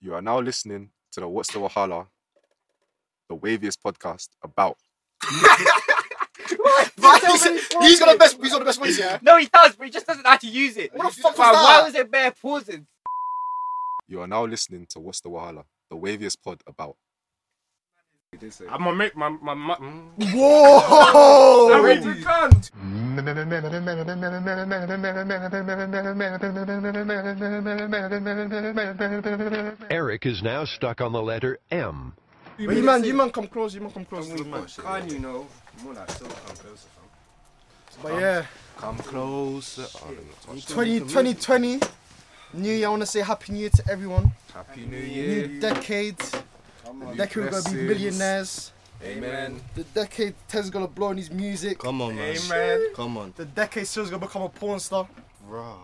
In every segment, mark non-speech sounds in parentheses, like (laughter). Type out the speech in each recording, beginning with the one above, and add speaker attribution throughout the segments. Speaker 1: You are now listening to the What's the Wahala, the waviest podcast about.
Speaker 2: Man,
Speaker 3: so
Speaker 2: he's,
Speaker 3: many
Speaker 2: he's got
Speaker 3: pauses.
Speaker 2: the best. He's got the best voice. Yeah.
Speaker 3: No, he does, but he just doesn't know how to use it.
Speaker 2: What the fuck was
Speaker 3: Bruh,
Speaker 2: that?
Speaker 3: Why was it bare pauses?
Speaker 1: You are now listening to What's the Wahala, the waviest pod about.
Speaker 4: Uh, my mate, my my my. mm.
Speaker 2: Whoa.
Speaker 4: Already gone.
Speaker 5: Eric is now stuck on the letter M.
Speaker 2: You man, you man, come close. You man, come close. to the mic.
Speaker 4: Can't you know? More like still come closer, fam.
Speaker 2: But yeah,
Speaker 1: Come closer. Oh, no, not much.
Speaker 2: 20, 2020, New year. I want to say Happy New Year to everyone.
Speaker 4: Happy New
Speaker 2: New decade.
Speaker 4: Come
Speaker 2: The
Speaker 4: on.
Speaker 2: decade we're gonna be
Speaker 1: blessings.
Speaker 2: millionaires.
Speaker 4: Amen.
Speaker 2: The decade Ted's gonna blow in his music.
Speaker 6: Come on, man.
Speaker 4: Amen.
Speaker 6: Come on,
Speaker 2: The decade Sil's gonna become a porn star.
Speaker 6: bro.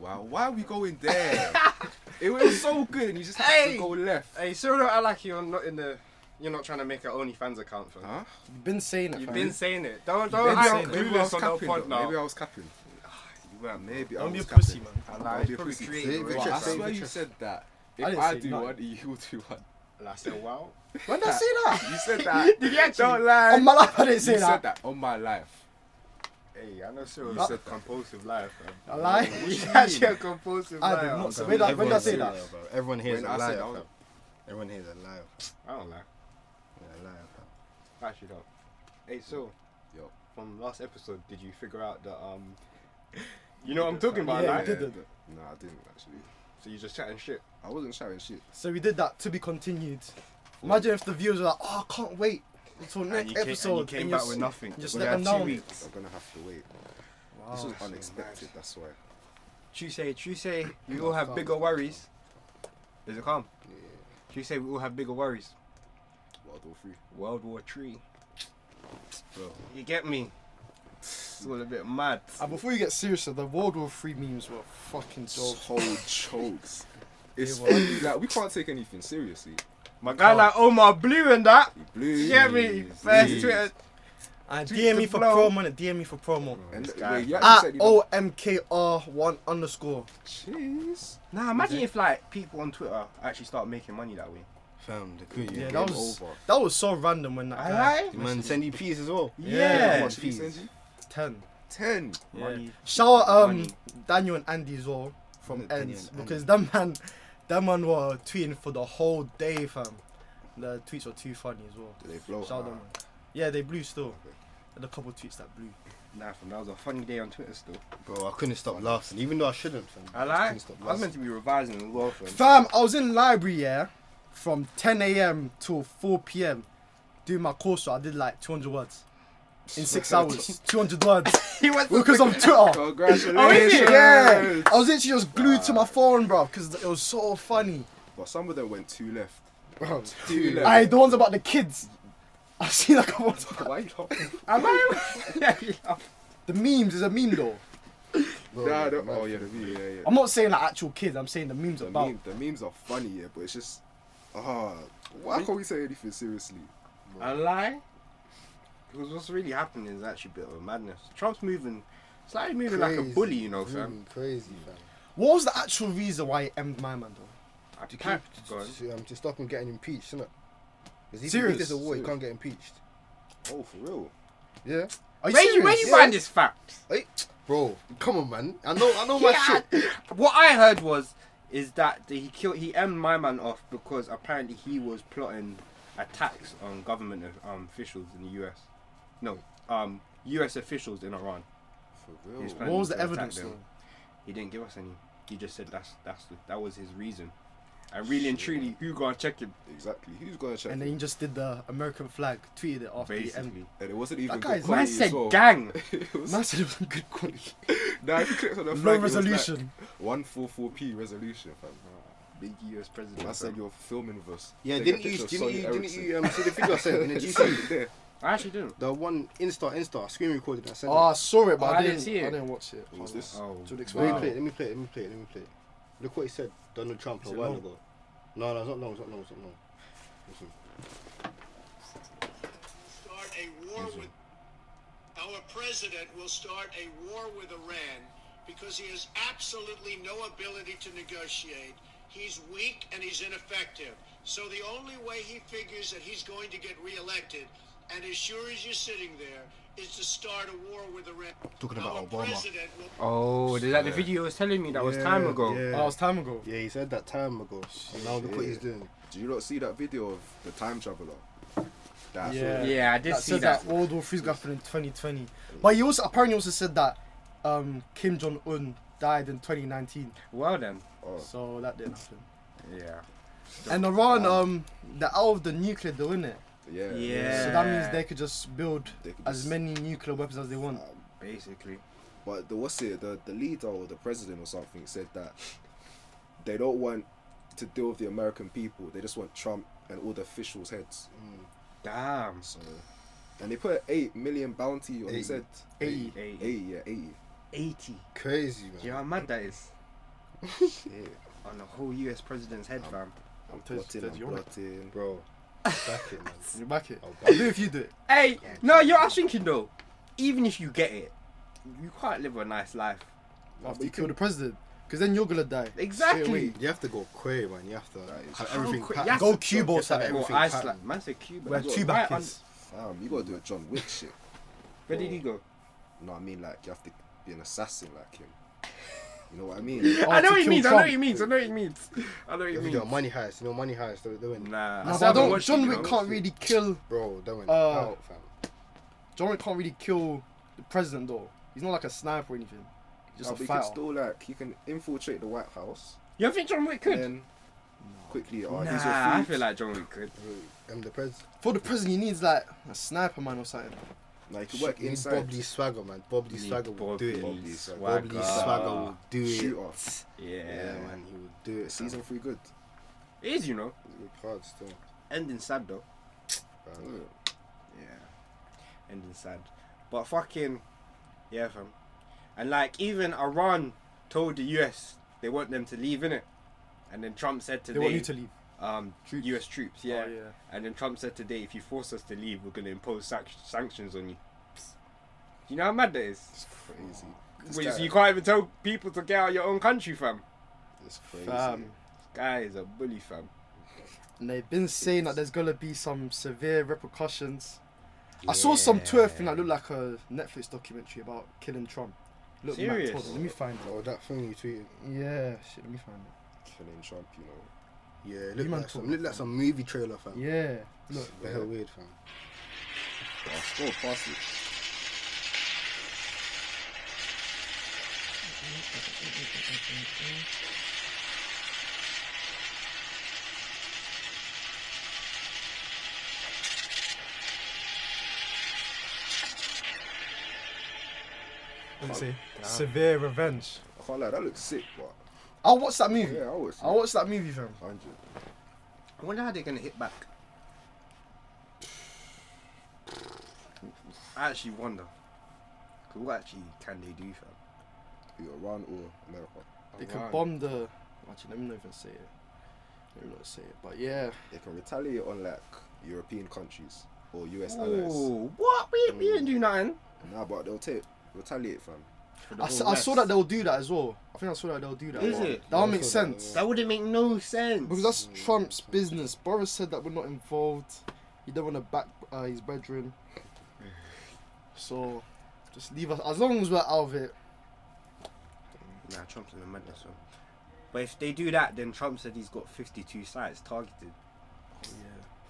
Speaker 4: Wow, why are we going there? it was so good, and you just had to go left. Hey, Cyril, I like you're not in the. You're not trying to make an OnlyFans account for. Huh?
Speaker 2: You've been saying it.
Speaker 4: You've
Speaker 2: fam.
Speaker 4: been saying it. Don't don't.
Speaker 2: Maybe
Speaker 4: act
Speaker 2: I-
Speaker 4: clueless on the pod
Speaker 1: though.
Speaker 4: now.
Speaker 1: Maybe I was capping.
Speaker 4: You weren't, mate.
Speaker 1: Maybe I
Speaker 2: Don't be a
Speaker 1: was
Speaker 2: pussy,
Speaker 1: capping.
Speaker 2: man.
Speaker 4: I
Speaker 1: Don't
Speaker 4: lied.
Speaker 1: be a pussy.
Speaker 4: Creative,
Speaker 1: Say it with
Speaker 4: right?
Speaker 1: your
Speaker 4: I
Speaker 1: chest.
Speaker 4: swear
Speaker 1: Say it
Speaker 4: you
Speaker 1: with
Speaker 4: said that.
Speaker 1: If
Speaker 2: I didn't
Speaker 1: I
Speaker 2: say
Speaker 1: do
Speaker 2: nothing.
Speaker 1: one, you'll do one.
Speaker 4: And I said, wow.
Speaker 2: When did I say that?
Speaker 4: You said that. Did you actually? Don't lie.
Speaker 2: On my life, I didn't
Speaker 4: you
Speaker 2: say
Speaker 4: said
Speaker 2: that.
Speaker 4: that on my life. Hey, I know Cyril
Speaker 2: You
Speaker 4: said compulsive liar, fam.
Speaker 2: I lied.
Speaker 4: He's actually a compulsive
Speaker 2: I
Speaker 4: liar.
Speaker 2: did not say
Speaker 4: fam.
Speaker 2: When I- when I say
Speaker 6: Everyone's a
Speaker 2: that?
Speaker 6: liar, bro. Everyone here is
Speaker 4: When
Speaker 6: a
Speaker 4: I said
Speaker 6: liar.
Speaker 4: that, I was
Speaker 6: fam. Everyone here is a liar.
Speaker 4: like, I don't lie.
Speaker 6: fam. They're a liar, fam.
Speaker 4: I actually don't. Hey, so,
Speaker 1: Yo.
Speaker 4: from last episode, did you figure out that um, (laughs) you know what I'm talking about,
Speaker 2: Yeah,
Speaker 4: like?
Speaker 2: you did it.
Speaker 1: No, I didn't actually.
Speaker 4: So you just chatting shit.
Speaker 1: I wasn't shouting shit.
Speaker 2: (laughs) So we did that to be continued. Imagine if the viewers were like, oh, I can't wait until next episode.
Speaker 4: came
Speaker 2: and
Speaker 4: back
Speaker 2: just-
Speaker 4: with nothing.
Speaker 2: Just
Speaker 4: We
Speaker 2: let
Speaker 4: had
Speaker 2: them
Speaker 4: two
Speaker 2: down.
Speaker 4: weeks.
Speaker 1: I'm gonna have to wait.
Speaker 4: Oh,
Speaker 1: This was unexpected. That's why.
Speaker 4: True say, true say, we all have bigger worries. Is it calm? Yeah. True say, we all have bigger worries.
Speaker 1: World War Three.
Speaker 4: World War Three.
Speaker 6: Bro.
Speaker 4: You get me? It's all a bit mad.
Speaker 2: And before you get serious, the World War Three memes were fucking dope.
Speaker 1: whole
Speaker 4: (laughs)
Speaker 1: jokes. It's
Speaker 2: They were.
Speaker 1: funny, like we can't take anything seriously.
Speaker 4: My guy like Omar Blue and that.
Speaker 1: He blew.
Speaker 4: You get me? First Twitter.
Speaker 2: And
Speaker 4: Tweet
Speaker 2: DM
Speaker 4: the
Speaker 2: Uh, me for
Speaker 4: flow.
Speaker 2: promo, and DM me for promo.
Speaker 1: And
Speaker 4: This
Speaker 1: look,
Speaker 4: guy.
Speaker 1: wait, you actually
Speaker 2: At
Speaker 1: said you don't-
Speaker 2: OMKR1 underscore.
Speaker 1: Jeez.
Speaker 4: Nah, imagine if like people on Twitter actually start making money that way.
Speaker 6: Fam, the
Speaker 2: Yeah,
Speaker 6: could you
Speaker 2: that
Speaker 6: get
Speaker 2: was
Speaker 1: over.
Speaker 2: that was so random when that
Speaker 4: I
Speaker 2: guy
Speaker 4: lie.
Speaker 6: Man, send you peas as well.
Speaker 4: Yeah.
Speaker 1: How
Speaker 4: yeah.
Speaker 1: much did you send you?
Speaker 2: ten.
Speaker 1: Ten.
Speaker 4: Money.
Speaker 2: Shout out um
Speaker 4: Money.
Speaker 2: Daniel and Andy as well from
Speaker 6: Daniel and
Speaker 2: Ends
Speaker 6: Andy.
Speaker 2: because that man that man were tweeting for the whole day, fam. The tweets were too funny as well.
Speaker 1: Did they blow?
Speaker 2: Shout out them. Yeah, they blew still. And a couple tweets that blew.
Speaker 4: Nah, fam, that was a funny day on Twitter still.
Speaker 6: Bro, I couldn't stop laughing, even though I shouldn't, fam.
Speaker 4: I
Speaker 6: just
Speaker 4: lie.
Speaker 6: couldn't stop
Speaker 4: I was meant
Speaker 6: laughing.
Speaker 4: to be revising as well, fam.
Speaker 2: Fam, I was in library yeah, from 10 a.m. till 4 p.m. doing my course. So I did like 200 words in (laughs) six hours. 200 words (laughs)
Speaker 4: He went to
Speaker 2: because of Twitter. (laughs)
Speaker 1: Congratulations.
Speaker 4: Oh,
Speaker 2: Oh,
Speaker 4: (laughs)
Speaker 2: Yeah, I was literally just glued to my phone, bro, because it was so funny.
Speaker 1: But some of them went two left.
Speaker 4: Oh,
Speaker 2: Bro,
Speaker 1: Two left.
Speaker 2: I the ones about the kids. (laughs) I've seen like a lot.
Speaker 1: Why you laughing?
Speaker 4: Am I? yeah, yeah.
Speaker 2: The memes is a meme though.
Speaker 1: Nah, the- oh yeah, the meme, yeah, yeah.
Speaker 2: I'm not saying like actual kids. I'm saying the memes
Speaker 1: The,
Speaker 2: about.
Speaker 1: meme, the memes are funny, yeah, but it's just, ah, why can't we say anything seriously?
Speaker 4: A lie? Because what's really happening is actually a bit of a madness. Trump's moving, slightly moving like a
Speaker 6: Crazy,
Speaker 4: bully, you know, fam.
Speaker 6: Crazy, fam.
Speaker 2: What was the actual reason why it emmed my man though?
Speaker 4: I can't go on.
Speaker 6: To, um, to stop him getting impeached, innit? Because if
Speaker 2: Serious?
Speaker 6: he this award, he
Speaker 1: Serious.
Speaker 6: can't get impeached.
Speaker 1: Oh, for real?
Speaker 6: Yeah,
Speaker 2: Are you
Speaker 4: Where you,
Speaker 2: serious?
Speaker 4: where you
Speaker 6: Yeah.
Speaker 4: find this fact?
Speaker 6: hey, bro, come on, man. I know, I
Speaker 1: Oh,
Speaker 6: know my
Speaker 4: Yeah,
Speaker 6: shit.
Speaker 4: What I heard was is that the- he killed he emmed my man off because apparently he was plotting attacks on government um, officials in the US. No, um, US officials in Iran.
Speaker 1: For
Speaker 4: He
Speaker 1: real?
Speaker 4: planning
Speaker 2: What was
Speaker 4: to
Speaker 2: the
Speaker 4: attack
Speaker 2: evidence
Speaker 4: them.
Speaker 2: though?
Speaker 4: He didn't give us any. He just said that's that's the, that was his reason. And really and truly, who gonna check him?
Speaker 1: Exactly. Who's gonna check? And,
Speaker 2: And then he just did the American flag, tweeted it after he
Speaker 4: Basically,
Speaker 2: emmed.
Speaker 1: it wasn't even
Speaker 2: That guy
Speaker 1: good
Speaker 2: is
Speaker 4: man
Speaker 1: quality (laughs)
Speaker 4: said
Speaker 1: as well.
Speaker 2: (laughs)
Speaker 4: gang.
Speaker 1: It was-
Speaker 2: Man said it was good quality.
Speaker 1: nah, if you clicked on the
Speaker 2: Low
Speaker 1: flag,
Speaker 2: resolution.
Speaker 1: One four four p resolution, fam.
Speaker 4: Big US president.
Speaker 1: I said
Speaker 4: Oh, bro.
Speaker 1: you're filming with us.
Speaker 6: Yeah,
Speaker 1: Take a
Speaker 6: didn't
Speaker 1: picture
Speaker 6: you,
Speaker 1: of
Speaker 6: didn't
Speaker 1: Sonny
Speaker 6: you, didn't
Speaker 1: Eriksson.
Speaker 6: you um, see the video I sent in the
Speaker 1: It's
Speaker 3: (laughs)
Speaker 6: GC?
Speaker 1: something there.
Speaker 4: I actually didn't.
Speaker 6: The one Insta, Insta, screen recorded and I sent
Speaker 2: Oh, I saw it, but
Speaker 4: Oh,
Speaker 2: I, didn't, see it. I didn't watch it.
Speaker 1: What was this?
Speaker 4: Oh,
Speaker 2: Should
Speaker 6: it. Let me
Speaker 2: wow.
Speaker 6: play it, let me play it, let me play it, let me play it. Look what he said, Donald Trump,
Speaker 2: Is
Speaker 6: a
Speaker 2: it
Speaker 6: while
Speaker 2: long?
Speaker 6: ago. No, no, it's not long, it's not long, it's not long. Listen.
Speaker 7: start a war with our president will start a war with Iran because he has absolutely no ability to negotiate He's weak and he's ineffective. So the only way he figures that he's going to get reelected, and as sure as you're sitting there, is to start a war with Iran.
Speaker 6: Talking about
Speaker 7: Our
Speaker 6: Obama.
Speaker 7: president will
Speaker 4: Oh, is that the video was telling me that was time ago?
Speaker 2: That was time ago.
Speaker 6: Yeah, he said that time ago. And now look what he's doing.
Speaker 8: Do you not see that video of the time traveler? That
Speaker 2: Yeah.
Speaker 4: Yeah, I did
Speaker 2: that
Speaker 4: see
Speaker 2: says
Speaker 4: that.
Speaker 2: that World War Three's happened in 2020. But he also apparently also said that um, Kim Jong Un died in 2019.
Speaker 4: Well then,
Speaker 1: Oh.
Speaker 2: So that didn't happen.
Speaker 4: yeah.
Speaker 2: And Iran, um, they're out of the nuclear, though, innit?
Speaker 8: yeah,
Speaker 4: Yeah.
Speaker 2: So that means they could just build
Speaker 8: They could
Speaker 2: as
Speaker 8: just-
Speaker 2: many nuclear weapons as they want.
Speaker 4: Basically,
Speaker 8: But the, what's it? The the leader or the president or something said that they don't want to deal with the American people. They just want Trump and all the officials' heads.
Speaker 4: damn.
Speaker 8: So, and they put eight million bounty on his
Speaker 6: Eight.
Speaker 8: head.
Speaker 2: 80.
Speaker 4: Eighty.
Speaker 8: Eighty, yeah, eighty.
Speaker 4: 80.
Speaker 6: Crazy, man.
Speaker 4: Do you know how mad that
Speaker 2: (laughs)
Speaker 4: is? On the whole US president's head,
Speaker 2: Um,
Speaker 4: fam.
Speaker 8: I'm
Speaker 6: Tez-
Speaker 8: plotting,
Speaker 6: Tez,
Speaker 8: I'm
Speaker 6: you wanna-
Speaker 8: plotting.
Speaker 6: Bro, back it, man.
Speaker 2: You back it.
Speaker 6: I'll
Speaker 2: I'll
Speaker 6: back
Speaker 2: do
Speaker 6: it.
Speaker 2: if you do it.
Speaker 4: Hey, no, you're I was thinking though, even if you get it, you can't live a nice life.
Speaker 2: After you kill the president. Because then you're going to die.
Speaker 4: Exactly.
Speaker 2: Wait,
Speaker 6: You have to go quay, man. You have to have
Speaker 4: How
Speaker 6: everything
Speaker 4: quick-
Speaker 6: packed.
Speaker 4: you have
Speaker 2: Go
Speaker 4: to-
Speaker 2: Cuba or
Speaker 4: you have to have
Speaker 2: something.
Speaker 4: everything
Speaker 6: Or
Speaker 4: packed.
Speaker 6: Iceland.
Speaker 4: Man said Cuba.
Speaker 2: Where
Speaker 4: That's
Speaker 2: two
Speaker 4: right
Speaker 2: back
Speaker 4: on-
Speaker 2: is.
Speaker 8: Damn, you gotta do a John Wick shit.
Speaker 4: Where did he go?
Speaker 8: No, I mean like you have to be an assassin like him. You know what
Speaker 6: (laughs)
Speaker 8: I mean?
Speaker 2: (laughs) Oh,
Speaker 4: I know
Speaker 2: to
Speaker 4: what he
Speaker 2: kill
Speaker 4: means. I know
Speaker 2: Trump.
Speaker 4: what he means. I know what he means. I know what he
Speaker 6: If you do a
Speaker 4: means.
Speaker 6: money heist, you know, money heist, they, they went,
Speaker 4: Nah,
Speaker 2: No,
Speaker 4: still
Speaker 2: but I
Speaker 4: haven't
Speaker 2: don't,
Speaker 4: watched
Speaker 2: John
Speaker 4: it,
Speaker 2: Wick
Speaker 4: though.
Speaker 2: can't really kill.
Speaker 6: bro, they went
Speaker 2: Uh,
Speaker 6: out, fam.
Speaker 2: John Wick can't really kill the president though. He's not like a sniper or anything. He's just
Speaker 8: No, but
Speaker 2: a
Speaker 8: you can
Speaker 2: fighter.
Speaker 8: still like you can infiltrate the White House
Speaker 4: You think John Wick
Speaker 8: and
Speaker 4: could?
Speaker 8: then quickly. Oh,
Speaker 4: Nah,
Speaker 8: these are
Speaker 4: I
Speaker 8: food.
Speaker 4: feel like John Wick could.
Speaker 6: I'm the president.
Speaker 2: For the president, he needs like a sniper man or something.
Speaker 8: Nah, you can work
Speaker 6: Need
Speaker 8: inside.
Speaker 6: Bob Lee Swagger, man. Bob Lee Swagger will do it.
Speaker 8: Bob Lee
Speaker 4: Lee
Speaker 8: Swagger.
Speaker 6: Bob Lee Swagger will do it.
Speaker 8: Shoot off.
Speaker 4: Yeah,
Speaker 6: Yeah,
Speaker 4: man.
Speaker 6: man, he will do it.
Speaker 8: Season
Speaker 6: Season
Speaker 8: three, good.
Speaker 4: It is, you know.
Speaker 6: hard still.
Speaker 4: Ending sad though.
Speaker 6: fam.
Speaker 4: Yeah. Ending sad. But fucking yeah, fam. And like even Iran told the US they want them to leave, innit? And then Trump said
Speaker 2: They
Speaker 4: today
Speaker 2: want you to leave.
Speaker 4: um
Speaker 2: Troops.
Speaker 4: US troops, yeah.
Speaker 2: Oh, yeah.
Speaker 4: And then Trump said today if you force us to leave, we're gonna impose sanct- sanctions on you. You know how mad that is?
Speaker 8: Crazy.
Speaker 4: Wait, so you can't even tell people to get out of your own country, fam.
Speaker 8: It's crazy.
Speaker 2: Fam.
Speaker 4: This guy is a bully, fam.
Speaker 2: And they've been saying that there's gonna be some severe repercussions. I saw some Twitter thing that looked like a Netflix documentary about killing Trump. Look,
Speaker 4: Serious?
Speaker 2: Hold on, let me find
Speaker 6: Oh, that thing you tweeted.
Speaker 2: it. Yeah, shit, let me find it.
Speaker 8: Killing Trump, you know.
Speaker 6: Yeah, it
Speaker 2: You
Speaker 6: looked
Speaker 2: man
Speaker 6: like, some,
Speaker 2: talk.
Speaker 6: looked like some movie trailer, fam.
Speaker 2: Yeah, look.
Speaker 6: The hell weird, fam.
Speaker 8: But I scroll past it.
Speaker 2: Let me see. Severe revenge.
Speaker 8: I can't lie, that looks sick, but
Speaker 2: I watched that movie.
Speaker 8: yeah, I was.
Speaker 2: I watched that movie, fam.
Speaker 8: Hundred.
Speaker 4: I wonder how they're gonna hit back. I actually wonder. 'Cause What actually can they do, fam?
Speaker 8: Either Iran or America.
Speaker 2: They could
Speaker 4: Iran.
Speaker 2: bomb the. Actually, let me not even say it. Let me not say it. But yeah,
Speaker 8: They can retaliate on like European countries or US allies.
Speaker 4: Ooh, what? We, we didn't do nothing.
Speaker 8: Nah, but they'll take retaliate, fam.
Speaker 4: for the
Speaker 2: I, s-
Speaker 4: whole
Speaker 2: I saw that
Speaker 4: West.
Speaker 2: they'll do that as well. I think I saw that they'll do that.
Speaker 4: Is
Speaker 2: Well,
Speaker 4: it?
Speaker 2: That would
Speaker 6: Yeah,
Speaker 2: make
Speaker 6: I saw that,
Speaker 2: sense.
Speaker 6: yeah.
Speaker 4: That wouldn't make no sense.
Speaker 2: Because that's Trump's business. Boris said that we're not involved. He don't want to back uh, his brethren. So, just leave us. As long as we're out of it.
Speaker 4: Nah, Trump's in the madness one. But if they do that, then Trump said he's got 52 sites targeted.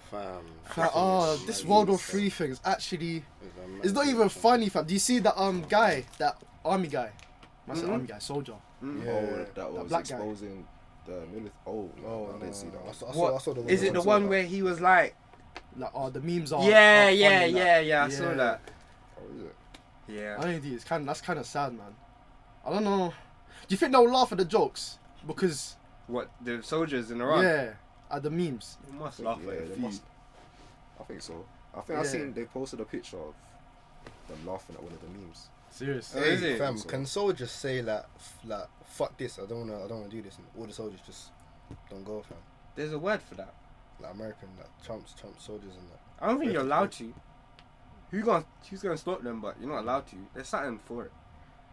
Speaker 6: Fam.
Speaker 2: Like, oh, this World War Three thing is actually. It's not even funny, fam. Do you see that um guy, that army guy? I
Speaker 4: Mm-hmm.
Speaker 2: said army guy, soldier.
Speaker 8: Oh,
Speaker 6: Yeah.
Speaker 8: that was
Speaker 2: black guy.
Speaker 8: exposing the military. Oh, no,
Speaker 6: Oh,
Speaker 8: I
Speaker 6: no,
Speaker 8: didn't see
Speaker 6: I
Speaker 8: that.
Speaker 6: saw, I saw, I
Speaker 4: What?
Speaker 6: saw the one
Speaker 4: Is
Speaker 6: that
Speaker 4: it the
Speaker 6: went
Speaker 4: one
Speaker 6: to-
Speaker 4: where he was like,
Speaker 2: Like, oh, the memes are. are
Speaker 4: yeah,
Speaker 2: funny
Speaker 4: yeah,
Speaker 2: and that.
Speaker 4: yeah, yeah, I saw
Speaker 2: Yeah.
Speaker 4: that.
Speaker 8: Oh, is it?
Speaker 2: I
Speaker 4: Yeah.
Speaker 2: don't think it's kind. That's kind of sad, man. I don't know. Do you think they'll laugh at the jokes because
Speaker 4: What, the soldiers in Iran?
Speaker 2: yeah, at the memes?
Speaker 4: You must laugh
Speaker 8: yeah,
Speaker 4: at
Speaker 8: they
Speaker 4: it.
Speaker 8: must. I think so. I think I
Speaker 2: Yeah.
Speaker 8: seen they posted a picture of them laughing at one of the memes.
Speaker 2: Seriously.
Speaker 4: Oh, is
Speaker 6: Hey,
Speaker 4: it?
Speaker 6: fam, can soldiers say like, f- like, fuck this? I don't wanna, I don't wanna do this, and all the soldiers just don't go, fam.
Speaker 4: There's a word for that.
Speaker 6: Like American, like Trump's, Trump soldiers and that.
Speaker 4: I don't think you're allowed to. Who gonna who's gonna stop them? But you're not allowed to. There's something for it.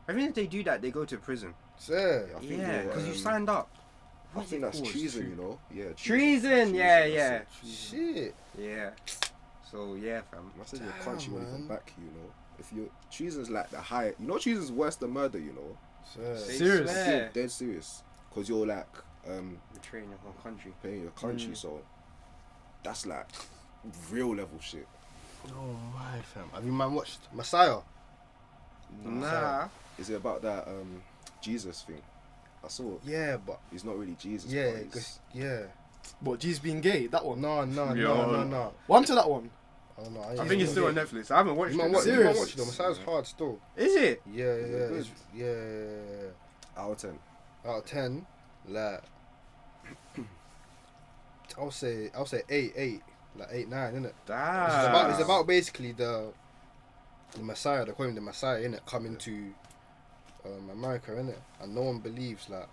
Speaker 4: I think if they do that, they go to prison.
Speaker 6: So,
Speaker 8: I think
Speaker 4: Yeah,
Speaker 8: they were,
Speaker 4: because you
Speaker 8: um,
Speaker 4: signed up.
Speaker 8: I
Speaker 4: What's
Speaker 8: think
Speaker 4: it
Speaker 8: that's
Speaker 4: called?
Speaker 8: treason, you
Speaker 4: Tre-
Speaker 8: know? Yeah.
Speaker 4: Treason. Yeah, yeah,
Speaker 6: Shit.
Speaker 4: yeah. So yeah, fam.
Speaker 8: I said your country won't even
Speaker 6: man.
Speaker 8: back you, you know? If you treason's like the high, you know, treason's worse than murder, you know?
Speaker 6: Sir.
Speaker 4: They
Speaker 2: Serious?
Speaker 8: I'm
Speaker 4: swear.
Speaker 8: dead- dead serious. Because you're like um,
Speaker 4: Betraying your whole country.
Speaker 8: paying your country, so that's like real level shit.
Speaker 6: Oh my fam. Have you man watched Messiah?
Speaker 4: Nah.
Speaker 8: Is it about that um, Jesus thing? I saw
Speaker 6: Yeah, but
Speaker 8: he's not really Jesus.
Speaker 6: yeah,
Speaker 8: but he's-
Speaker 6: 'cause- yeah.
Speaker 2: But G's being gay, that one.
Speaker 6: No, no, no,
Speaker 4: Yo.
Speaker 6: no, no. Oh,
Speaker 2: Well, I'm to that one.
Speaker 6: I don't know.
Speaker 4: I think it's still on Netflix. I haven't watched
Speaker 6: You might
Speaker 4: it.
Speaker 6: watch, you might
Speaker 2: Serious?
Speaker 6: watch it though. Messiah's hard still.
Speaker 4: Is it?
Speaker 6: Yeah, yeah,
Speaker 8: it
Speaker 6: yeah,
Speaker 8: good?
Speaker 6: it's- yeah, yeah, yeah.
Speaker 8: Out of ten.
Speaker 6: out of ten, like (clears throat) I'll say I'll say eight, eight, like eight, nine, innit?
Speaker 4: Damn.
Speaker 6: It's about it's about basically the the Messiah, the calling the Messiah, innit, coming to um, America, innit? And no one believes like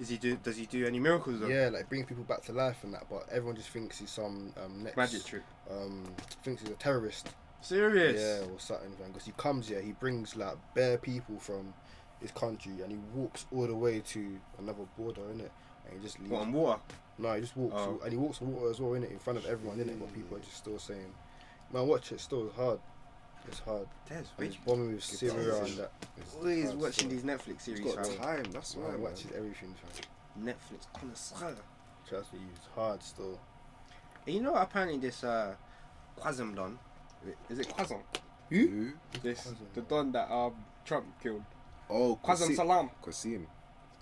Speaker 4: Is he do? Does he do any miracles? Though?
Speaker 6: yeah, like bring people back to life and that, but everyone just thinks he's some um next
Speaker 4: Magic trick.
Speaker 6: um thinks he's a terrorist.
Speaker 4: Serious.
Speaker 6: Yeah, or something, because he comes here, he brings like bare people from his country and he walks all the way to another border, innit? And he just leaves
Speaker 4: What on water?
Speaker 6: No, he just walks,
Speaker 4: Oh.
Speaker 6: and he walks on water as well, innit? In front of everyone, innit? But people are just still saying, man, watch it, still, it's hard. It's hard.
Speaker 4: There's
Speaker 6: And he's
Speaker 4: rich.
Speaker 6: bombing with
Speaker 8: Give it
Speaker 6: Syria
Speaker 8: a-
Speaker 6: and that. It's
Speaker 4: Always
Speaker 6: hard
Speaker 4: watching
Speaker 6: still.
Speaker 4: these Netflix
Speaker 8: He's
Speaker 4: series.
Speaker 8: got
Speaker 4: fam.
Speaker 8: time. That's why.
Speaker 6: Man
Speaker 8: Man.
Speaker 6: watches everything, fam.
Speaker 4: Netflix connoisseur.
Speaker 6: Trust me, it's hard still.
Speaker 4: And you know, apparently this uh, Quasim Don, is it Quasim?
Speaker 8: Who?
Speaker 4: This
Speaker 6: Qasim
Speaker 4: the Don that um Trump killed.
Speaker 8: Oh,
Speaker 4: Quasim Salam.
Speaker 8: Qasim.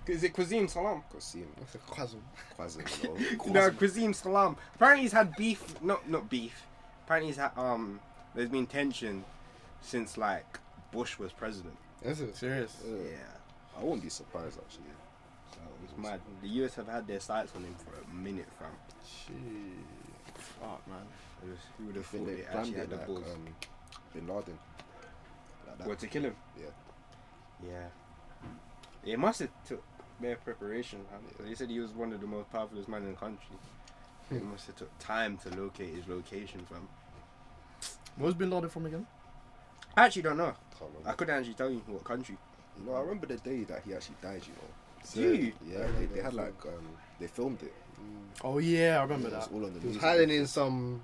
Speaker 4: Is it Quasim
Speaker 8: (laughs)
Speaker 4: Salam?
Speaker 8: Qasim.
Speaker 6: That's a chasm.
Speaker 8: Qasim.
Speaker 6: (laughs)
Speaker 8: you know?
Speaker 4: No, Quasim Salam. Apparently he's had beef. Not not beef. Apparently he's had um. There's been tension since like Bush was president.
Speaker 6: Is it?
Speaker 2: Serious.
Speaker 8: Yeah. I wouldn't be surprised actually.
Speaker 4: So it's mad. The US have had their sights on him for a minute, fam.
Speaker 2: Fuck, man.
Speaker 4: It was- Who would
Speaker 8: I
Speaker 4: have
Speaker 8: think
Speaker 4: thought
Speaker 8: they
Speaker 4: they actually
Speaker 8: planned
Speaker 4: had
Speaker 8: it
Speaker 4: the
Speaker 8: like
Speaker 4: balls?
Speaker 8: um, Bin Laden. Like that.
Speaker 4: Well, to kill him?
Speaker 8: Yeah.
Speaker 4: Yeah. It must have took bare preparation. man. They said he was one of the most powerful men in the country. It must have took time to locate his location from.
Speaker 2: Where's Bin Laden from again?
Speaker 4: I actually don't know.
Speaker 8: Can't remember.
Speaker 4: I couldn't actually tell you what country.
Speaker 8: No, I remember the day that he actually died. You know.
Speaker 4: Dude,
Speaker 8: Yeah. They, they had like um, they filmed it.
Speaker 2: Oh yeah, I remember
Speaker 8: It was
Speaker 2: that.
Speaker 8: all on the
Speaker 6: He was
Speaker 8: news.
Speaker 6: hiding in some.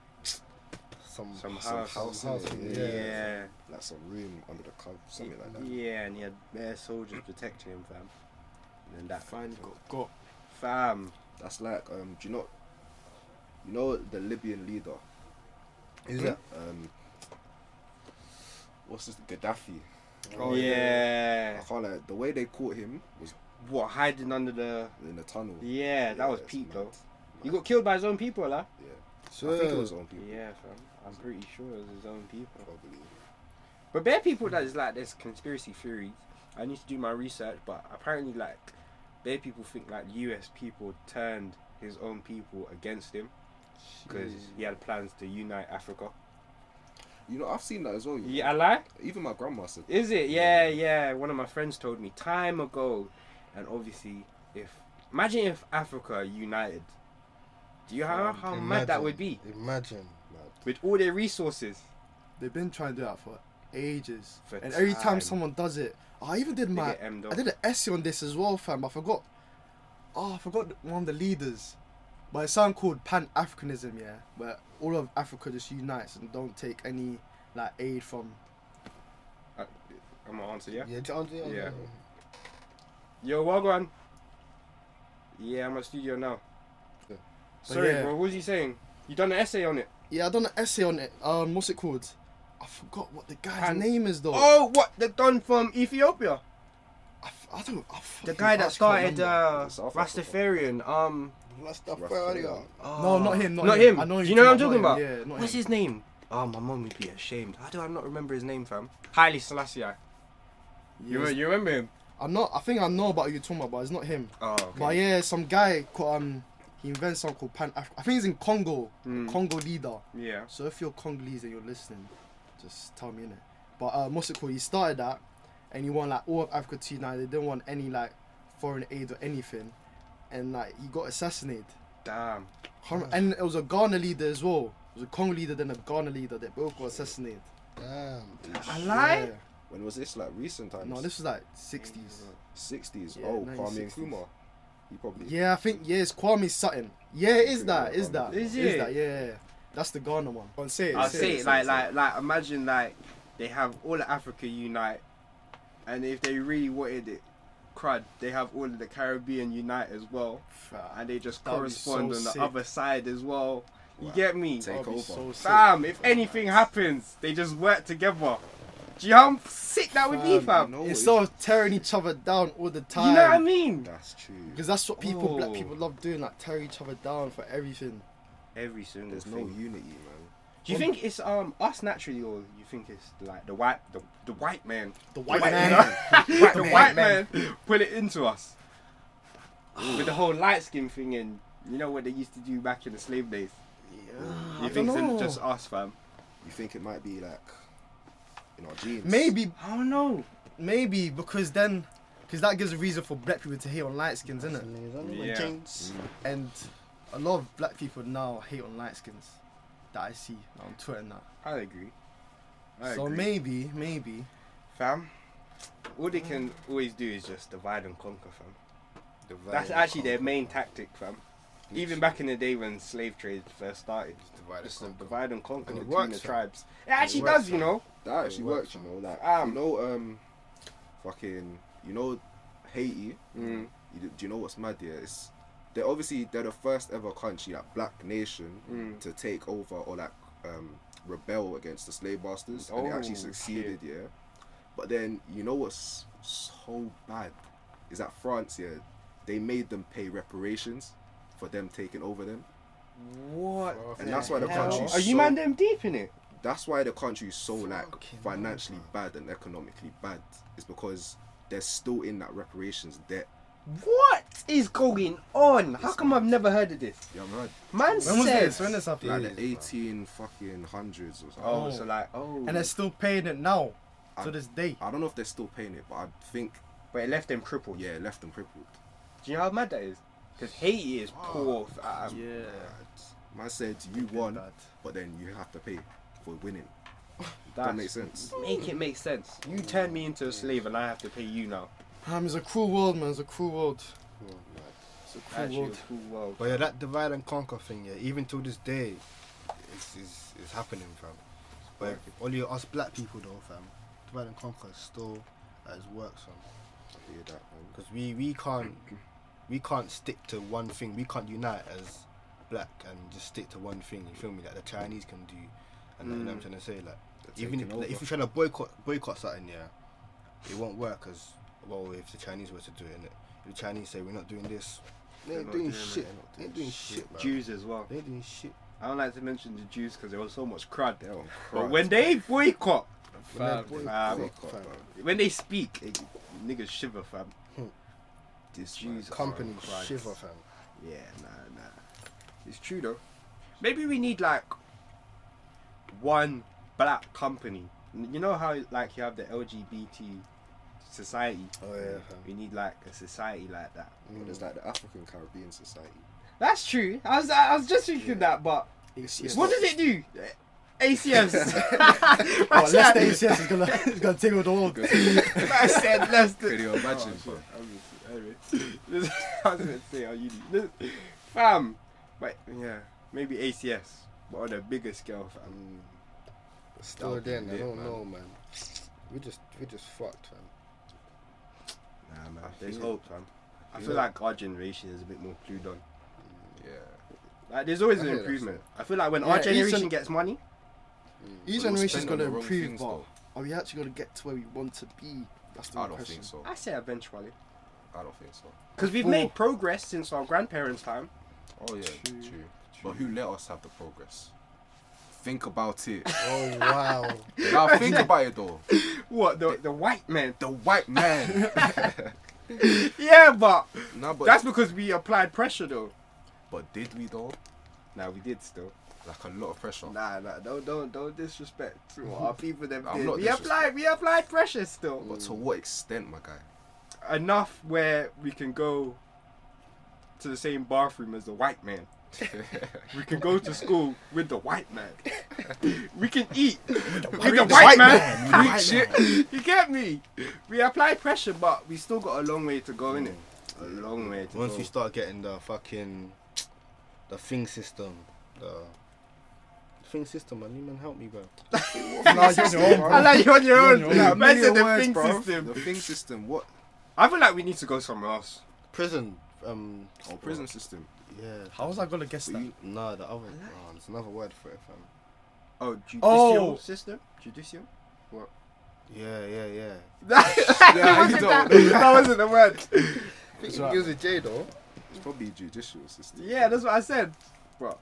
Speaker 6: Some.
Speaker 4: some
Speaker 8: some
Speaker 4: house.
Speaker 8: house, innit?
Speaker 6: yeah.
Speaker 4: Yeah.
Speaker 8: Like some room under the cov, something like that.
Speaker 4: Yeah, and he had bare soldiers protecting him, fam. And then that
Speaker 2: Finally got got.
Speaker 4: fam.
Speaker 8: That's like um, do you not? You know the Libyan leader.
Speaker 6: Is it?
Speaker 8: Um, what's this? Gaddafi.
Speaker 4: Oh yeah.
Speaker 8: I can't like the way they caught him was
Speaker 4: What hiding under the?
Speaker 8: in a tunnel.
Speaker 4: Oh, Yeah, that was
Speaker 8: it's
Speaker 4: peak
Speaker 8: mad.
Speaker 4: though. He got killed by his own people, lah.
Speaker 8: I think it
Speaker 6: Sure.
Speaker 8: was on people.
Speaker 4: Yeah, fam. I'm pretty sure it was his own people.
Speaker 8: Probably.
Speaker 4: But bare people that is like this conspiracy theories. I need to do my research, but apparently, like, bare people think like U.S. people turned his own people against him because he had plans to unite Africa.
Speaker 8: You know, I've seen that as well. you know.
Speaker 4: Yeah, I lie.
Speaker 8: Even my grandma said.
Speaker 4: Is it? Yeah, yeah. One of my friends told me time ago, and obviously, if imagine if Africa united, do you know how, how mad that would be
Speaker 6: Imagine.
Speaker 4: with all their resources?
Speaker 2: They've been trying to do that for ages.
Speaker 4: For
Speaker 2: and every
Speaker 4: time.
Speaker 2: time someone does it, I even did my
Speaker 4: get M'd
Speaker 2: I
Speaker 4: up.
Speaker 2: did an essay on this as well, fam. I forgot. Oh, I forgot one of the leaders. But it's something called Pan Africanism, yeah, where all of Africa just unites and don't take any like aid from.
Speaker 4: Uh, I'm gonna answer, yeah.
Speaker 6: Yeah, John. Yeah.
Speaker 4: Yeah. Yo, Wagwan. Yeah, I'm at studio now.
Speaker 2: But
Speaker 4: Sorry,
Speaker 2: yeah.
Speaker 4: bro. What was you saying? You done an essay on it?
Speaker 2: Yeah, I done an essay on it. Um, what's it called? I forgot what the guy's
Speaker 4: Pan-
Speaker 2: name is though.
Speaker 4: Oh, what the Don from Ethiopia?
Speaker 2: I, f- I don't. I
Speaker 4: The
Speaker 2: fucking- I
Speaker 4: guy that
Speaker 2: just can't
Speaker 4: started
Speaker 2: remember.
Speaker 4: uh,
Speaker 8: Is it South Africa?
Speaker 4: Rastafarian. Um,
Speaker 6: Let's stop
Speaker 8: Rough
Speaker 6: earlier.
Speaker 2: No, not him. Not,
Speaker 4: uh, not him.
Speaker 2: I know
Speaker 4: Do
Speaker 2: who
Speaker 4: you know what I'm
Speaker 2: talking
Speaker 4: talking about?
Speaker 2: Yeah, not
Speaker 4: What's
Speaker 2: him.
Speaker 4: his name? Oh, my mum would be ashamed. How do I not remember his name, fam? Haile Selassie.
Speaker 2: Yeah,
Speaker 4: You,
Speaker 2: it's-
Speaker 4: you remember him?
Speaker 2: I'm not. I think I know about who you're talking about, but it's not him.
Speaker 4: Oh, okay.
Speaker 2: But yeah, some guy called um, he invents something called Pan Africa. I think he's in Congo.
Speaker 4: Mm.
Speaker 2: Congo leader.
Speaker 4: yeah.
Speaker 2: So if you're Congolese and you're listening, just tell me in it. But uh, what's it called? He started that, and he won like all of Africa to unite. They didn't want any like foreign aid or anything, and like he got assassinated.
Speaker 4: Damn.
Speaker 2: Can't remember- And it was a Ghana leader as well. It was a Congo leader then a Ghana leader. They both got assassinated.
Speaker 6: Damn.
Speaker 4: I lie.
Speaker 2: Yeah.
Speaker 8: When was this? Like recent times.
Speaker 2: No, this was like 60s.
Speaker 8: 60s.
Speaker 2: Yeah,
Speaker 8: oh,
Speaker 2: 1960s.
Speaker 8: Kwame Nkrumah. He probably.
Speaker 2: Yeah, I think yeah, it's Kwame Sutton. Yeah, it is that. Is that?
Speaker 4: Is
Speaker 2: Is
Speaker 4: it?
Speaker 2: that? Yeah, yeah. That's the Ghana one. Go on, say it.
Speaker 4: I'll
Speaker 2: say
Speaker 4: say
Speaker 2: it.
Speaker 4: it like like like imagine like they have all of Africa unite, and if they really wanted it, crud, they have all of the Caribbean unite as well,
Speaker 2: Fuck.
Speaker 4: and they just
Speaker 2: That'd be
Speaker 4: correspond
Speaker 2: so
Speaker 4: on the
Speaker 2: sick.
Speaker 4: other side as well. You
Speaker 8: Wow.
Speaker 4: get me?
Speaker 8: Take
Speaker 2: That'd be
Speaker 8: over.
Speaker 2: so sick.
Speaker 4: Fam, if anything happens, they just work together. Do you know how sick that would be,
Speaker 8: Fam,
Speaker 4: fam?
Speaker 8: no way.
Speaker 2: Instead of tearing each other down all the
Speaker 4: Do
Speaker 2: time.
Speaker 4: you know what I mean?
Speaker 8: That's true.
Speaker 2: Because that's what people, black
Speaker 4: Oh.
Speaker 2: people love doing, like tear each other down for everything.
Speaker 4: Every single
Speaker 8: There's no
Speaker 4: thing.
Speaker 8: unity, man.
Speaker 4: Do you think it's um us naturally, or you think it's like the white the, the white man,
Speaker 2: The white,
Speaker 4: white
Speaker 2: man.
Speaker 4: man. the
Speaker 2: man.
Speaker 4: white man put it into us with the whole light skin thing and you know what they used to do back in the slave days.
Speaker 2: Yeah,
Speaker 4: You
Speaker 2: I
Speaker 4: think
Speaker 2: don't know.
Speaker 4: it's just us, fam?
Speaker 8: You think it might be like in our
Speaker 2: (laughs)
Speaker 8: genes?
Speaker 2: Maybe,
Speaker 4: I don't know.
Speaker 2: maybe because then, because that gives a reason for black people to hate on light skins, isn't it?
Speaker 4: Yeah.
Speaker 8: Mm.
Speaker 2: And a lot of black people now hate on light skins that I see on Twitter now.
Speaker 4: I agree. I
Speaker 2: so
Speaker 4: agree.
Speaker 2: maybe, maybe.
Speaker 4: fam, all they can always do is just divide and conquer, fam. That's actually their main tactic, fam. Even back in the day when slave trade first started,
Speaker 6: Divide
Speaker 4: just
Speaker 6: and
Speaker 4: divide and conquer
Speaker 6: And it
Speaker 4: between
Speaker 6: works,
Speaker 4: the
Speaker 6: fam.
Speaker 4: tribes. It actually
Speaker 6: works,
Speaker 4: does, you know.
Speaker 8: That actually
Speaker 6: It works,
Speaker 8: works, you know. Like
Speaker 4: Um,
Speaker 8: you know, um, fucking, you know, Haiti.
Speaker 4: Mm.
Speaker 8: You, do you know what's mad? Yeah, it's they're obviously they're the first ever country, like black nation,
Speaker 4: Mm.
Speaker 8: to take over or like um, rebel against the slave masters, and they
Speaker 4: Oh,
Speaker 8: actually
Speaker 4: shit.
Speaker 8: succeeded. Yeah, but then you know what's so bad is that France. Yeah, they made them pay reparations for them taking over them.
Speaker 4: What?
Speaker 8: And that's why the
Speaker 4: hell?
Speaker 8: country's
Speaker 4: Are you
Speaker 8: so-
Speaker 4: man them deep in it?
Speaker 8: that's why the country is so like
Speaker 2: Fucking hell,
Speaker 8: financially bad and economically bad is because they're still in that reparations debt.
Speaker 4: What is going on? How come I've never heard of this?
Speaker 8: Yeah, man.
Speaker 4: Man
Speaker 2: When was
Speaker 4: says.
Speaker 2: this? When this happened?
Speaker 8: Like the
Speaker 6: Jeez,
Speaker 8: eighteen fucking hundreds or something.
Speaker 4: Oh, so like oh.
Speaker 2: And they're still paying it now, to
Speaker 8: I'm-
Speaker 2: this day.
Speaker 8: I don't know if they're still paying it, but I think
Speaker 4: but it left them crippled.
Speaker 8: yeah, left them crippled.
Speaker 4: Do you know how mad that is? Because Haiti is poor. uh, um, fam.
Speaker 2: Yeah.
Speaker 8: Man said you won,
Speaker 2: bad.
Speaker 8: but then you have to pay for winning.
Speaker 4: That's-
Speaker 8: that makes sense.
Speaker 4: Make it make sense. You turn me into a slave, and I have to pay you now.
Speaker 2: Um, it's a cruel world, man. It's a cruel
Speaker 8: (laughs)
Speaker 2: world. It's a cruel
Speaker 4: Actually,
Speaker 2: world.
Speaker 4: cool world.
Speaker 6: But yeah, that divide and conquer thing, yeah, even till this day, it's, it's, it's happening, fam. But only us black people, though, fam, divide and conquer is still at its works, fam.
Speaker 8: I hear that, man.
Speaker 6: Because we, we can't we can't stick to one thing. We can't unite as black and just stick to one thing. You feel me? Like the Chinese can do, and like, you know what I'm trying to say. Like
Speaker 8: Mm. They're
Speaker 6: even if,
Speaker 8: taking
Speaker 6: like, if
Speaker 8: over.
Speaker 6: you're trying to boycott boycott something, yeah, it won't work. As well, if the Chinese were to do it, innit? if the Chinese say we're not doing this, they ain't
Speaker 4: not
Speaker 6: doing
Speaker 4: doing it,
Speaker 6: shit.
Speaker 4: they're
Speaker 6: They ain't doing shit. bruv.
Speaker 4: Jews as well.
Speaker 6: They ain't doing shit.
Speaker 4: I don't like to mention the Jews because there was so much crud.
Speaker 8: They're on
Speaker 4: But
Speaker 8: crack.
Speaker 4: when they boycott,
Speaker 6: When they
Speaker 4: fam,
Speaker 6: boycott,
Speaker 4: fam,
Speaker 8: Boycott,
Speaker 6: fam,
Speaker 8: man.
Speaker 4: when they speak, it, niggas shiver, fam.
Speaker 8: This
Speaker 4: Jeez.
Speaker 8: man.
Speaker 6: company
Speaker 4: Christ.
Speaker 6: shiver, fam.
Speaker 4: Yeah, nah, nah. It's true though. Maybe we need like one black company. N- You know how like you have the LGBT society.
Speaker 6: Oh yeah, fam.
Speaker 4: We need like a society like that.
Speaker 8: But There's like the African Caribbean Society.
Speaker 4: That's true. I was I was just thinking that, but
Speaker 2: ACS.
Speaker 4: what does it
Speaker 8: (laughs)
Speaker 4: do? ACMs.
Speaker 2: Oh,
Speaker 4: I (laughs)
Speaker 2: unless the
Speaker 4: said,
Speaker 2: ACS is gonna, (laughs) is gonna take over the world.
Speaker 4: I said let's do.
Speaker 8: Can you imagine?
Speaker 4: Oh, fuck. I'm just- anyway. (laughs) I was gonna say, are you this- fam? But yeah, maybe ACS, but on a bigger scale, fam.
Speaker 6: Mm. Still
Speaker 8: would be
Speaker 6: then, I
Speaker 8: lit,
Speaker 6: don't
Speaker 8: man.
Speaker 6: know, man. We just we just fucked, (laughs) fam.
Speaker 4: Nah, man,
Speaker 8: I
Speaker 4: there's
Speaker 8: feel-
Speaker 4: hope, fam. I feel
Speaker 8: feel-
Speaker 4: like our generation is a bit more clued on.
Speaker 8: yeah.
Speaker 4: Like, there's always
Speaker 6: I
Speaker 4: an
Speaker 6: hear that
Speaker 4: improvement. I feel like when
Speaker 2: Yeah,
Speaker 4: our
Speaker 2: each
Speaker 4: generation
Speaker 2: gen-
Speaker 4: gets money,
Speaker 2: Each
Speaker 8: But we'll
Speaker 2: generation's
Speaker 8: spend on
Speaker 2: gonna
Speaker 8: the wrong
Speaker 2: improve,
Speaker 8: things,
Speaker 2: but
Speaker 8: though.
Speaker 2: are we actually gonna get to where we want to be? That's the
Speaker 8: I
Speaker 2: real
Speaker 8: don't
Speaker 2: question.
Speaker 8: think so.
Speaker 4: I say eventually,
Speaker 8: I don't think so.
Speaker 4: because we've
Speaker 2: Before-
Speaker 4: made progress since our grandparents' time.
Speaker 8: Oh yeah, true. But who let us have the progress? Think about it.
Speaker 6: Oh wow.
Speaker 8: now think about it though.
Speaker 4: What the the white man?
Speaker 8: The white man.
Speaker 4: (laughs) Yeah, but,
Speaker 8: nah, but
Speaker 4: that's because we applied pressure though.
Speaker 8: but did we though?
Speaker 4: Nah, we did still.
Speaker 8: Like a lot of pressure.
Speaker 4: Nah, nah, don't don't don't disrespect to our people that
Speaker 8: I'm
Speaker 4: did.
Speaker 8: not
Speaker 4: We applied we applied pressure still.
Speaker 1: Mm.
Speaker 8: But to what extent, my guy? (laughs)
Speaker 4: Enough where we can go to the same bathroom as the white man. We can go to school with the white man. we can eat with the white, man. (laughs) We- you get me? We apply pressure, but we still got a long way to go in it. A long way to
Speaker 6: Once
Speaker 4: go.
Speaker 6: you start getting the fucking the thing system, the thing system, man, you man, help me, bro.
Speaker 2: Nah, you're on your own,
Speaker 4: I
Speaker 2: bro.
Speaker 4: like you're on your own.
Speaker 2: You're on your
Speaker 4: Like,
Speaker 8: Like, a
Speaker 4: man said
Speaker 8: million
Speaker 4: the
Speaker 8: words,
Speaker 4: thing
Speaker 8: bro.
Speaker 4: system.
Speaker 8: The thing system. What?
Speaker 4: I feel like we need to go somewhere else.
Speaker 6: Prison, um,
Speaker 8: Oh, prison system.
Speaker 6: yeah.
Speaker 2: How was I gonna guess
Speaker 8: But
Speaker 2: that?
Speaker 8: you,
Speaker 6: Nah, the other. Oh, there's another word for it, fam.
Speaker 4: Oh, judicial
Speaker 2: Oh.
Speaker 4: system?
Speaker 2: (laughs)
Speaker 4: Judicial? (laughs)
Speaker 6: Yeah, yeah, yeah.
Speaker 4: That,
Speaker 8: you
Speaker 4: wasn't
Speaker 8: don't
Speaker 4: that,
Speaker 8: know.
Speaker 4: that wasn't the word.
Speaker 6: It
Speaker 2: right.
Speaker 6: was a J though.
Speaker 8: it's probably judicial system.
Speaker 4: Yeah, that's what I said. Bro.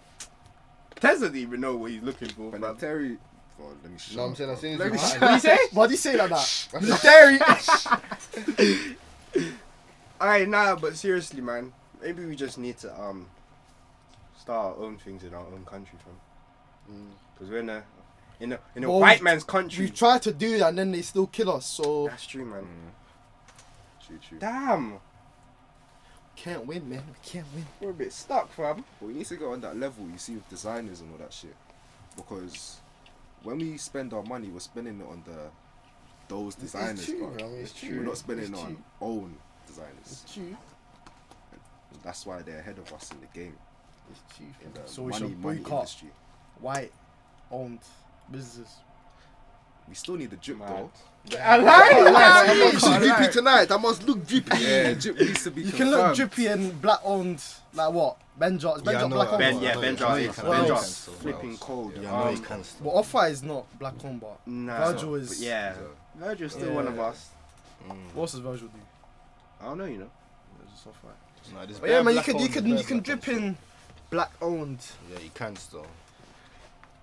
Speaker 4: Tez doesn't even know what he's looking for.
Speaker 8: But
Speaker 4: bro.
Speaker 8: the Terry. Oh, let me.
Speaker 4: (laughs)
Speaker 8: (laughs)
Speaker 6: You know what I'm saying? As soon as
Speaker 8: Let
Speaker 6: you
Speaker 8: me
Speaker 6: find-
Speaker 4: What do you say?
Speaker 2: Why do you say it like that?
Speaker 4: (laughs) Alright, nah, but seriously, man. Maybe we just need to um start our own things in our own country, fam.
Speaker 6: Mm.
Speaker 4: Because we're in a in a in a
Speaker 2: Well,
Speaker 4: white man's country.
Speaker 2: We tried to do that and then they still kill us, so
Speaker 4: That's true, man.
Speaker 8: Mm. True, true.
Speaker 4: Damn,
Speaker 2: can't win, man. We can't win.
Speaker 4: we're a bit stuck, fam.
Speaker 8: But we need to go on that level, you see, with designers and all that shit. Because when we spend our money, we're spending it on the those designers.
Speaker 6: true,
Speaker 8: bro.
Speaker 6: bro, it's
Speaker 8: We're
Speaker 6: true,
Speaker 8: not spending
Speaker 6: it's
Speaker 8: it on
Speaker 6: true.
Speaker 8: own designers.
Speaker 6: Chew.
Speaker 8: And that's why they're ahead of us in the game,
Speaker 6: It's chew.
Speaker 8: in the
Speaker 2: So we
Speaker 8: money,
Speaker 2: should
Speaker 8: money
Speaker 2: boycott.
Speaker 8: industry.
Speaker 2: White owned businesses.
Speaker 8: We still need the drip,
Speaker 4: Mad.
Speaker 8: though.
Speaker 4: I like (laughs)
Speaker 6: I must look drippy tonight. I must look drippy.
Speaker 8: Yeah, drip needs to be
Speaker 2: You can
Speaker 8: confirmed.
Speaker 2: look drippy and black owned like what? Ben Jarts. Ben
Speaker 6: Yeah, I
Speaker 2: Jarts
Speaker 6: know,
Speaker 2: black
Speaker 6: I
Speaker 2: on
Speaker 6: know,
Speaker 4: Ben,
Speaker 2: bar.
Speaker 6: I
Speaker 4: yeah,
Speaker 6: know
Speaker 4: Ben
Speaker 6: you
Speaker 4: Jar
Speaker 6: can't-
Speaker 4: is
Speaker 6: I
Speaker 2: know
Speaker 4: Ben
Speaker 2: you
Speaker 4: Jar
Speaker 6: can't
Speaker 4: is
Speaker 6: cancel,
Speaker 4: flipping
Speaker 6: Miles.
Speaker 4: cold.
Speaker 6: Yeah, I know he's
Speaker 4: Um,
Speaker 6: cancelled.
Speaker 2: But Offa is not black on bar.
Speaker 4: Nah,
Speaker 2: Virgil
Speaker 4: but
Speaker 2: is-
Speaker 4: yeah,
Speaker 8: So-
Speaker 4: Virgil's still
Speaker 2: Yeah.
Speaker 4: one of us. Hmm.
Speaker 2: What else does Virgil do?
Speaker 4: I don't know, you know.
Speaker 6: Nah, this
Speaker 2: But yeah,
Speaker 6: bare
Speaker 2: man, you
Speaker 6: black
Speaker 2: can you
Speaker 6: owned,
Speaker 2: can
Speaker 6: bare
Speaker 2: you can
Speaker 6: black owned
Speaker 2: drip in black owned.
Speaker 6: shit. Yeah, you can still.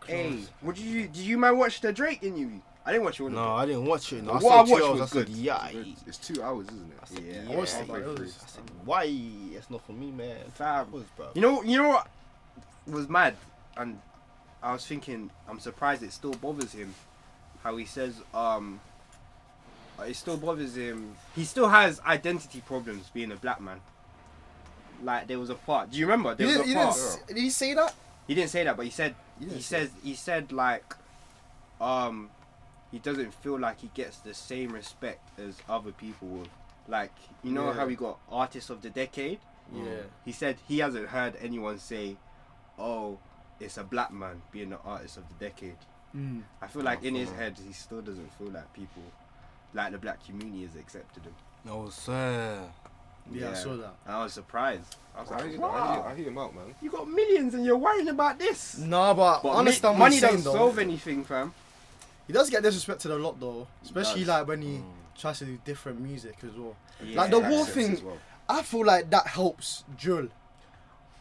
Speaker 4: Hey, what did you did you man watch the Drake interview? I didn't watch all of
Speaker 6: No, I didn't watch it. No, I
Speaker 4: What
Speaker 6: saw
Speaker 4: I
Speaker 6: two
Speaker 4: watched
Speaker 6: hours,
Speaker 4: was
Speaker 6: I said,
Speaker 4: good.
Speaker 6: yeah.
Speaker 8: It's two hours, isn't it?
Speaker 4: it. Yeah,
Speaker 6: I watched it,
Speaker 4: halfway
Speaker 2: but it was
Speaker 4: through.
Speaker 2: just-
Speaker 6: I said, why? That's not for me, man.
Speaker 4: Fam.
Speaker 6: Was, bro.
Speaker 4: You know, you know what was mad, and I was thinking, I'm surprised it still bothers him. How he says, um, it still bothers him. He still has identity problems being a black man. Like there was a part. Do you remember? There
Speaker 2: You didn't,
Speaker 4: was a
Speaker 2: you didn't,
Speaker 4: part.
Speaker 2: s- did he say that?
Speaker 4: He didn't say that, but he said
Speaker 8: didn't
Speaker 4: he
Speaker 8: say
Speaker 4: says he said like um he doesn't feel like he gets the same respect as other people would. Like you know how we got artists of the decade?
Speaker 2: Yeah.
Speaker 4: He said he hasn't heard anyone say, "Oh, it's a black man being the artist of the decade."
Speaker 2: Mm.
Speaker 4: I feel like in his head he still doesn't feel like people like the black community has accepted him.
Speaker 6: No, sir.
Speaker 2: Yeah, I saw that.
Speaker 4: And I was surprised. I was
Speaker 8: I
Speaker 4: like,
Speaker 8: hear, I, hear,
Speaker 4: wow,
Speaker 8: I hear him out, man.
Speaker 4: you got millions and you're worrying about this.
Speaker 2: Nah, but,
Speaker 4: But
Speaker 2: I
Speaker 4: mi-
Speaker 2: understand what
Speaker 4: money
Speaker 2: he's saying
Speaker 4: doesn't
Speaker 2: though.
Speaker 4: solve anything, fam.
Speaker 2: He does get disrespected a lot though, especially
Speaker 4: does.
Speaker 2: like when he tries to do different music as well.
Speaker 4: Yeah.
Speaker 2: Like the
Speaker 8: That
Speaker 2: war
Speaker 8: sense
Speaker 2: thing,
Speaker 8: as well.
Speaker 2: I feel like that helps drill.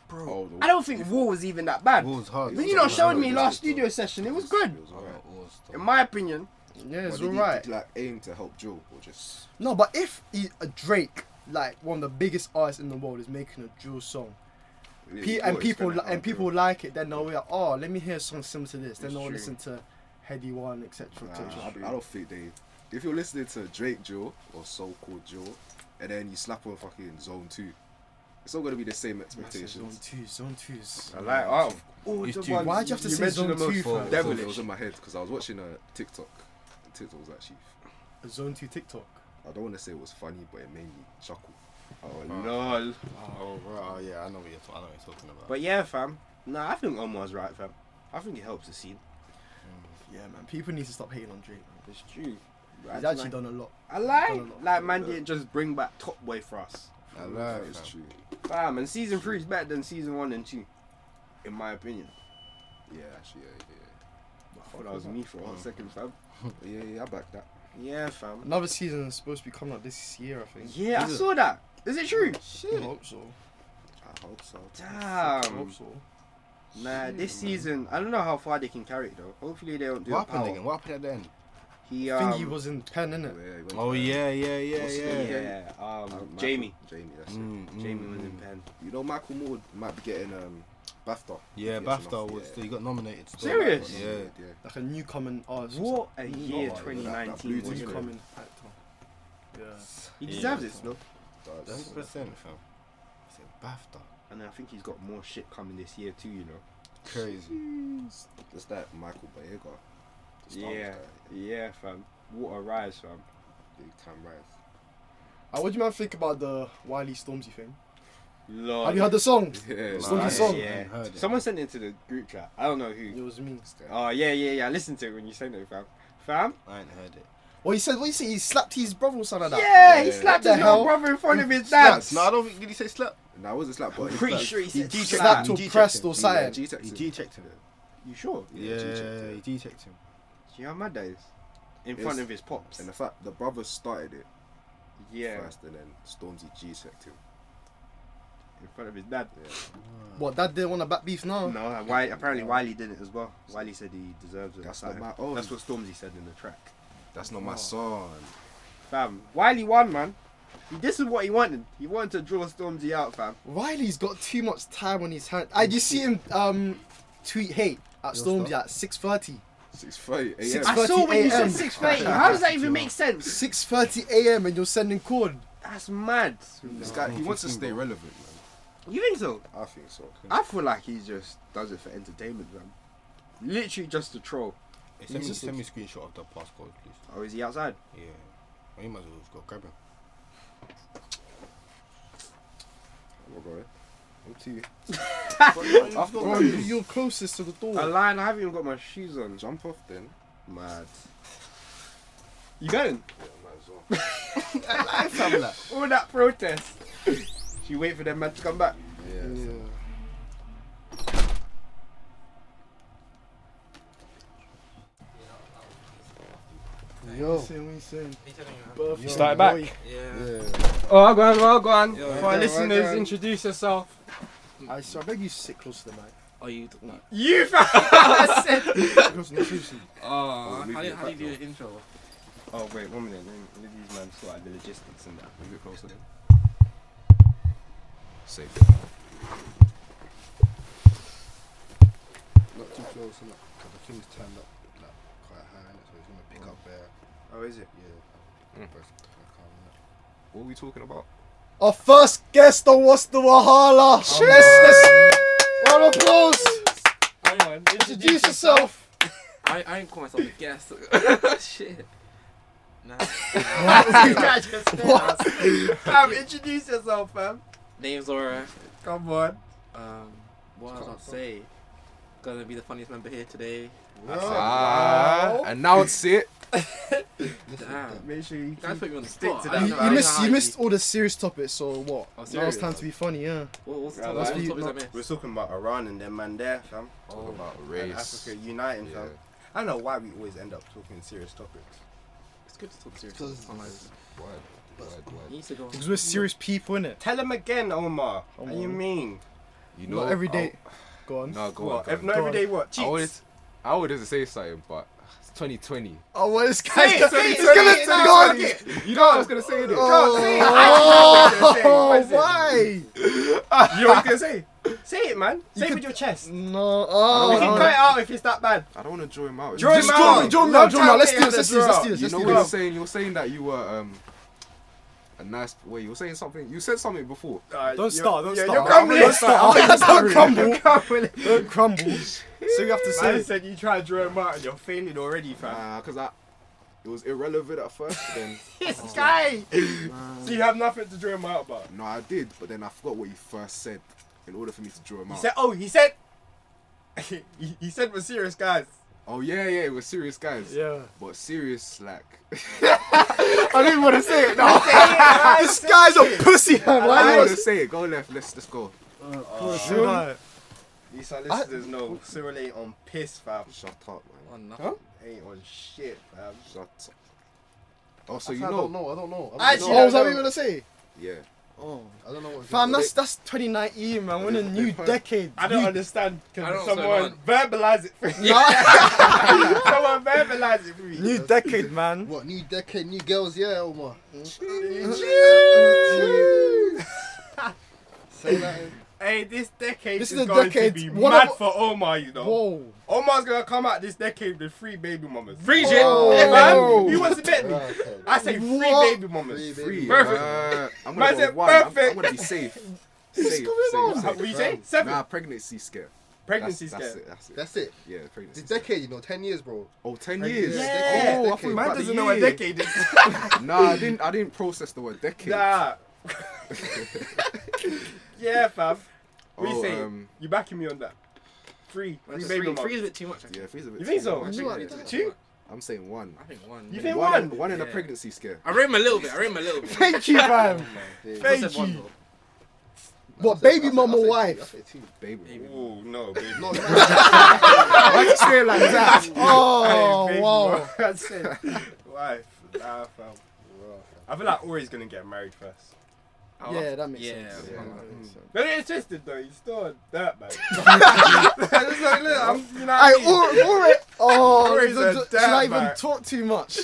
Speaker 8: Bro, oh, the
Speaker 4: I don't think War was even that bad.
Speaker 6: It was hard.
Speaker 4: When
Speaker 8: was
Speaker 4: you know,
Speaker 8: alright.
Speaker 4: showing me
Speaker 8: It was
Speaker 4: last
Speaker 8: good,
Speaker 4: studio session, it was good.
Speaker 8: It was
Speaker 6: Oh,
Speaker 8: alright.
Speaker 6: it was, though.
Speaker 4: In my opinion,
Speaker 2: Yeah,
Speaker 8: But
Speaker 2: it's
Speaker 8: did he-
Speaker 2: alright.
Speaker 8: Did, like aim to help Joe or just
Speaker 2: No, but if he, a Drake, like one of the biggest artists in the world, is making a drill song, pe- and people li- and people like it, then they'll be like, oh, let me hear a song similar to this. Then
Speaker 4: It's
Speaker 2: they'll
Speaker 4: true.
Speaker 2: listen to Heady One, etc.
Speaker 8: Nah,
Speaker 2: etc.
Speaker 8: I, I don't think they. If you're listening to Drake Joe or so called Joe, and then you slap on fucking Zone 2, it's not going to be the same
Speaker 2: Massive Zone
Speaker 8: expectations.
Speaker 2: twos, zone twos.
Speaker 4: I like oh, out of all
Speaker 6: It's
Speaker 4: the
Speaker 6: too-
Speaker 4: ones
Speaker 2: Why'd you have to say
Speaker 4: mentioned
Speaker 2: Zone
Speaker 4: the most
Speaker 2: Two
Speaker 6: for-
Speaker 8: Devil,
Speaker 4: devilish.
Speaker 8: it was in my head because I was watching uh, a TikTok. And TikTok was actually.
Speaker 2: A zone two TikTok.
Speaker 8: I don't want to say it was funny, but it made me chuckle.
Speaker 4: Oh lol.
Speaker 6: Oh, bro. Oh, yeah, I know what you're, I know what you're talking about.
Speaker 4: But yeah, fam. Nah, I think Omar's right, fam. I think it helps the scene.
Speaker 2: Yeah, man. People need to stop hating on Drake. Man.
Speaker 4: It's true.
Speaker 2: He's actually done a lot.
Speaker 4: I like,
Speaker 2: done a lot.
Speaker 4: like man didn't just bring back Top Boy for us,
Speaker 6: I
Speaker 8: that
Speaker 6: like
Speaker 8: is true.
Speaker 4: fam. And season three is better than season one and two, in my opinion.
Speaker 8: Yeah, actually, yeah,
Speaker 4: I thought that was me for a hot second, fam.
Speaker 8: yeah. Yeah, yeah, I back that.
Speaker 4: Yeah, fam.
Speaker 2: Another season is supposed to be coming out this year, I think.
Speaker 4: Yeah, I
Speaker 6: Is it?
Speaker 4: saw that. Is it true?
Speaker 2: I hope so.
Speaker 8: I hope so.
Speaker 2: I
Speaker 4: Damn.
Speaker 2: hope so.
Speaker 4: Nah, this season, I don't know how far they can carry it though. Hopefully they don't do
Speaker 6: What
Speaker 4: a
Speaker 6: happened
Speaker 4: power.
Speaker 6: again? What happened at the end?
Speaker 4: He,
Speaker 2: I
Speaker 4: um,
Speaker 2: think he was in pen,
Speaker 8: Yeah,
Speaker 2: innit?
Speaker 8: he went
Speaker 6: Oh,
Speaker 8: to-
Speaker 6: yeah, yeah, yeah,
Speaker 8: What's the
Speaker 6: yeah.
Speaker 8: name?
Speaker 4: yeah,
Speaker 8: Uh,
Speaker 4: um,
Speaker 8: Michael-
Speaker 4: Jamie.
Speaker 8: Jamie, that's it.
Speaker 6: Mm, mm,
Speaker 4: Jamie was
Speaker 6: mm.
Speaker 4: in pen.
Speaker 8: You know, Michael Moore might be getting um, BAFTA.
Speaker 6: Yeah,
Speaker 8: If he gets
Speaker 6: BAFTA
Speaker 8: enough,
Speaker 6: was.
Speaker 8: yeah.
Speaker 6: He got nominated. still.
Speaker 4: Serious?
Speaker 6: Yeah.
Speaker 8: yeah.
Speaker 2: Like a new coming artist.
Speaker 4: What a year
Speaker 8: that- that
Speaker 4: 2019
Speaker 8: blue
Speaker 4: was.
Speaker 8: team.
Speaker 4: bro.
Speaker 2: Newcoming actor. Yeah.
Speaker 4: He
Speaker 6: Yeah.
Speaker 4: deserves it, though.
Speaker 8: That's-
Speaker 6: Hundred percent, fam. It's a BAFTA.
Speaker 4: And I think he's got more shit coming this year too, you know.
Speaker 6: Crazy.
Speaker 8: That's that Michael Bayega.
Speaker 4: Yeah, yeah, fam. Water rise, fam.
Speaker 8: Big time rise.
Speaker 2: Uh, what do you man think about the Wiley Stormzy thing?
Speaker 4: Lord.
Speaker 6: Oh,
Speaker 2: Have you heard the song?
Speaker 8: Yeah,
Speaker 2: Stormzy
Speaker 8: like-
Speaker 2: song.
Speaker 4: Yeah.
Speaker 6: I heard it.
Speaker 4: Someone sent it into the group chat. I don't know
Speaker 2: It
Speaker 4: who.
Speaker 2: was me.
Speaker 4: Oh yeah, yeah, yeah. I listened to it when you sent it, fam. Fam?
Speaker 6: I ain't heard it.
Speaker 2: What he said? What he said? He slapped his brother or something like that.
Speaker 4: Yeah, he
Speaker 8: Yeah.
Speaker 4: slapped
Speaker 2: What the
Speaker 4: his little
Speaker 2: hell?
Speaker 4: brother in front of his dad.
Speaker 6: Slapped. No, I don't think. Did he say slap?
Speaker 8: Nah, it wasn't slap, but he
Speaker 4: Pretty
Speaker 8: slapped.
Speaker 4: sure he said
Speaker 6: He
Speaker 4: slapped.
Speaker 2: Slapped or
Speaker 6: G-checked
Speaker 2: pressed
Speaker 6: him.
Speaker 2: or
Speaker 8: Yeah,
Speaker 2: something.
Speaker 8: G-Tex
Speaker 6: He
Speaker 8: him.
Speaker 6: G checked him.
Speaker 4: You sure? Do
Speaker 8: Yeah,
Speaker 6: Yeah,
Speaker 8: G-checked him.
Speaker 6: he G checked him.
Speaker 4: you know how mad that is? In
Speaker 8: Yes.
Speaker 4: front of his pops.
Speaker 8: And the fact the brother started it
Speaker 4: Yeah,
Speaker 8: first, and then Stormzy G-checked him.
Speaker 4: in front of his dad.
Speaker 2: What? Dad didn't want to back beef now.
Speaker 4: No, and Wiley, apparently Wiley did it as well. Wiley said he deserves it.
Speaker 8: That's
Speaker 4: Like,
Speaker 8: not my own.
Speaker 4: That's what Stormzy said in the track.
Speaker 8: That's not my son.
Speaker 4: Fam, Wiley won, man. He- This is what he wanted. He wanted to draw Stormzy out, fam.
Speaker 2: Riley's got too much time on his hand. I just see him um tweet hate at Stormzy
Speaker 6: stop.
Speaker 2: at six thirty.
Speaker 8: Six thirty
Speaker 2: Six
Speaker 8: a.m.
Speaker 2: thirty.
Speaker 4: I saw when you said
Speaker 2: 6:30
Speaker 4: six thirty. How does that even make sense?
Speaker 2: Six thirty a.m. and you're sending corn.
Speaker 4: That's mad.
Speaker 8: This guy, he wants to stay relevant,
Speaker 4: You think so?
Speaker 8: man. I think so.
Speaker 4: I feel like he just does it for entertainment, fam. Literally just to troll.
Speaker 6: Hey, send, me,
Speaker 2: Jesus.
Speaker 6: send me a screenshot of the passcode, please.
Speaker 4: Or is he outside?
Speaker 6: Yeah. Well, you might as well just go grab him.
Speaker 8: We'll go. Up to you.
Speaker 6: I've got
Speaker 2: Bro, you- you're closest to the door.
Speaker 4: A line. I haven't even got my shoes on.
Speaker 8: Oh. Jump off then.
Speaker 4: Mad. You going?
Speaker 8: Yeah, might as
Speaker 4: (laughs)
Speaker 8: well.
Speaker 4: All that protest. She wait for them man to come back.
Speaker 8: Yeah.
Speaker 2: Yeah.
Speaker 6: Yo.
Speaker 2: See what he's saying?
Speaker 9: You
Speaker 2: Birthday
Speaker 9: started back?
Speaker 2: boy.
Speaker 9: Yeah.
Speaker 6: Oh, go on,
Speaker 9: Well, go on.
Speaker 6: Yeah,
Speaker 9: For our
Speaker 4: yeah,
Speaker 9: listeners,
Speaker 4: well done.
Speaker 9: introduce yourself.
Speaker 2: I, so I beg you sit close to the mic.
Speaker 9: Oh, you. No.
Speaker 4: You fam. I said-
Speaker 2: Sit close to the seriously.
Speaker 9: Oh,
Speaker 8: leave
Speaker 9: how,
Speaker 8: it
Speaker 9: do,
Speaker 8: at
Speaker 9: how do you
Speaker 8: that,
Speaker 9: do the intro?
Speaker 4: Oh wait, one minute. Let me, let these man sort out the logistics and that.
Speaker 8: Move it closer then. Safe.
Speaker 6: Not too close, because the thing's turned up like, quite high, innit, so it's going to pick up there.
Speaker 4: Oh, is it?
Speaker 6: Yeah.
Speaker 8: Mm.
Speaker 6: Press back on, innit?
Speaker 8: What are we talking about?
Speaker 2: Our first guest on What's the Wahala. Let's, let's, round of applause.
Speaker 9: Come on,
Speaker 2: Introduce yourself.
Speaker 9: I, I didn't call myself a guest. (laughs) Shit. Nah.
Speaker 2: What?
Speaker 4: Fam, introduce yourself, fam.
Speaker 9: Name's Laura.
Speaker 4: Come on.
Speaker 9: Um, what I was gonna say. Gonna be the funniest member here today.
Speaker 8: Ah, announce it.
Speaker 9: Damn.
Speaker 4: Make sure you.
Speaker 9: Guys put me on the
Speaker 4: Stick
Speaker 9: spot.
Speaker 4: to
Speaker 9: I
Speaker 4: that.
Speaker 9: don't
Speaker 2: You,
Speaker 9: know
Speaker 2: you
Speaker 9: how
Speaker 2: missed, you
Speaker 9: you-
Speaker 2: missed all the serious topics, so what?
Speaker 9: Oh,
Speaker 2: now it's
Speaker 9: serious?
Speaker 2: time to be funny, yeah.
Speaker 9: What, what's the
Speaker 4: Right,
Speaker 9: top-
Speaker 4: let's
Speaker 9: what's the
Speaker 2: be-
Speaker 9: topics I
Speaker 4: We're
Speaker 9: missed?
Speaker 4: talking about Iran and them man there, fam.
Speaker 8: Talk about
Speaker 4: And
Speaker 8: race.
Speaker 4: Africa uniting, fam.
Speaker 8: Yeah.
Speaker 4: I don't know why we always end up talking serious topics.
Speaker 9: It's good to talk serious. sometimes.
Speaker 8: Why? Why?
Speaker 9: You
Speaker 8: Why?
Speaker 9: need to go.
Speaker 2: Because we're serious people, innit?
Speaker 4: Tell him again, Omar. What do you
Speaker 2: on.
Speaker 4: mean?
Speaker 8: You
Speaker 2: Not every day. Go
Speaker 8: I-
Speaker 2: on.
Speaker 1: No, go
Speaker 4: What?
Speaker 1: on. Go
Speaker 4: Ev-
Speaker 1: on.
Speaker 4: not
Speaker 2: Go
Speaker 4: every
Speaker 2: on.
Speaker 4: day. What?
Speaker 1: I wanted,
Speaker 4: Cheeks.
Speaker 1: I wanted to say something, but it's 2020.
Speaker 2: Oh, well, this guy's
Speaker 4: Say it,
Speaker 2: gonna,
Speaker 4: say it,
Speaker 2: he's gonna
Speaker 4: say it,
Speaker 2: go
Speaker 4: no,
Speaker 2: on.
Speaker 4: say
Speaker 1: You know what I was gonna say? innit?
Speaker 2: Oh,
Speaker 4: What is it?
Speaker 2: why?
Speaker 4: You know what I was gonna say? Say it, man. Say it
Speaker 2: could-
Speaker 4: with your chest.
Speaker 2: No,
Speaker 4: We
Speaker 2: oh,
Speaker 4: can cut it out if it's that bad.
Speaker 1: I don't want to draw him out.
Speaker 4: Draw
Speaker 2: Just
Speaker 4: him
Speaker 2: draw
Speaker 4: out.
Speaker 2: me, draw me
Speaker 4: No
Speaker 2: out, draw me out.
Speaker 4: time
Speaker 2: Let's
Speaker 4: to
Speaker 2: do
Speaker 4: get
Speaker 2: this, let's
Speaker 4: the
Speaker 2: do this, let's
Speaker 4: draw.
Speaker 2: do this,
Speaker 1: You
Speaker 2: let's
Speaker 1: know
Speaker 2: do
Speaker 1: what you're
Speaker 2: this.
Speaker 1: saying? You're saying that you were um a nice. Wait, you were saying something. You said something before.
Speaker 4: Alright,
Speaker 2: Don't
Speaker 4: you're-
Speaker 2: start, don't
Speaker 4: you're-
Speaker 2: start.
Speaker 4: You're crumbling.
Speaker 2: Don't start.
Speaker 1: (laughs)
Speaker 2: Don't crumble.
Speaker 4: crumbling.
Speaker 2: Don't crumble. So you have to
Speaker 4: I
Speaker 2: say.
Speaker 4: said you try to draw him out and you're fainted already, fam.
Speaker 1: Nah, cause I it was irrelevant at first.
Speaker 4: (laughs)
Speaker 1: Then
Speaker 4: This
Speaker 1: (laughs)
Speaker 4: guy! So you have nothing to draw him out about.
Speaker 1: no, I did, but then I forgot what you first said in order for me to draw him
Speaker 4: He
Speaker 1: out.
Speaker 4: said, oh, he said. (laughs) he, he said we're serious, guys.
Speaker 1: (laughs) oh yeah, yeah, it was serious guys.
Speaker 2: Yeah.
Speaker 1: But serious like
Speaker 2: I didn't want to say it. No. this guy's a pussy. man.
Speaker 1: I
Speaker 2: Why
Speaker 1: don't
Speaker 2: would
Speaker 1: want to say it. Go left. Let's let's go.
Speaker 4: These are listeners know Cyril ain't on piss, fam.
Speaker 1: Shut up, man.
Speaker 9: Oh, no.
Speaker 4: Ain't on shit, fam.
Speaker 1: Shut up. Oh, so
Speaker 6: I
Speaker 1: you
Speaker 6: don't
Speaker 1: know?
Speaker 6: I don't know. I
Speaker 4: Actually,
Speaker 6: don't
Speaker 2: Oh, was that what
Speaker 4: no,
Speaker 2: you were gonna say?
Speaker 1: Yeah.
Speaker 6: know. I don't know what.
Speaker 2: Fam, that's that's 2019, man. We're in a new decade.
Speaker 4: I don't understand.
Speaker 9: I
Speaker 4: Can
Speaker 9: don't
Speaker 4: someone
Speaker 9: understand.
Speaker 4: verbalize it for
Speaker 9: (laughs)
Speaker 4: me? someone verbalize it for me.
Speaker 2: New decade, man.
Speaker 6: What new decade, new girls? Yeah, Omar. Say that.
Speaker 4: hey, this decade
Speaker 2: This
Speaker 4: is,
Speaker 2: is a
Speaker 4: going
Speaker 2: decade-
Speaker 4: to be
Speaker 2: one
Speaker 4: mad
Speaker 2: of-
Speaker 4: for Omar, you
Speaker 2: (laughs)
Speaker 4: know.
Speaker 2: Whoa.
Speaker 4: Omar's gonna come out this decade with three baby mamas. Free
Speaker 9: Regent!
Speaker 4: man, you must
Speaker 6: Ah,
Speaker 4: bet me. I say free
Speaker 2: What?
Speaker 4: baby mamas.
Speaker 6: Free.
Speaker 4: Perfect.
Speaker 1: Uh, I'm gonna
Speaker 4: Man
Speaker 1: go
Speaker 4: said
Speaker 1: one. I'm, I'm
Speaker 4: perfect.
Speaker 1: gonna be safe. safe, safe,
Speaker 4: What
Speaker 1: safe.
Speaker 4: you say? Seven.
Speaker 1: Nah, pregnancy scare.
Speaker 4: Pregnancy
Speaker 8: that's,
Speaker 4: scare.
Speaker 8: It, that's it.
Speaker 6: That's it.
Speaker 8: Yeah,
Speaker 6: The
Speaker 8: pregnancy. scare.
Speaker 6: decade, you know, 10 years, bro.
Speaker 8: Oh, 10 years.
Speaker 6: Yeah.
Speaker 4: Yeah.
Speaker 8: Oh, I
Speaker 6: Decade.
Speaker 8: thought you
Speaker 6: Man
Speaker 8: meant
Speaker 4: doesn't
Speaker 8: the
Speaker 4: know a
Speaker 8: year.
Speaker 4: decade is.
Speaker 8: Nah, I didn't. I didn't process the word decade.
Speaker 4: nah. (laughs) yeah, fam. What you
Speaker 8: Oh,
Speaker 4: saying?
Speaker 8: um,
Speaker 4: you backing me on that? Free, free
Speaker 7: That's
Speaker 4: baby
Speaker 7: Three,
Speaker 4: mom.
Speaker 7: three is a bit too much. I think.
Speaker 8: Yeah, three's a bit.
Speaker 4: You think
Speaker 8: too
Speaker 4: so?
Speaker 8: much.
Speaker 7: I think
Speaker 6: You are-
Speaker 7: it's a bit
Speaker 4: two?
Speaker 7: much.
Speaker 8: I'm saying one.
Speaker 7: I think one.
Speaker 4: You
Speaker 7: yeah.
Speaker 4: think
Speaker 8: One,
Speaker 4: one?
Speaker 8: in- one in a
Speaker 7: Yeah.
Speaker 8: pregnancy scare.
Speaker 7: I rate him a little bit. I rate him a little bit. I
Speaker 2: Thank you, fam.
Speaker 7: said
Speaker 4: Thank
Speaker 7: one,
Speaker 4: you.
Speaker 7: though.
Speaker 2: What baby mum or
Speaker 6: I
Speaker 2: wife?
Speaker 6: say two.
Speaker 8: Baby.
Speaker 4: Ooh, no, baby.
Speaker 6: No, no,
Speaker 8: Why you say it like that?
Speaker 2: Oh wow.
Speaker 4: wow. That's it. Wife. Nah, fam. I feel like Ori's gonna get married first.
Speaker 2: Yeah, that makes
Speaker 7: Yeah.
Speaker 2: sense.
Speaker 7: Yeah.
Speaker 2: That makes sense.
Speaker 4: But it's twisted though, he's still a dirt man. (laughs) It's like, look, I'm, you know,
Speaker 2: I
Speaker 4: what I mean?
Speaker 2: or, or it. Oh,
Speaker 4: Or it's a
Speaker 2: should I
Speaker 4: dad,
Speaker 2: even
Speaker 4: man.
Speaker 2: talk too much?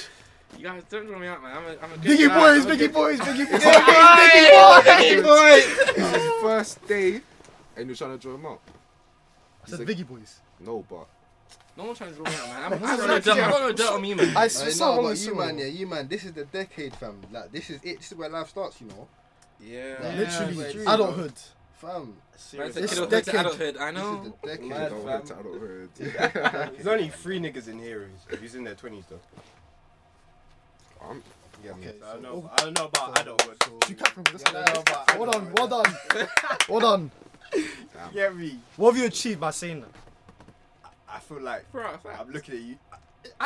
Speaker 7: You guys don't draw me out, man. I'm a, I'm a good
Speaker 2: Biggie
Speaker 7: guy.
Speaker 2: boys,
Speaker 7: I'm a
Speaker 2: Biggie
Speaker 7: good-
Speaker 2: boys, Biggie boys,
Speaker 8: Biggie
Speaker 2: Biggie boys.
Speaker 8: boy. It's his first day, and you're trying to draw him up.
Speaker 2: I said Biggie boys.
Speaker 8: No, but
Speaker 7: No one trying to draw me out, man. I'm, I'm, not a dirt, I'm not a dirt on me, man.
Speaker 2: I
Speaker 6: I
Speaker 2: saw
Speaker 6: know,
Speaker 2: something
Speaker 6: but
Speaker 2: with
Speaker 6: you man, yeah,
Speaker 2: yeah.
Speaker 6: you man, this is the decade, fam. Like, this is it. This is where life starts, you know,
Speaker 7: Yeah.
Speaker 6: it's
Speaker 2: Literally,
Speaker 6: true,
Speaker 2: adulthood.
Speaker 6: fam.
Speaker 7: Man,
Speaker 2: It's
Speaker 7: it's adulthood
Speaker 2: decade.
Speaker 7: to adulthood. I
Speaker 6: This
Speaker 7: know.
Speaker 6: is the decade.
Speaker 4: Mad,
Speaker 8: don't
Speaker 4: fam.
Speaker 8: hurt. I don't
Speaker 4: (laughs)
Speaker 8: hurt.
Speaker 4: There's only three niggas in here who's, who's in their twenties though.
Speaker 8: I'm- yeah,
Speaker 6: Okay,
Speaker 4: I
Speaker 6: so-
Speaker 4: don't know. I don't know about adulthood.
Speaker 2: You cut from this
Speaker 4: I don't know about
Speaker 2: Well
Speaker 4: adulthood.
Speaker 2: done, well done,
Speaker 7: (laughs)
Speaker 2: well done.
Speaker 4: Yeah, me.
Speaker 2: What have you achieved by saying that?
Speaker 4: I feel like
Speaker 7: For a fact.
Speaker 4: I'm looking at you. I,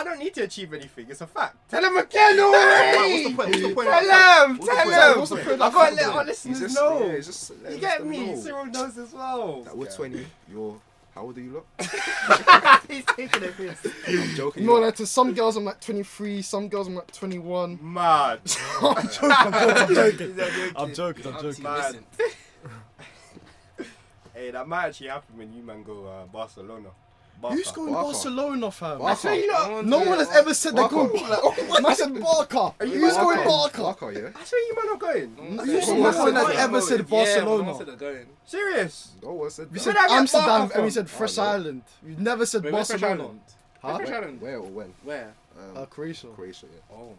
Speaker 4: I don't need to achieve anything. It's a fact. Tell him again, already.
Speaker 6: What's the point? What's the
Speaker 4: Tell him.
Speaker 6: What's the
Speaker 4: Tell
Speaker 6: point?
Speaker 4: him.
Speaker 6: What's the
Speaker 4: I gotta let our
Speaker 8: It's
Speaker 4: listeners
Speaker 8: just, yeah,
Speaker 4: know.
Speaker 8: it's just, let
Speaker 4: You
Speaker 8: them
Speaker 4: get
Speaker 8: just
Speaker 4: me.
Speaker 8: know
Speaker 4: Cyril knows as well.
Speaker 8: That we're 20. You're. How old are you, look?
Speaker 4: He's taking a piss.
Speaker 8: I'm joking.
Speaker 2: No,
Speaker 8: you lot.
Speaker 2: like to some girls I'm like 23, some girls I'm like 21.
Speaker 4: (laughs) Mad.
Speaker 2: I'm joking, I'm joking,
Speaker 4: I'm
Speaker 2: I'm joking, I'm joking.
Speaker 4: Man.
Speaker 7: Listen,
Speaker 4: (laughs) Hey, that might actually happen when you man go uh, Barcelona. Barca.
Speaker 2: Who's going
Speaker 8: Barca.
Speaker 2: Barcelona, fam?
Speaker 8: Barca.
Speaker 4: So you lot,
Speaker 2: No one has ever said they're going. I said Barca. Who's going Barca?
Speaker 8: Barca, Oh, yeah.
Speaker 4: I swear you man are going.
Speaker 7: no
Speaker 2: You
Speaker 7: said-
Speaker 2: see,
Speaker 7: no
Speaker 2: no one has
Speaker 7: said
Speaker 2: ever
Speaker 7: going.
Speaker 2: said
Speaker 7: Yeah, but no
Speaker 2: Barcelona.
Speaker 7: one said they're going.
Speaker 4: Serious.
Speaker 8: No one said
Speaker 2: We
Speaker 8: that.
Speaker 2: said
Speaker 4: Where did I get
Speaker 2: Amsterdam
Speaker 4: Barca
Speaker 2: and we
Speaker 7: from?
Speaker 2: said Fresh
Speaker 8: Oh, no.
Speaker 2: Island. You never said
Speaker 7: Wait, where's Fresh
Speaker 2: Barcelona.
Speaker 7: Island?
Speaker 2: Huh?
Speaker 7: Fresh Island?
Speaker 8: Where or when?
Speaker 7: Where?
Speaker 8: Um,
Speaker 2: Uh, Croatia.
Speaker 8: Croatia, yeah.
Speaker 7: Oh.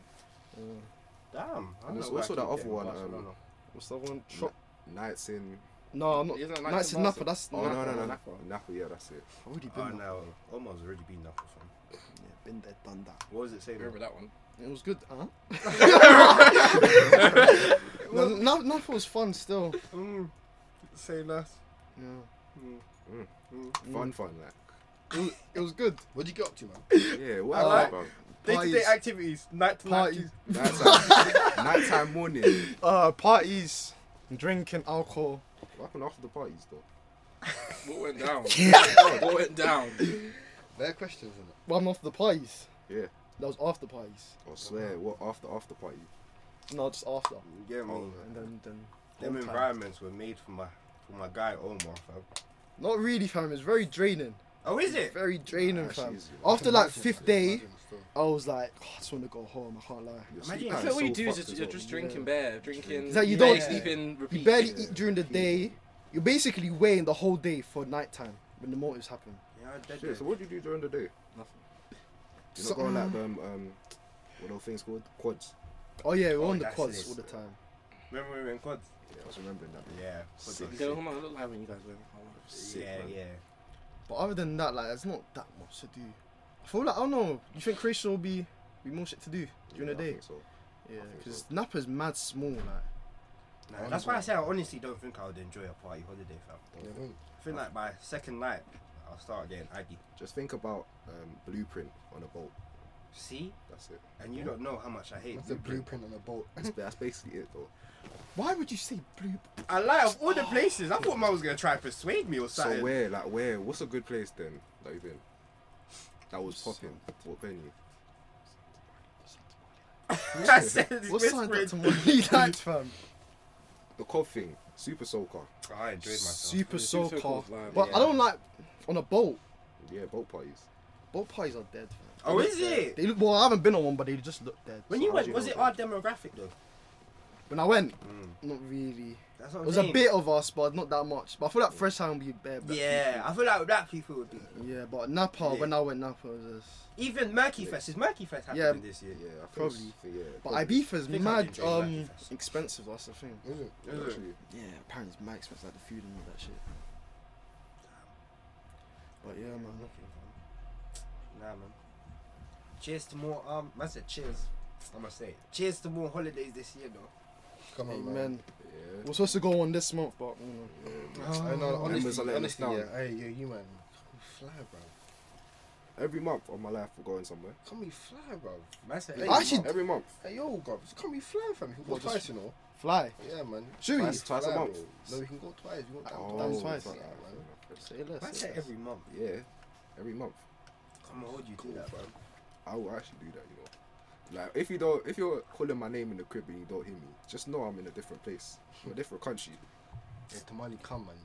Speaker 4: Damn. I
Speaker 8: And there's
Speaker 4: know where I
Speaker 8: also
Speaker 4: keep
Speaker 8: that other
Speaker 4: getting
Speaker 8: one,
Speaker 4: Barcelona.
Speaker 8: um,
Speaker 2: What's that one? Tro-
Speaker 8: Nights in.
Speaker 2: no, I'm not.
Speaker 7: Isn't that
Speaker 2: No,
Speaker 7: like
Speaker 2: it's
Speaker 7: in
Speaker 2: Napa.
Speaker 7: Barca?
Speaker 2: That's
Speaker 8: Oh, no, no, no.
Speaker 7: Napa.
Speaker 8: Napa, yeah, that's it.
Speaker 2: I've already
Speaker 4: Oh,
Speaker 2: been there.
Speaker 4: no. Omar's already been up or something.
Speaker 2: Yeah, been there, done that.
Speaker 4: What was it saying?
Speaker 7: Remember that one?
Speaker 2: It was good, huh? no, no, Napa was fun still.
Speaker 4: Mm, say less.
Speaker 2: Yeah.
Speaker 4: Mm.
Speaker 8: Fun, fun, like.
Speaker 2: It was, it was good.
Speaker 6: What'd you get up to, man?
Speaker 8: Yeah, what
Speaker 4: I
Speaker 8: happened,
Speaker 4: like-
Speaker 8: bro?
Speaker 4: Day-to-day
Speaker 2: Parties.
Speaker 4: activities, night to night.
Speaker 2: Parties.
Speaker 4: (laughs)
Speaker 8: Nighttime, nighttime, morning. What
Speaker 2: Uh, parties, drinking, alcohol.
Speaker 8: happened after the parties, though?
Speaker 7: What went down? what went down?
Speaker 6: Their questions, innit?
Speaker 2: Well, I'm off the parties.
Speaker 8: Yeah.
Speaker 2: That was after parties.
Speaker 8: I swear, what after after party?
Speaker 2: No, just after.
Speaker 4: You get me?
Speaker 8: Oh,
Speaker 2: And then, then. then
Speaker 4: Them
Speaker 2: time.
Speaker 4: environments were made for my for my guy Omar, fam.
Speaker 2: Not really, fam. It's very draining.
Speaker 4: Oh, is it?
Speaker 2: Very draining,
Speaker 8: Nah,
Speaker 2: fam.
Speaker 8: she's-
Speaker 2: After like
Speaker 6: Imagine,
Speaker 2: fifth
Speaker 6: man,
Speaker 2: day,
Speaker 6: imagine still.
Speaker 2: I was like, "Oh, I just want to go home. I can't lie.
Speaker 8: Your
Speaker 4: Imagine-
Speaker 8: sleep
Speaker 7: I
Speaker 8: pattern's
Speaker 7: feel what you
Speaker 8: so
Speaker 7: do is
Speaker 8: fucked
Speaker 7: just,
Speaker 8: as
Speaker 7: you're
Speaker 8: well.
Speaker 7: just drinking beer, drinking,
Speaker 2: It's like you
Speaker 7: barely
Speaker 2: don't-
Speaker 7: sleeping,
Speaker 2: You
Speaker 7: repeat.
Speaker 2: barely eat during the day. You're basically waiting the whole day for nighttime when the motives happen.
Speaker 4: Yeah, dead
Speaker 8: Shit, so what do you do during the day?
Speaker 7: Nothing.
Speaker 8: You not go on like um um, what are those things called quads?
Speaker 2: Oh yeah, we're
Speaker 4: Oh,
Speaker 2: on the
Speaker 4: that's
Speaker 2: quads
Speaker 4: it.
Speaker 2: all the time.
Speaker 4: Remember when we were in quads?
Speaker 8: Yeah, I was remembering that.
Speaker 4: Yeah.
Speaker 8: Sick.
Speaker 7: Yo, hold on, I look like when you guys were. oh,
Speaker 8: Sick,
Speaker 4: yeah,
Speaker 8: man.
Speaker 4: yeah.
Speaker 2: But other than that, like, there's not that much to do. I feel like I don't know. You think Croatia will be be more shit to do during
Speaker 8: Yeah,
Speaker 2: the
Speaker 8: I
Speaker 2: day?
Speaker 8: think so.
Speaker 2: Yeah,
Speaker 8: think
Speaker 2: because
Speaker 8: so.
Speaker 2: Napa's mad small. Like,
Speaker 4: Nah, that's why I say I honestly don't think I would enjoy a party holiday, fam.
Speaker 6: Yeah, man.
Speaker 4: I feel like by second night, I'll start getting aggy.
Speaker 8: Just think about um, blueprint on a boat.
Speaker 4: See?
Speaker 8: That's it.
Speaker 4: And you don't know how much I hate
Speaker 6: That's a
Speaker 4: Blueprint.
Speaker 6: blueprint on a
Speaker 10: (laughs)
Speaker 6: boat.
Speaker 8: That's, that's basically it though.
Speaker 2: why would you say blue?
Speaker 4: I lie of all the places. I thought man was gonna try and persuade me or
Speaker 8: So
Speaker 4: something. (laughs)
Speaker 8: where, like where, what's a good place then that you've been? That was popping. What venue?
Speaker 4: I said it's
Speaker 2: What's signed up
Speaker 4: whispering.
Speaker 2: to
Speaker 4: (laughs)
Speaker 2: (laughs) Molly like, fam?
Speaker 8: The cod thing, super soaker.
Speaker 4: I enjoyed myself.
Speaker 2: Super
Speaker 7: Yeah, Super
Speaker 2: soul car.
Speaker 7: Soul's live,
Speaker 2: But
Speaker 4: yeah.
Speaker 2: I don't like on a boat.
Speaker 8: Yeah, boat parties.
Speaker 2: Boat parties are dead. Fam.
Speaker 4: Oh, is it?
Speaker 2: They look well. I haven't been on one, but they just look dead.
Speaker 4: When you
Speaker 8: How
Speaker 4: went,
Speaker 8: do you
Speaker 4: was
Speaker 8: know
Speaker 4: it
Speaker 8: that?
Speaker 4: our demographic though?
Speaker 2: When I went,
Speaker 4: Mm.
Speaker 2: not really.
Speaker 4: That's what
Speaker 2: It
Speaker 4: I'm
Speaker 2: was a
Speaker 4: saying.
Speaker 2: bit of us, but not that much. But I feel like Fresh Island would be bare. black
Speaker 4: Yeah, I feel like black people would be.
Speaker 2: people. Yeah, but Napa.
Speaker 4: Yeah.
Speaker 2: When I went Napa, it was just.
Speaker 4: Even Murky Fest. Is Murky Fest
Speaker 2: Yeah.
Speaker 4: happening this year?
Speaker 8: Yeah, I think
Speaker 2: Probably.
Speaker 8: it's- Yeah,
Speaker 2: But
Speaker 8: probably.
Speaker 2: Ibiza's
Speaker 4: Think I
Speaker 2: mad
Speaker 4: did enjoy
Speaker 2: um
Speaker 4: Ibiza.
Speaker 2: expensive. That's the thing.
Speaker 6: Is it?
Speaker 4: Is it?
Speaker 8: Actually,
Speaker 2: Yeah, apparently it's mad expensive, like the food and all that shit. man.
Speaker 4: Nah, man. Cheers to more. Um, I said cheers. I must say, cheers to more holidays this year, though.
Speaker 10: Come on, man.
Speaker 2: Amen. We're supposed to go on this month, but you know.
Speaker 10: I know,
Speaker 8: Members are
Speaker 10: honestly,
Speaker 8: letting us
Speaker 10: honestly,
Speaker 8: down.
Speaker 10: yeah. Hey, you, you man, come and fly, bro.
Speaker 8: Every month of my life, we're going somewhere.
Speaker 10: Come and fly, bro.
Speaker 4: Man said,
Speaker 10: Hey,
Speaker 4: "Hey,
Speaker 2: actually-
Speaker 8: Every month.
Speaker 10: Hey, yo, bro, just come and fly, fam. You can go
Speaker 8: Well, just-
Speaker 10: twice, you know.
Speaker 2: fly.
Speaker 10: Yeah, man.
Speaker 2: Chewy.
Speaker 8: Twice- twice a
Speaker 10: Fly,
Speaker 8: month.
Speaker 10: bro. No, you can go twice. You want
Speaker 8: Oh,
Speaker 2: That was twice.
Speaker 8: fuck,
Speaker 10: Yeah,
Speaker 8: I
Speaker 10: man.
Speaker 8: feel
Speaker 2: Say less.
Speaker 4: man
Speaker 2: say
Speaker 4: said
Speaker 2: less.
Speaker 4: every month.
Speaker 8: that. Yeah, every month.
Speaker 4: Come on, would you do that, bro?
Speaker 8: I will actually do that, you know. Like if you don't, if you're calling my name in the crib and you don't hear me, just know I'm in a different place, in a different country.
Speaker 6: Yeah, Tamale, come, man.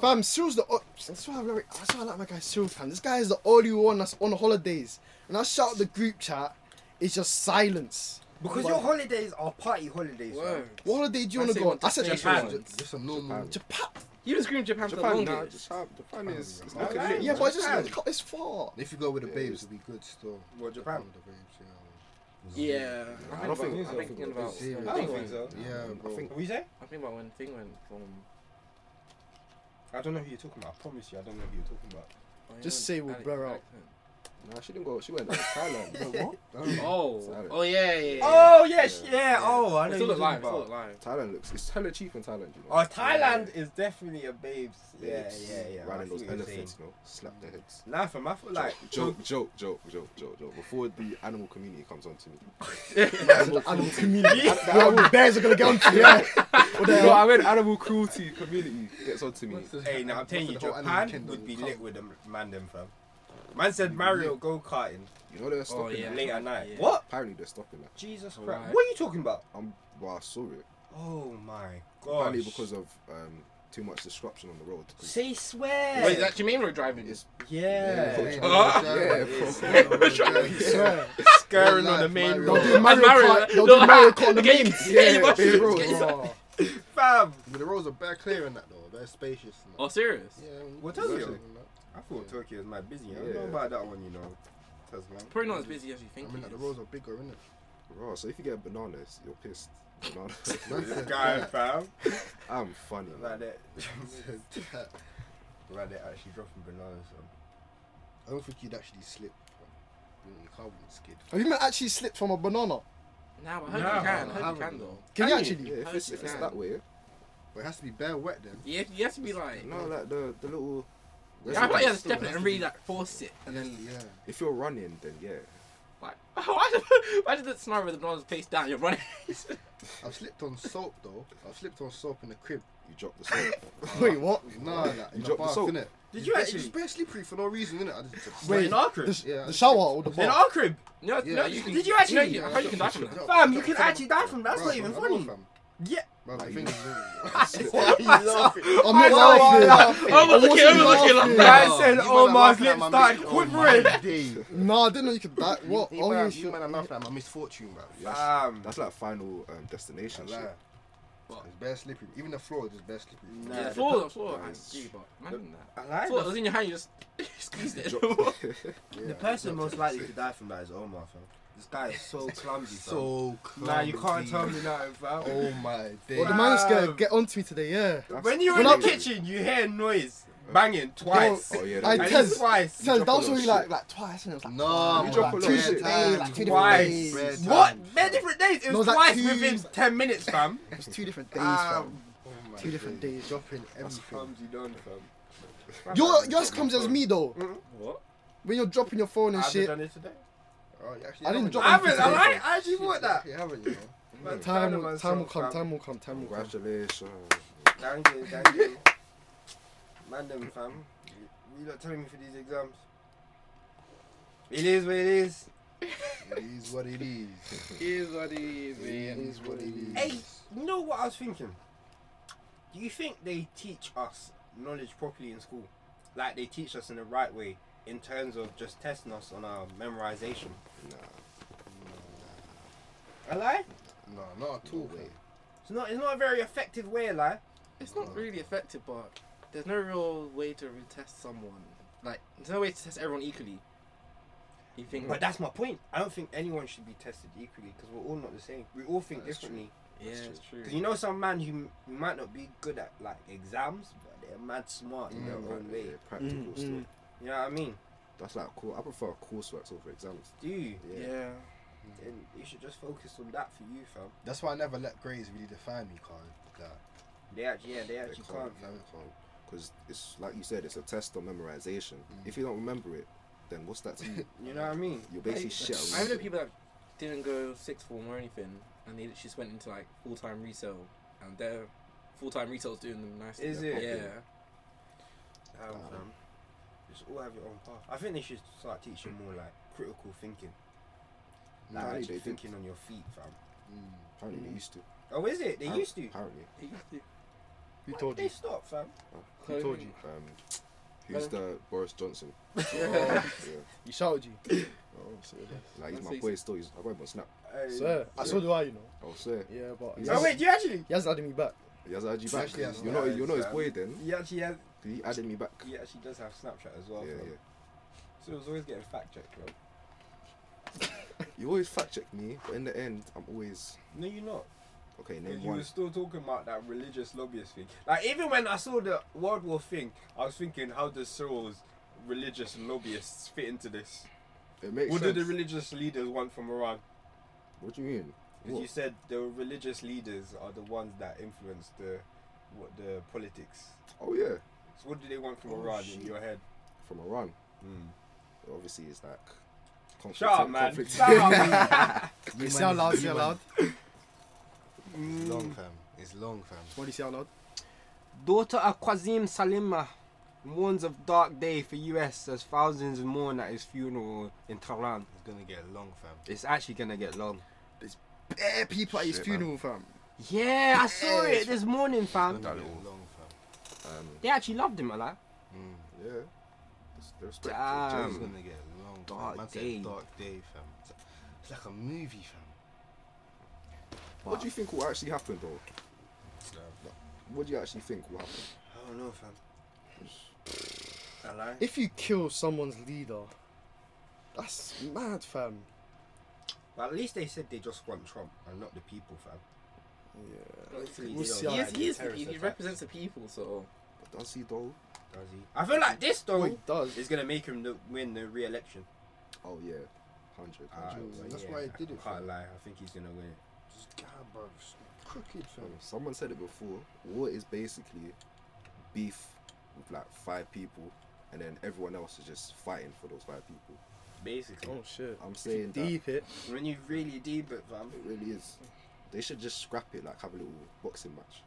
Speaker 2: Fam, Cyril's the. o- That's why I like. That's why I like my guy Cyril. Fam, this guy is the only one that's on holidays. And I shout the group chat. It's just silence.
Speaker 4: Because your holidays are party holidays, bro.
Speaker 2: What holiday do you
Speaker 4: I
Speaker 2: want to
Speaker 4: say
Speaker 2: go on?
Speaker 4: what
Speaker 2: I
Speaker 4: to
Speaker 2: said
Speaker 4: say,
Speaker 2: Japan.
Speaker 4: man.
Speaker 6: Just a normal.
Speaker 2: Japan.
Speaker 9: You just screamed Japan, for the
Speaker 8: Japan, nah,
Speaker 9: longest.
Speaker 8: Japan, Japan is. It's
Speaker 4: Japan.
Speaker 8: not
Speaker 4: Alright,
Speaker 8: it,
Speaker 2: Yeah,
Speaker 8: man.
Speaker 2: but it's
Speaker 4: Japan.
Speaker 2: just it's far.
Speaker 6: If you go with the babes,
Speaker 10: It'll be good still.
Speaker 4: Well, Japan.
Speaker 10: With the babes, yeah.
Speaker 9: Yeah.
Speaker 8: I don't think- I
Speaker 9: I'm
Speaker 8: don't
Speaker 9: thinking
Speaker 8: think
Speaker 9: about.
Speaker 6: it's-
Speaker 4: I
Speaker 9: I'm
Speaker 4: don't
Speaker 9: thinking
Speaker 4: think
Speaker 9: about-
Speaker 4: so.
Speaker 6: yeah,
Speaker 8: I think
Speaker 4: What you say?
Speaker 9: I'm thinking about when the thing went from.
Speaker 4: I don't know who you're talking about. I promise you, I don't know who you're talking about.
Speaker 2: Just say we'll blur out.
Speaker 8: nah, she didn't go. She went to (laughs) Thailand. Bro, what?
Speaker 9: Oh.
Speaker 8: Sorry.
Speaker 9: Oh yeah, yeah. yeah.
Speaker 4: Oh yes, yeah. Oh, I know
Speaker 9: It's
Speaker 4: who
Speaker 9: still
Speaker 4: you're
Speaker 9: alive.
Speaker 4: talking
Speaker 9: It's still
Speaker 4: about.
Speaker 9: alive.
Speaker 8: Thailand looks. It's hella cheap in Thailand, you know.
Speaker 4: Oh, Thailand is definitely a babes. Yeah,
Speaker 8: Babes
Speaker 4: yeah, yeah. I
Speaker 8: Riding
Speaker 4: see what
Speaker 8: those
Speaker 4: you're saying.
Speaker 8: elephants, you know, slap their heads.
Speaker 4: Nah, fam, I feel like
Speaker 8: Joke, joke, joke, joke, joke, joke. Before the animal community comes on to me.
Speaker 2: The animal community.
Speaker 8: An- the
Speaker 2: Yo,
Speaker 8: animal-
Speaker 2: the bears are gonna get onto you.
Speaker 8: (laughs)
Speaker 2: Yeah.
Speaker 8: no, I mean animal cruelty community gets on to me.
Speaker 4: Hey, now I'm telling you,
Speaker 6: the whole animal
Speaker 4: Japan
Speaker 6: kingdom
Speaker 4: would be
Speaker 6: will
Speaker 4: lit with them man them fam. Man said Mario go karting
Speaker 8: You know they're stopping.
Speaker 9: yeah.
Speaker 8: that.
Speaker 4: late at night.
Speaker 9: Yeah.
Speaker 4: What?
Speaker 8: Apparently they're stopping that.
Speaker 4: Jesus
Speaker 9: All
Speaker 4: Christ!
Speaker 9: right.
Speaker 4: What are you talking about?
Speaker 8: I'm. Well, I saw it.
Speaker 4: Oh my god!
Speaker 8: Apparently because of um, too much disruption on the road.
Speaker 4: Say swear.
Speaker 9: Wait, is that you mean we're driving?
Speaker 8: It's-
Speaker 4: yeah. (laughs)
Speaker 8: Yeah. Yeah,
Speaker 6: (laughs) yeah,
Speaker 4: Scaring on
Speaker 6: Life,
Speaker 4: the main
Speaker 6: Mario.
Speaker 2: They'll
Speaker 4: road,
Speaker 2: do Mario
Speaker 9: Mario-
Speaker 2: Kart. They'll do
Speaker 9: no.
Speaker 2: Mario Kart on the
Speaker 9: Okay,
Speaker 2: main.
Speaker 9: yeah, yeah,
Speaker 8: big road.
Speaker 2: Bro.
Speaker 4: fam.
Speaker 6: But the roads are bare clear in that though, bare spacious. and that.
Speaker 9: Oh, serious?
Speaker 6: Yeah, um,
Speaker 4: What else
Speaker 6: yeah.
Speaker 4: you? I thought Tokyo was mad busy. I don't know
Speaker 8: Yeah.
Speaker 4: about that one, you know. Tasman.
Speaker 9: Probably not as busy as you think.
Speaker 6: I mean,
Speaker 9: it
Speaker 6: like, the
Speaker 9: is.
Speaker 6: roads are bigger, innit?
Speaker 8: Raw, so if you get bananas, you're pissed. Bananas. (laughs)
Speaker 4: This guy, fam.
Speaker 8: I'm funny.
Speaker 4: Like
Speaker 8: man.
Speaker 4: that.
Speaker 6: I
Speaker 4: like they're actually dropping bananas. Fam.
Speaker 6: don't think you'd actually slip. bro. You can't really skid.
Speaker 2: Have you man actually slipped from a banana?
Speaker 9: Nah, but I heard
Speaker 4: Nah,
Speaker 9: you can.
Speaker 6: I
Speaker 9: I heard you
Speaker 6: haven't
Speaker 9: can
Speaker 6: though.
Speaker 9: though.
Speaker 2: Can you
Speaker 9: Can you?
Speaker 2: actually?
Speaker 8: Yeah, if it's, if it's that way.
Speaker 6: But it has to be bare wet then.
Speaker 9: Yeah, you have to be like.
Speaker 8: No, like the, the little.
Speaker 9: Yeah, I thought you had to step
Speaker 6: It
Speaker 9: in
Speaker 6: has
Speaker 9: and
Speaker 6: to
Speaker 9: really
Speaker 6: be-
Speaker 9: like force it, and then
Speaker 6: Yeah.
Speaker 8: If you're running, then yeah.
Speaker 9: like, (laughs) why did why did the scenario where the bananas placed down? You're running. (laughs)
Speaker 6: I've slipped on soap though. I've slipped on soap in the crib.
Speaker 8: You drop the soap.
Speaker 2: Wait, what?
Speaker 6: Nah, nah, in
Speaker 8: You
Speaker 6: the
Speaker 8: dropped the
Speaker 6: bath,
Speaker 8: soap?
Speaker 6: innit?
Speaker 4: Did
Speaker 6: It's
Speaker 4: you
Speaker 6: ba-
Speaker 4: actually-
Speaker 6: It's bare slippery for no reason, innit? I just, just
Speaker 4: Wait, in our
Speaker 2: The,
Speaker 4: crib.
Speaker 2: sh-
Speaker 6: Yeah,
Speaker 2: the shower or the
Speaker 4: In
Speaker 2: bath?
Speaker 4: our crib.
Speaker 9: No,
Speaker 6: Yeah,
Speaker 9: no,
Speaker 6: I
Speaker 9: you
Speaker 6: just
Speaker 9: can,
Speaker 4: did you
Speaker 9: No,
Speaker 4: actually-
Speaker 9: you, I heard you can die from that.
Speaker 4: Fam, you can actually die from that. That's not even funny. Yeah.
Speaker 6: My fingers
Speaker 4: (laughs) Why are you (laughs) laughing?
Speaker 2: I'm not laughing.
Speaker 9: I was looking, I was looking like
Speaker 4: Man
Speaker 9: that.
Speaker 4: said Omar's lips started quivering.
Speaker 2: No, I didn't know you could die. What?
Speaker 6: What? (laughs) You
Speaker 2: Oh, yeah,
Speaker 6: man,
Speaker 2: sure.
Speaker 6: you man, I'm laughing at my misfortune, man.
Speaker 8: Yeah, that's,
Speaker 4: Um,
Speaker 8: that's like final um, destination.
Speaker 6: I lie.
Speaker 8: Shit.
Speaker 9: What?
Speaker 6: It's bare slippery. Even the floor is just bare slippery.
Speaker 9: Yeah,
Speaker 4: Nah,
Speaker 9: the floor, the floor. I
Speaker 8: Nice.
Speaker 9: agree, but imagine that.
Speaker 4: I like
Speaker 9: So what,
Speaker 4: the-
Speaker 9: it was in your hand, you just (laughs) squeezed it.
Speaker 8: Drop-
Speaker 9: (laughs)
Speaker 4: the person most likely to die from that is Omar, fam. This guy is so clumsy, fam.
Speaker 6: So
Speaker 4: Nah, you can't tell me nothing, fam.
Speaker 6: Oh my
Speaker 2: Well, the
Speaker 6: days.
Speaker 2: man's gonna
Speaker 4: Wow.
Speaker 2: get onto me today, yeah.
Speaker 8: That's-
Speaker 4: When you're
Speaker 2: When
Speaker 4: in
Speaker 2: I-
Speaker 4: the kitchen, you hear noise banging twice.
Speaker 8: Oh, yeah.
Speaker 2: I
Speaker 8: that-
Speaker 4: At
Speaker 2: tell-
Speaker 4: least twice.
Speaker 2: So that
Speaker 8: drop a
Speaker 2: was
Speaker 8: lot of
Speaker 2: only like like twice, and it was like
Speaker 6: No,
Speaker 8: You drop a lot
Speaker 6: two
Speaker 8: of shit.
Speaker 6: times,
Speaker 2: Two
Speaker 4: Twice.
Speaker 2: different
Speaker 6: days.
Speaker 4: What?
Speaker 6: Bad
Speaker 4: They're
Speaker 6: times.
Speaker 4: different days. It
Speaker 2: No,
Speaker 4: was
Speaker 2: that
Speaker 4: twice
Speaker 2: two-
Speaker 4: within 10 minutes,
Speaker 8: (laughs)
Speaker 4: fam.
Speaker 2: it was two different days,
Speaker 4: Um,
Speaker 2: fam.
Speaker 6: Oh my
Speaker 2: Two different
Speaker 6: days.
Speaker 2: days.
Speaker 6: Dropping
Speaker 4: that's
Speaker 6: everything.
Speaker 4: clumsy done, fam. Mm-hmm.
Speaker 2: Your yours comes as me though.
Speaker 9: What?
Speaker 2: When you're dropping your phone and
Speaker 4: I've
Speaker 2: shit,
Speaker 4: done it today.
Speaker 6: Oh, you actually
Speaker 2: I didn't
Speaker 6: haven't
Speaker 2: drop
Speaker 4: I
Speaker 6: done
Speaker 2: anything
Speaker 6: it.
Speaker 4: haven't. I,
Speaker 2: today.
Speaker 4: like- I actually bought that.
Speaker 6: You haven't, you know.
Speaker 2: Time
Speaker 4: Man,
Speaker 2: will
Speaker 4: proud of
Speaker 2: time will
Speaker 4: myself,
Speaker 2: come,
Speaker 4: fam.
Speaker 2: time will come, time will come.
Speaker 8: Congratulations.
Speaker 4: Gang gang, gang gang. Man them fam. You not telling me for these exams. It is what it is.
Speaker 6: It is what it is.
Speaker 9: Is what it is,
Speaker 6: It
Speaker 9: man.
Speaker 6: is what it is.
Speaker 4: Hey, you know what I was thinking? Do you think they teach us knowledge properly in school? Like they teach us in the right way in terms of just testing us on our memorization? A lie?
Speaker 6: No, not at all. fam.
Speaker 4: It's not. It's not a very effective way. A lie.
Speaker 9: It's not really effective, but there's no real way to retest someone. Like, there's no way to test everyone equally. You think?
Speaker 4: But that's my point. I don't think anyone should be tested equally because we're all not the same. We all think differently.
Speaker 9: yeah, it's true.
Speaker 4: Because you know some man who m- might not be good at like exams, but they're mad smart in their
Speaker 6: Mm.
Speaker 4: own way.
Speaker 8: Yeah, practical
Speaker 2: Mm,
Speaker 8: stuff.
Speaker 4: You know what I mean?
Speaker 8: That's like cool. I prefer coursework over exams.
Speaker 4: Do you?
Speaker 8: Yeah.
Speaker 4: Then you should just focus on that for you, fam.
Speaker 6: That's why I never let grades really define me, Carl. Like,
Speaker 4: They actually, yeah, they
Speaker 8: They
Speaker 4: actually can't.
Speaker 8: can't. Because it's like you said, it's a test on memorization. If you don't remember it, then what's that to you?
Speaker 4: You know what I mean?
Speaker 8: You're basically
Speaker 9: I-
Speaker 8: shit. at
Speaker 9: I know
Speaker 8: remembering.
Speaker 9: people that didn't go sixth form or anything, and they literally just went into like full time retail, and their full time retail's doing them nicely.
Speaker 4: Is it?
Speaker 9: Yeah.
Speaker 4: Um, fam. Just all have your own path. I think they should start teaching more like critical thinking. Like
Speaker 8: Apparently
Speaker 4: actually
Speaker 8: they did.
Speaker 4: thinking on your feet, fam.
Speaker 8: Apparently they used to.
Speaker 4: Oh, is it? They
Speaker 8: Appar-
Speaker 4: used to.
Speaker 8: Apparently.
Speaker 2: Who
Speaker 4: Why
Speaker 2: told
Speaker 4: did
Speaker 2: you?
Speaker 4: They stopped, fam.
Speaker 2: Who told you?
Speaker 8: Um, who's the Boris Johnson?
Speaker 9: Yeah.
Speaker 8: Yeah.
Speaker 2: He shouted you.
Speaker 8: Like he's
Speaker 9: That's
Speaker 8: my
Speaker 9: easy.
Speaker 8: boy still. He's my boy on Snap.
Speaker 4: Hey.
Speaker 2: Sir, I saw do I, you know.
Speaker 8: Oh sir,
Speaker 2: Yeah, but he
Speaker 8: Oh,
Speaker 4: Oh
Speaker 2: hasn't-
Speaker 4: wait, do you actually?
Speaker 2: he hasn't added me back.
Speaker 8: he has had you back.
Speaker 6: Actually,
Speaker 8: You're not. You're not his
Speaker 4: Yeah.
Speaker 8: boy then.
Speaker 4: He actually has.
Speaker 8: He added me back.
Speaker 4: He actually does have Snapchat as
Speaker 8: Yeah,
Speaker 4: well. fam.
Speaker 8: yeah.
Speaker 4: So it was always getting fact checked, bro.
Speaker 8: You always fact check me, but in the end, I'm always
Speaker 4: No, you're not.
Speaker 8: okay. Name
Speaker 4: Because you were
Speaker 8: one.
Speaker 4: still talking about that religious lobbyist thing. Like even when I saw the World War thing, I was thinking, how does Cyril's religious lobbyists fit into this?
Speaker 8: It makes
Speaker 4: What do
Speaker 8: sense.
Speaker 4: the religious leaders want from Iran?
Speaker 8: what do you mean?
Speaker 4: Because
Speaker 8: What?
Speaker 4: you said the religious leaders are the ones that influence the what the politics.
Speaker 8: Oh yeah,
Speaker 4: So what do they want
Speaker 8: Oh,
Speaker 4: from Iran in your head?
Speaker 8: from Iran. Obviously, it's like. Conflict,
Speaker 4: Shut up, man.
Speaker 8: conflict-
Speaker 4: Shut up,
Speaker 8: (laughs)
Speaker 4: man.
Speaker 2: You say out loud, say out loud.
Speaker 6: It's long, fam. It's long, fam.
Speaker 2: What do you say out loud?
Speaker 4: Daughter of Qasim Salima warns of dark day for US as thousands mourn at his funeral in Tehran.
Speaker 6: It's gonna get long, fam.
Speaker 4: It's actually gonna get long.
Speaker 2: Bare people at his
Speaker 8: Shit, man.
Speaker 2: funeral, fam.
Speaker 4: Yeah, I saw it this morning,
Speaker 6: It's
Speaker 4: fam.
Speaker 6: gonna
Speaker 8: That
Speaker 6: get
Speaker 8: little-
Speaker 6: long, fam.
Speaker 8: Um,
Speaker 4: They actually loved him, alive.
Speaker 8: yeah. It's the
Speaker 4: (laughs)
Speaker 8: respect.
Speaker 6: Jay's
Speaker 4: Damn.
Speaker 6: gonna get long.
Speaker 4: Dark
Speaker 6: fam. Man said
Speaker 4: Day.
Speaker 6: Dark day, fam. It's like- It's like a movie, fam.
Speaker 8: What do you think will actually happen though?
Speaker 4: uh,
Speaker 6: Like,
Speaker 8: What do you actually think will happen?
Speaker 4: I don't know, fam. Alive.
Speaker 2: If you kill someone's leader, that's mad, fam.
Speaker 4: But at least they said they just want Trump and not the people, fam. Hopefully
Speaker 2: We'll
Speaker 4: they
Speaker 2: see
Speaker 4: don't
Speaker 2: how
Speaker 9: He,
Speaker 4: like
Speaker 9: is,
Speaker 2: that
Speaker 4: the
Speaker 9: he, is,
Speaker 4: terrorist
Speaker 9: he, he
Speaker 4: attack,
Speaker 9: represents the people, so
Speaker 8: But does he though?
Speaker 4: does he? I feel like this
Speaker 2: Well,
Speaker 4: though
Speaker 2: he does.
Speaker 4: is gonna make him the, win the re-election.
Speaker 8: Oh yeah, hundred.
Speaker 4: Uh,
Speaker 8: hundred.
Speaker 4: but
Speaker 6: that's
Speaker 4: yeah,
Speaker 6: why he did it,
Speaker 4: I can't
Speaker 6: fam.
Speaker 4: lie. I think he's gonna win it.
Speaker 6: Just God, bro. It's crooked, fam.
Speaker 8: Um, Someone said it before. War is basically beef with like five people, and then everyone else is just fighting for those five people.
Speaker 4: Basically,
Speaker 2: Oh shit.
Speaker 8: I'm saying that
Speaker 2: Deep it.
Speaker 4: when you really deep it,
Speaker 8: (laughs)
Speaker 4: fam.
Speaker 8: it really is. They should just scrap it, like have a little boxing match.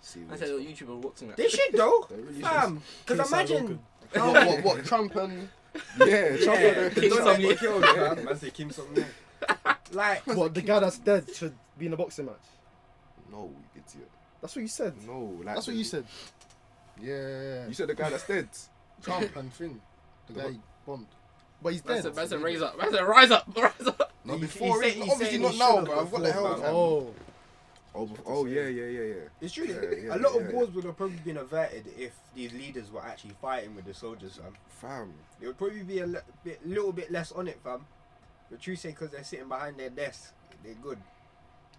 Speaker 8: See
Speaker 9: I
Speaker 8: what
Speaker 9: said,
Speaker 8: it's
Speaker 9: "Oh,
Speaker 8: like.
Speaker 9: YouTuber watching that."
Speaker 4: They should though,
Speaker 8: They really
Speaker 4: fam. Because
Speaker 2: Kiss Al
Speaker 4: imagine.
Speaker 2: Duncan.
Speaker 8: Oh,
Speaker 6: what, what, what? Trump and
Speaker 8: Yeah, Trump
Speaker 4: Yeah,
Speaker 8: and-
Speaker 4: Kim Jong Un killed him, fam. I say Kim Jong Un. Like,
Speaker 2: What, the guy that's dead should be in a boxing match?
Speaker 8: No, you idiot.
Speaker 2: That's what you said.
Speaker 8: No, like
Speaker 2: That's what
Speaker 8: the-
Speaker 2: you said.
Speaker 6: yeah,
Speaker 8: You said the guy that's dead.
Speaker 6: Trump and thing. The guy he bombed.
Speaker 2: But he's dead.
Speaker 9: That's a, that's a raise up. That's a rise (laughs) up. Rise up.
Speaker 6: No,
Speaker 4: He-
Speaker 6: before
Speaker 4: he
Speaker 6: it.
Speaker 4: said- he
Speaker 6: Obviously
Speaker 4: said
Speaker 6: not
Speaker 4: he
Speaker 6: now,
Speaker 4: should've
Speaker 6: bro. What the
Speaker 4: before,
Speaker 6: hell,
Speaker 4: fam.
Speaker 6: fam?
Speaker 2: Oh,
Speaker 8: Oh, bef- oh yeah, yeah, yeah, yeah.
Speaker 4: It's true.
Speaker 8: Yeah, yeah,
Speaker 4: a lot
Speaker 8: yeah.
Speaker 4: of wars would have probably been averted if these leaders were actually fighting with the soldiers, fam.
Speaker 8: Fam,
Speaker 4: It would probably be a le- bit, little bit less on it, fam. But you say because they're sitting behind their desk, they're good.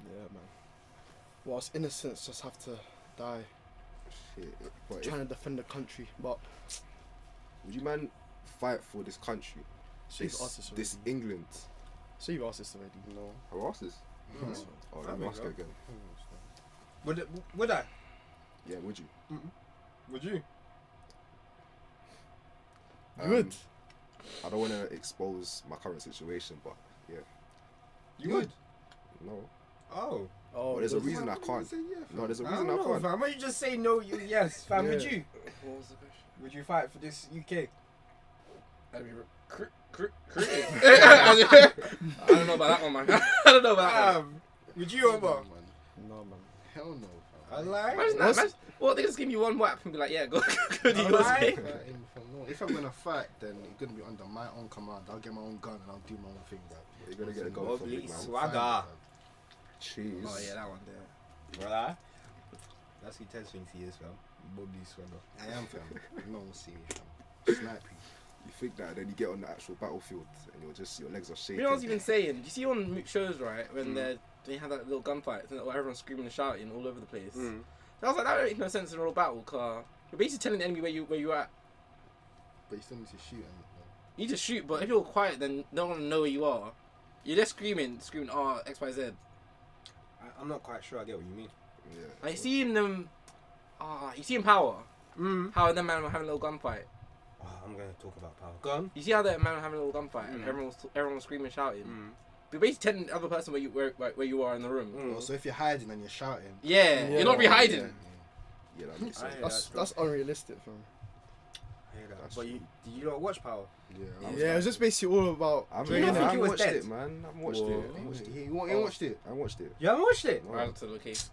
Speaker 2: yeah, man. Whilst innocents just have to die
Speaker 8: shit. But if,
Speaker 2: trying to defend the country, but
Speaker 8: would you man fight for this country?
Speaker 2: so you've asked
Speaker 8: This,
Speaker 2: this already.
Speaker 8: this England.
Speaker 2: So you've asked this already.
Speaker 6: No.
Speaker 8: Have I asked this?
Speaker 2: That's fine.
Speaker 8: Oh,
Speaker 4: There
Speaker 8: let
Speaker 4: we
Speaker 8: me ask
Speaker 4: go.
Speaker 8: it again.
Speaker 4: Would would I?
Speaker 8: Yeah, would you?
Speaker 4: Would you?
Speaker 8: Um,
Speaker 2: Good.
Speaker 8: I don't want to expose my current situation, but
Speaker 4: You would.
Speaker 8: no.
Speaker 4: Oh,
Speaker 2: Oh,
Speaker 8: but there's a
Speaker 2: good.
Speaker 8: reason I can't. No, there's a
Speaker 4: I
Speaker 8: reason
Speaker 4: don't know,
Speaker 8: I, can't.
Speaker 4: fam. Why you just say no? You yes, fam. Would
Speaker 2: Yeah.
Speaker 4: you?
Speaker 9: What was the (laughs) question?
Speaker 4: Would you fight for this UK?
Speaker 9: I mean, cr- cr- cr- I don't know about that one, man. I don't know about that one.
Speaker 4: Um, would you, Omar?
Speaker 2: No, man.
Speaker 6: Hell no,
Speaker 4: I
Speaker 6: fam.
Speaker 4: like.
Speaker 9: Imagine that. Imagine, well, they just give me one whap and be like, "Yeah, go, (laughs) go do
Speaker 4: All
Speaker 9: yours."
Speaker 4: right.
Speaker 9: mate."
Speaker 6: Fighting for no- If I'm gonna fight, then it's gonna be under my own command. I'll get my own gun and I'll do my own thing, bro.
Speaker 8: You're gonna get a gun from
Speaker 4: Lovely
Speaker 8: big man.
Speaker 4: swagger.
Speaker 8: Cheese.
Speaker 4: Oh yeah, that one there. Right. That's who Tez thinks he is, fam. Bobby Swagger.
Speaker 6: I am,
Speaker 4: (laughs)
Speaker 6: fam. No one will see me, fam. Snipe you.
Speaker 8: You think that, then you get on the actual battlefield, and you're just your legs are shaking.
Speaker 9: You know what I was even saying? Do you see on mo- shows, right, when they're they have that little gunfight and everyone's screaming and shouting all over the place? I was like, that don't make no sense in a real battle, car. You're basically telling the enemy where you where you at.
Speaker 10: but you still need to shoot. And,
Speaker 9: You just shoot, but if you're quiet, then no one will know where you are. You're just screaming, screaming, "Ah, X, Y, Z."
Speaker 4: I, I'm not quite sure I get what you mean.
Speaker 9: Like you see in them, ah, you see in Power, mm. how them man were having a little gunfight.
Speaker 4: Oh, I'm going to talk about power. Go on.
Speaker 9: You see how that man were having a little gunfight, and
Speaker 4: Mm.
Speaker 9: everyone was everyone was screaming, shouting.
Speaker 4: Mm.
Speaker 9: You're basically telling the other person where you where, where where you are in the room.
Speaker 4: Mm.
Speaker 6: Oh, so if you're hiding and you're shouting,
Speaker 9: Yeah, you're not really hiding.
Speaker 8: Yeah, that makes
Speaker 4: I
Speaker 8: sense.
Speaker 4: hear
Speaker 2: That's
Speaker 4: that,
Speaker 2: that's unrealistic, fam.
Speaker 4: I hear that. But you, did you not watch Power?
Speaker 10: yeah.
Speaker 2: Yeah, it was just basically all about.
Speaker 8: I
Speaker 4: Do you not
Speaker 8: mean, I
Speaker 4: think
Speaker 8: haven't
Speaker 4: he was
Speaker 8: watched
Speaker 4: dead?
Speaker 8: it, man. I haven't watched it. I haven't watched it.
Speaker 10: He, he, wa- he watched it.
Speaker 8: I haven't watched it.
Speaker 4: You haven't watched it?
Speaker 8: No.
Speaker 9: Right to the case.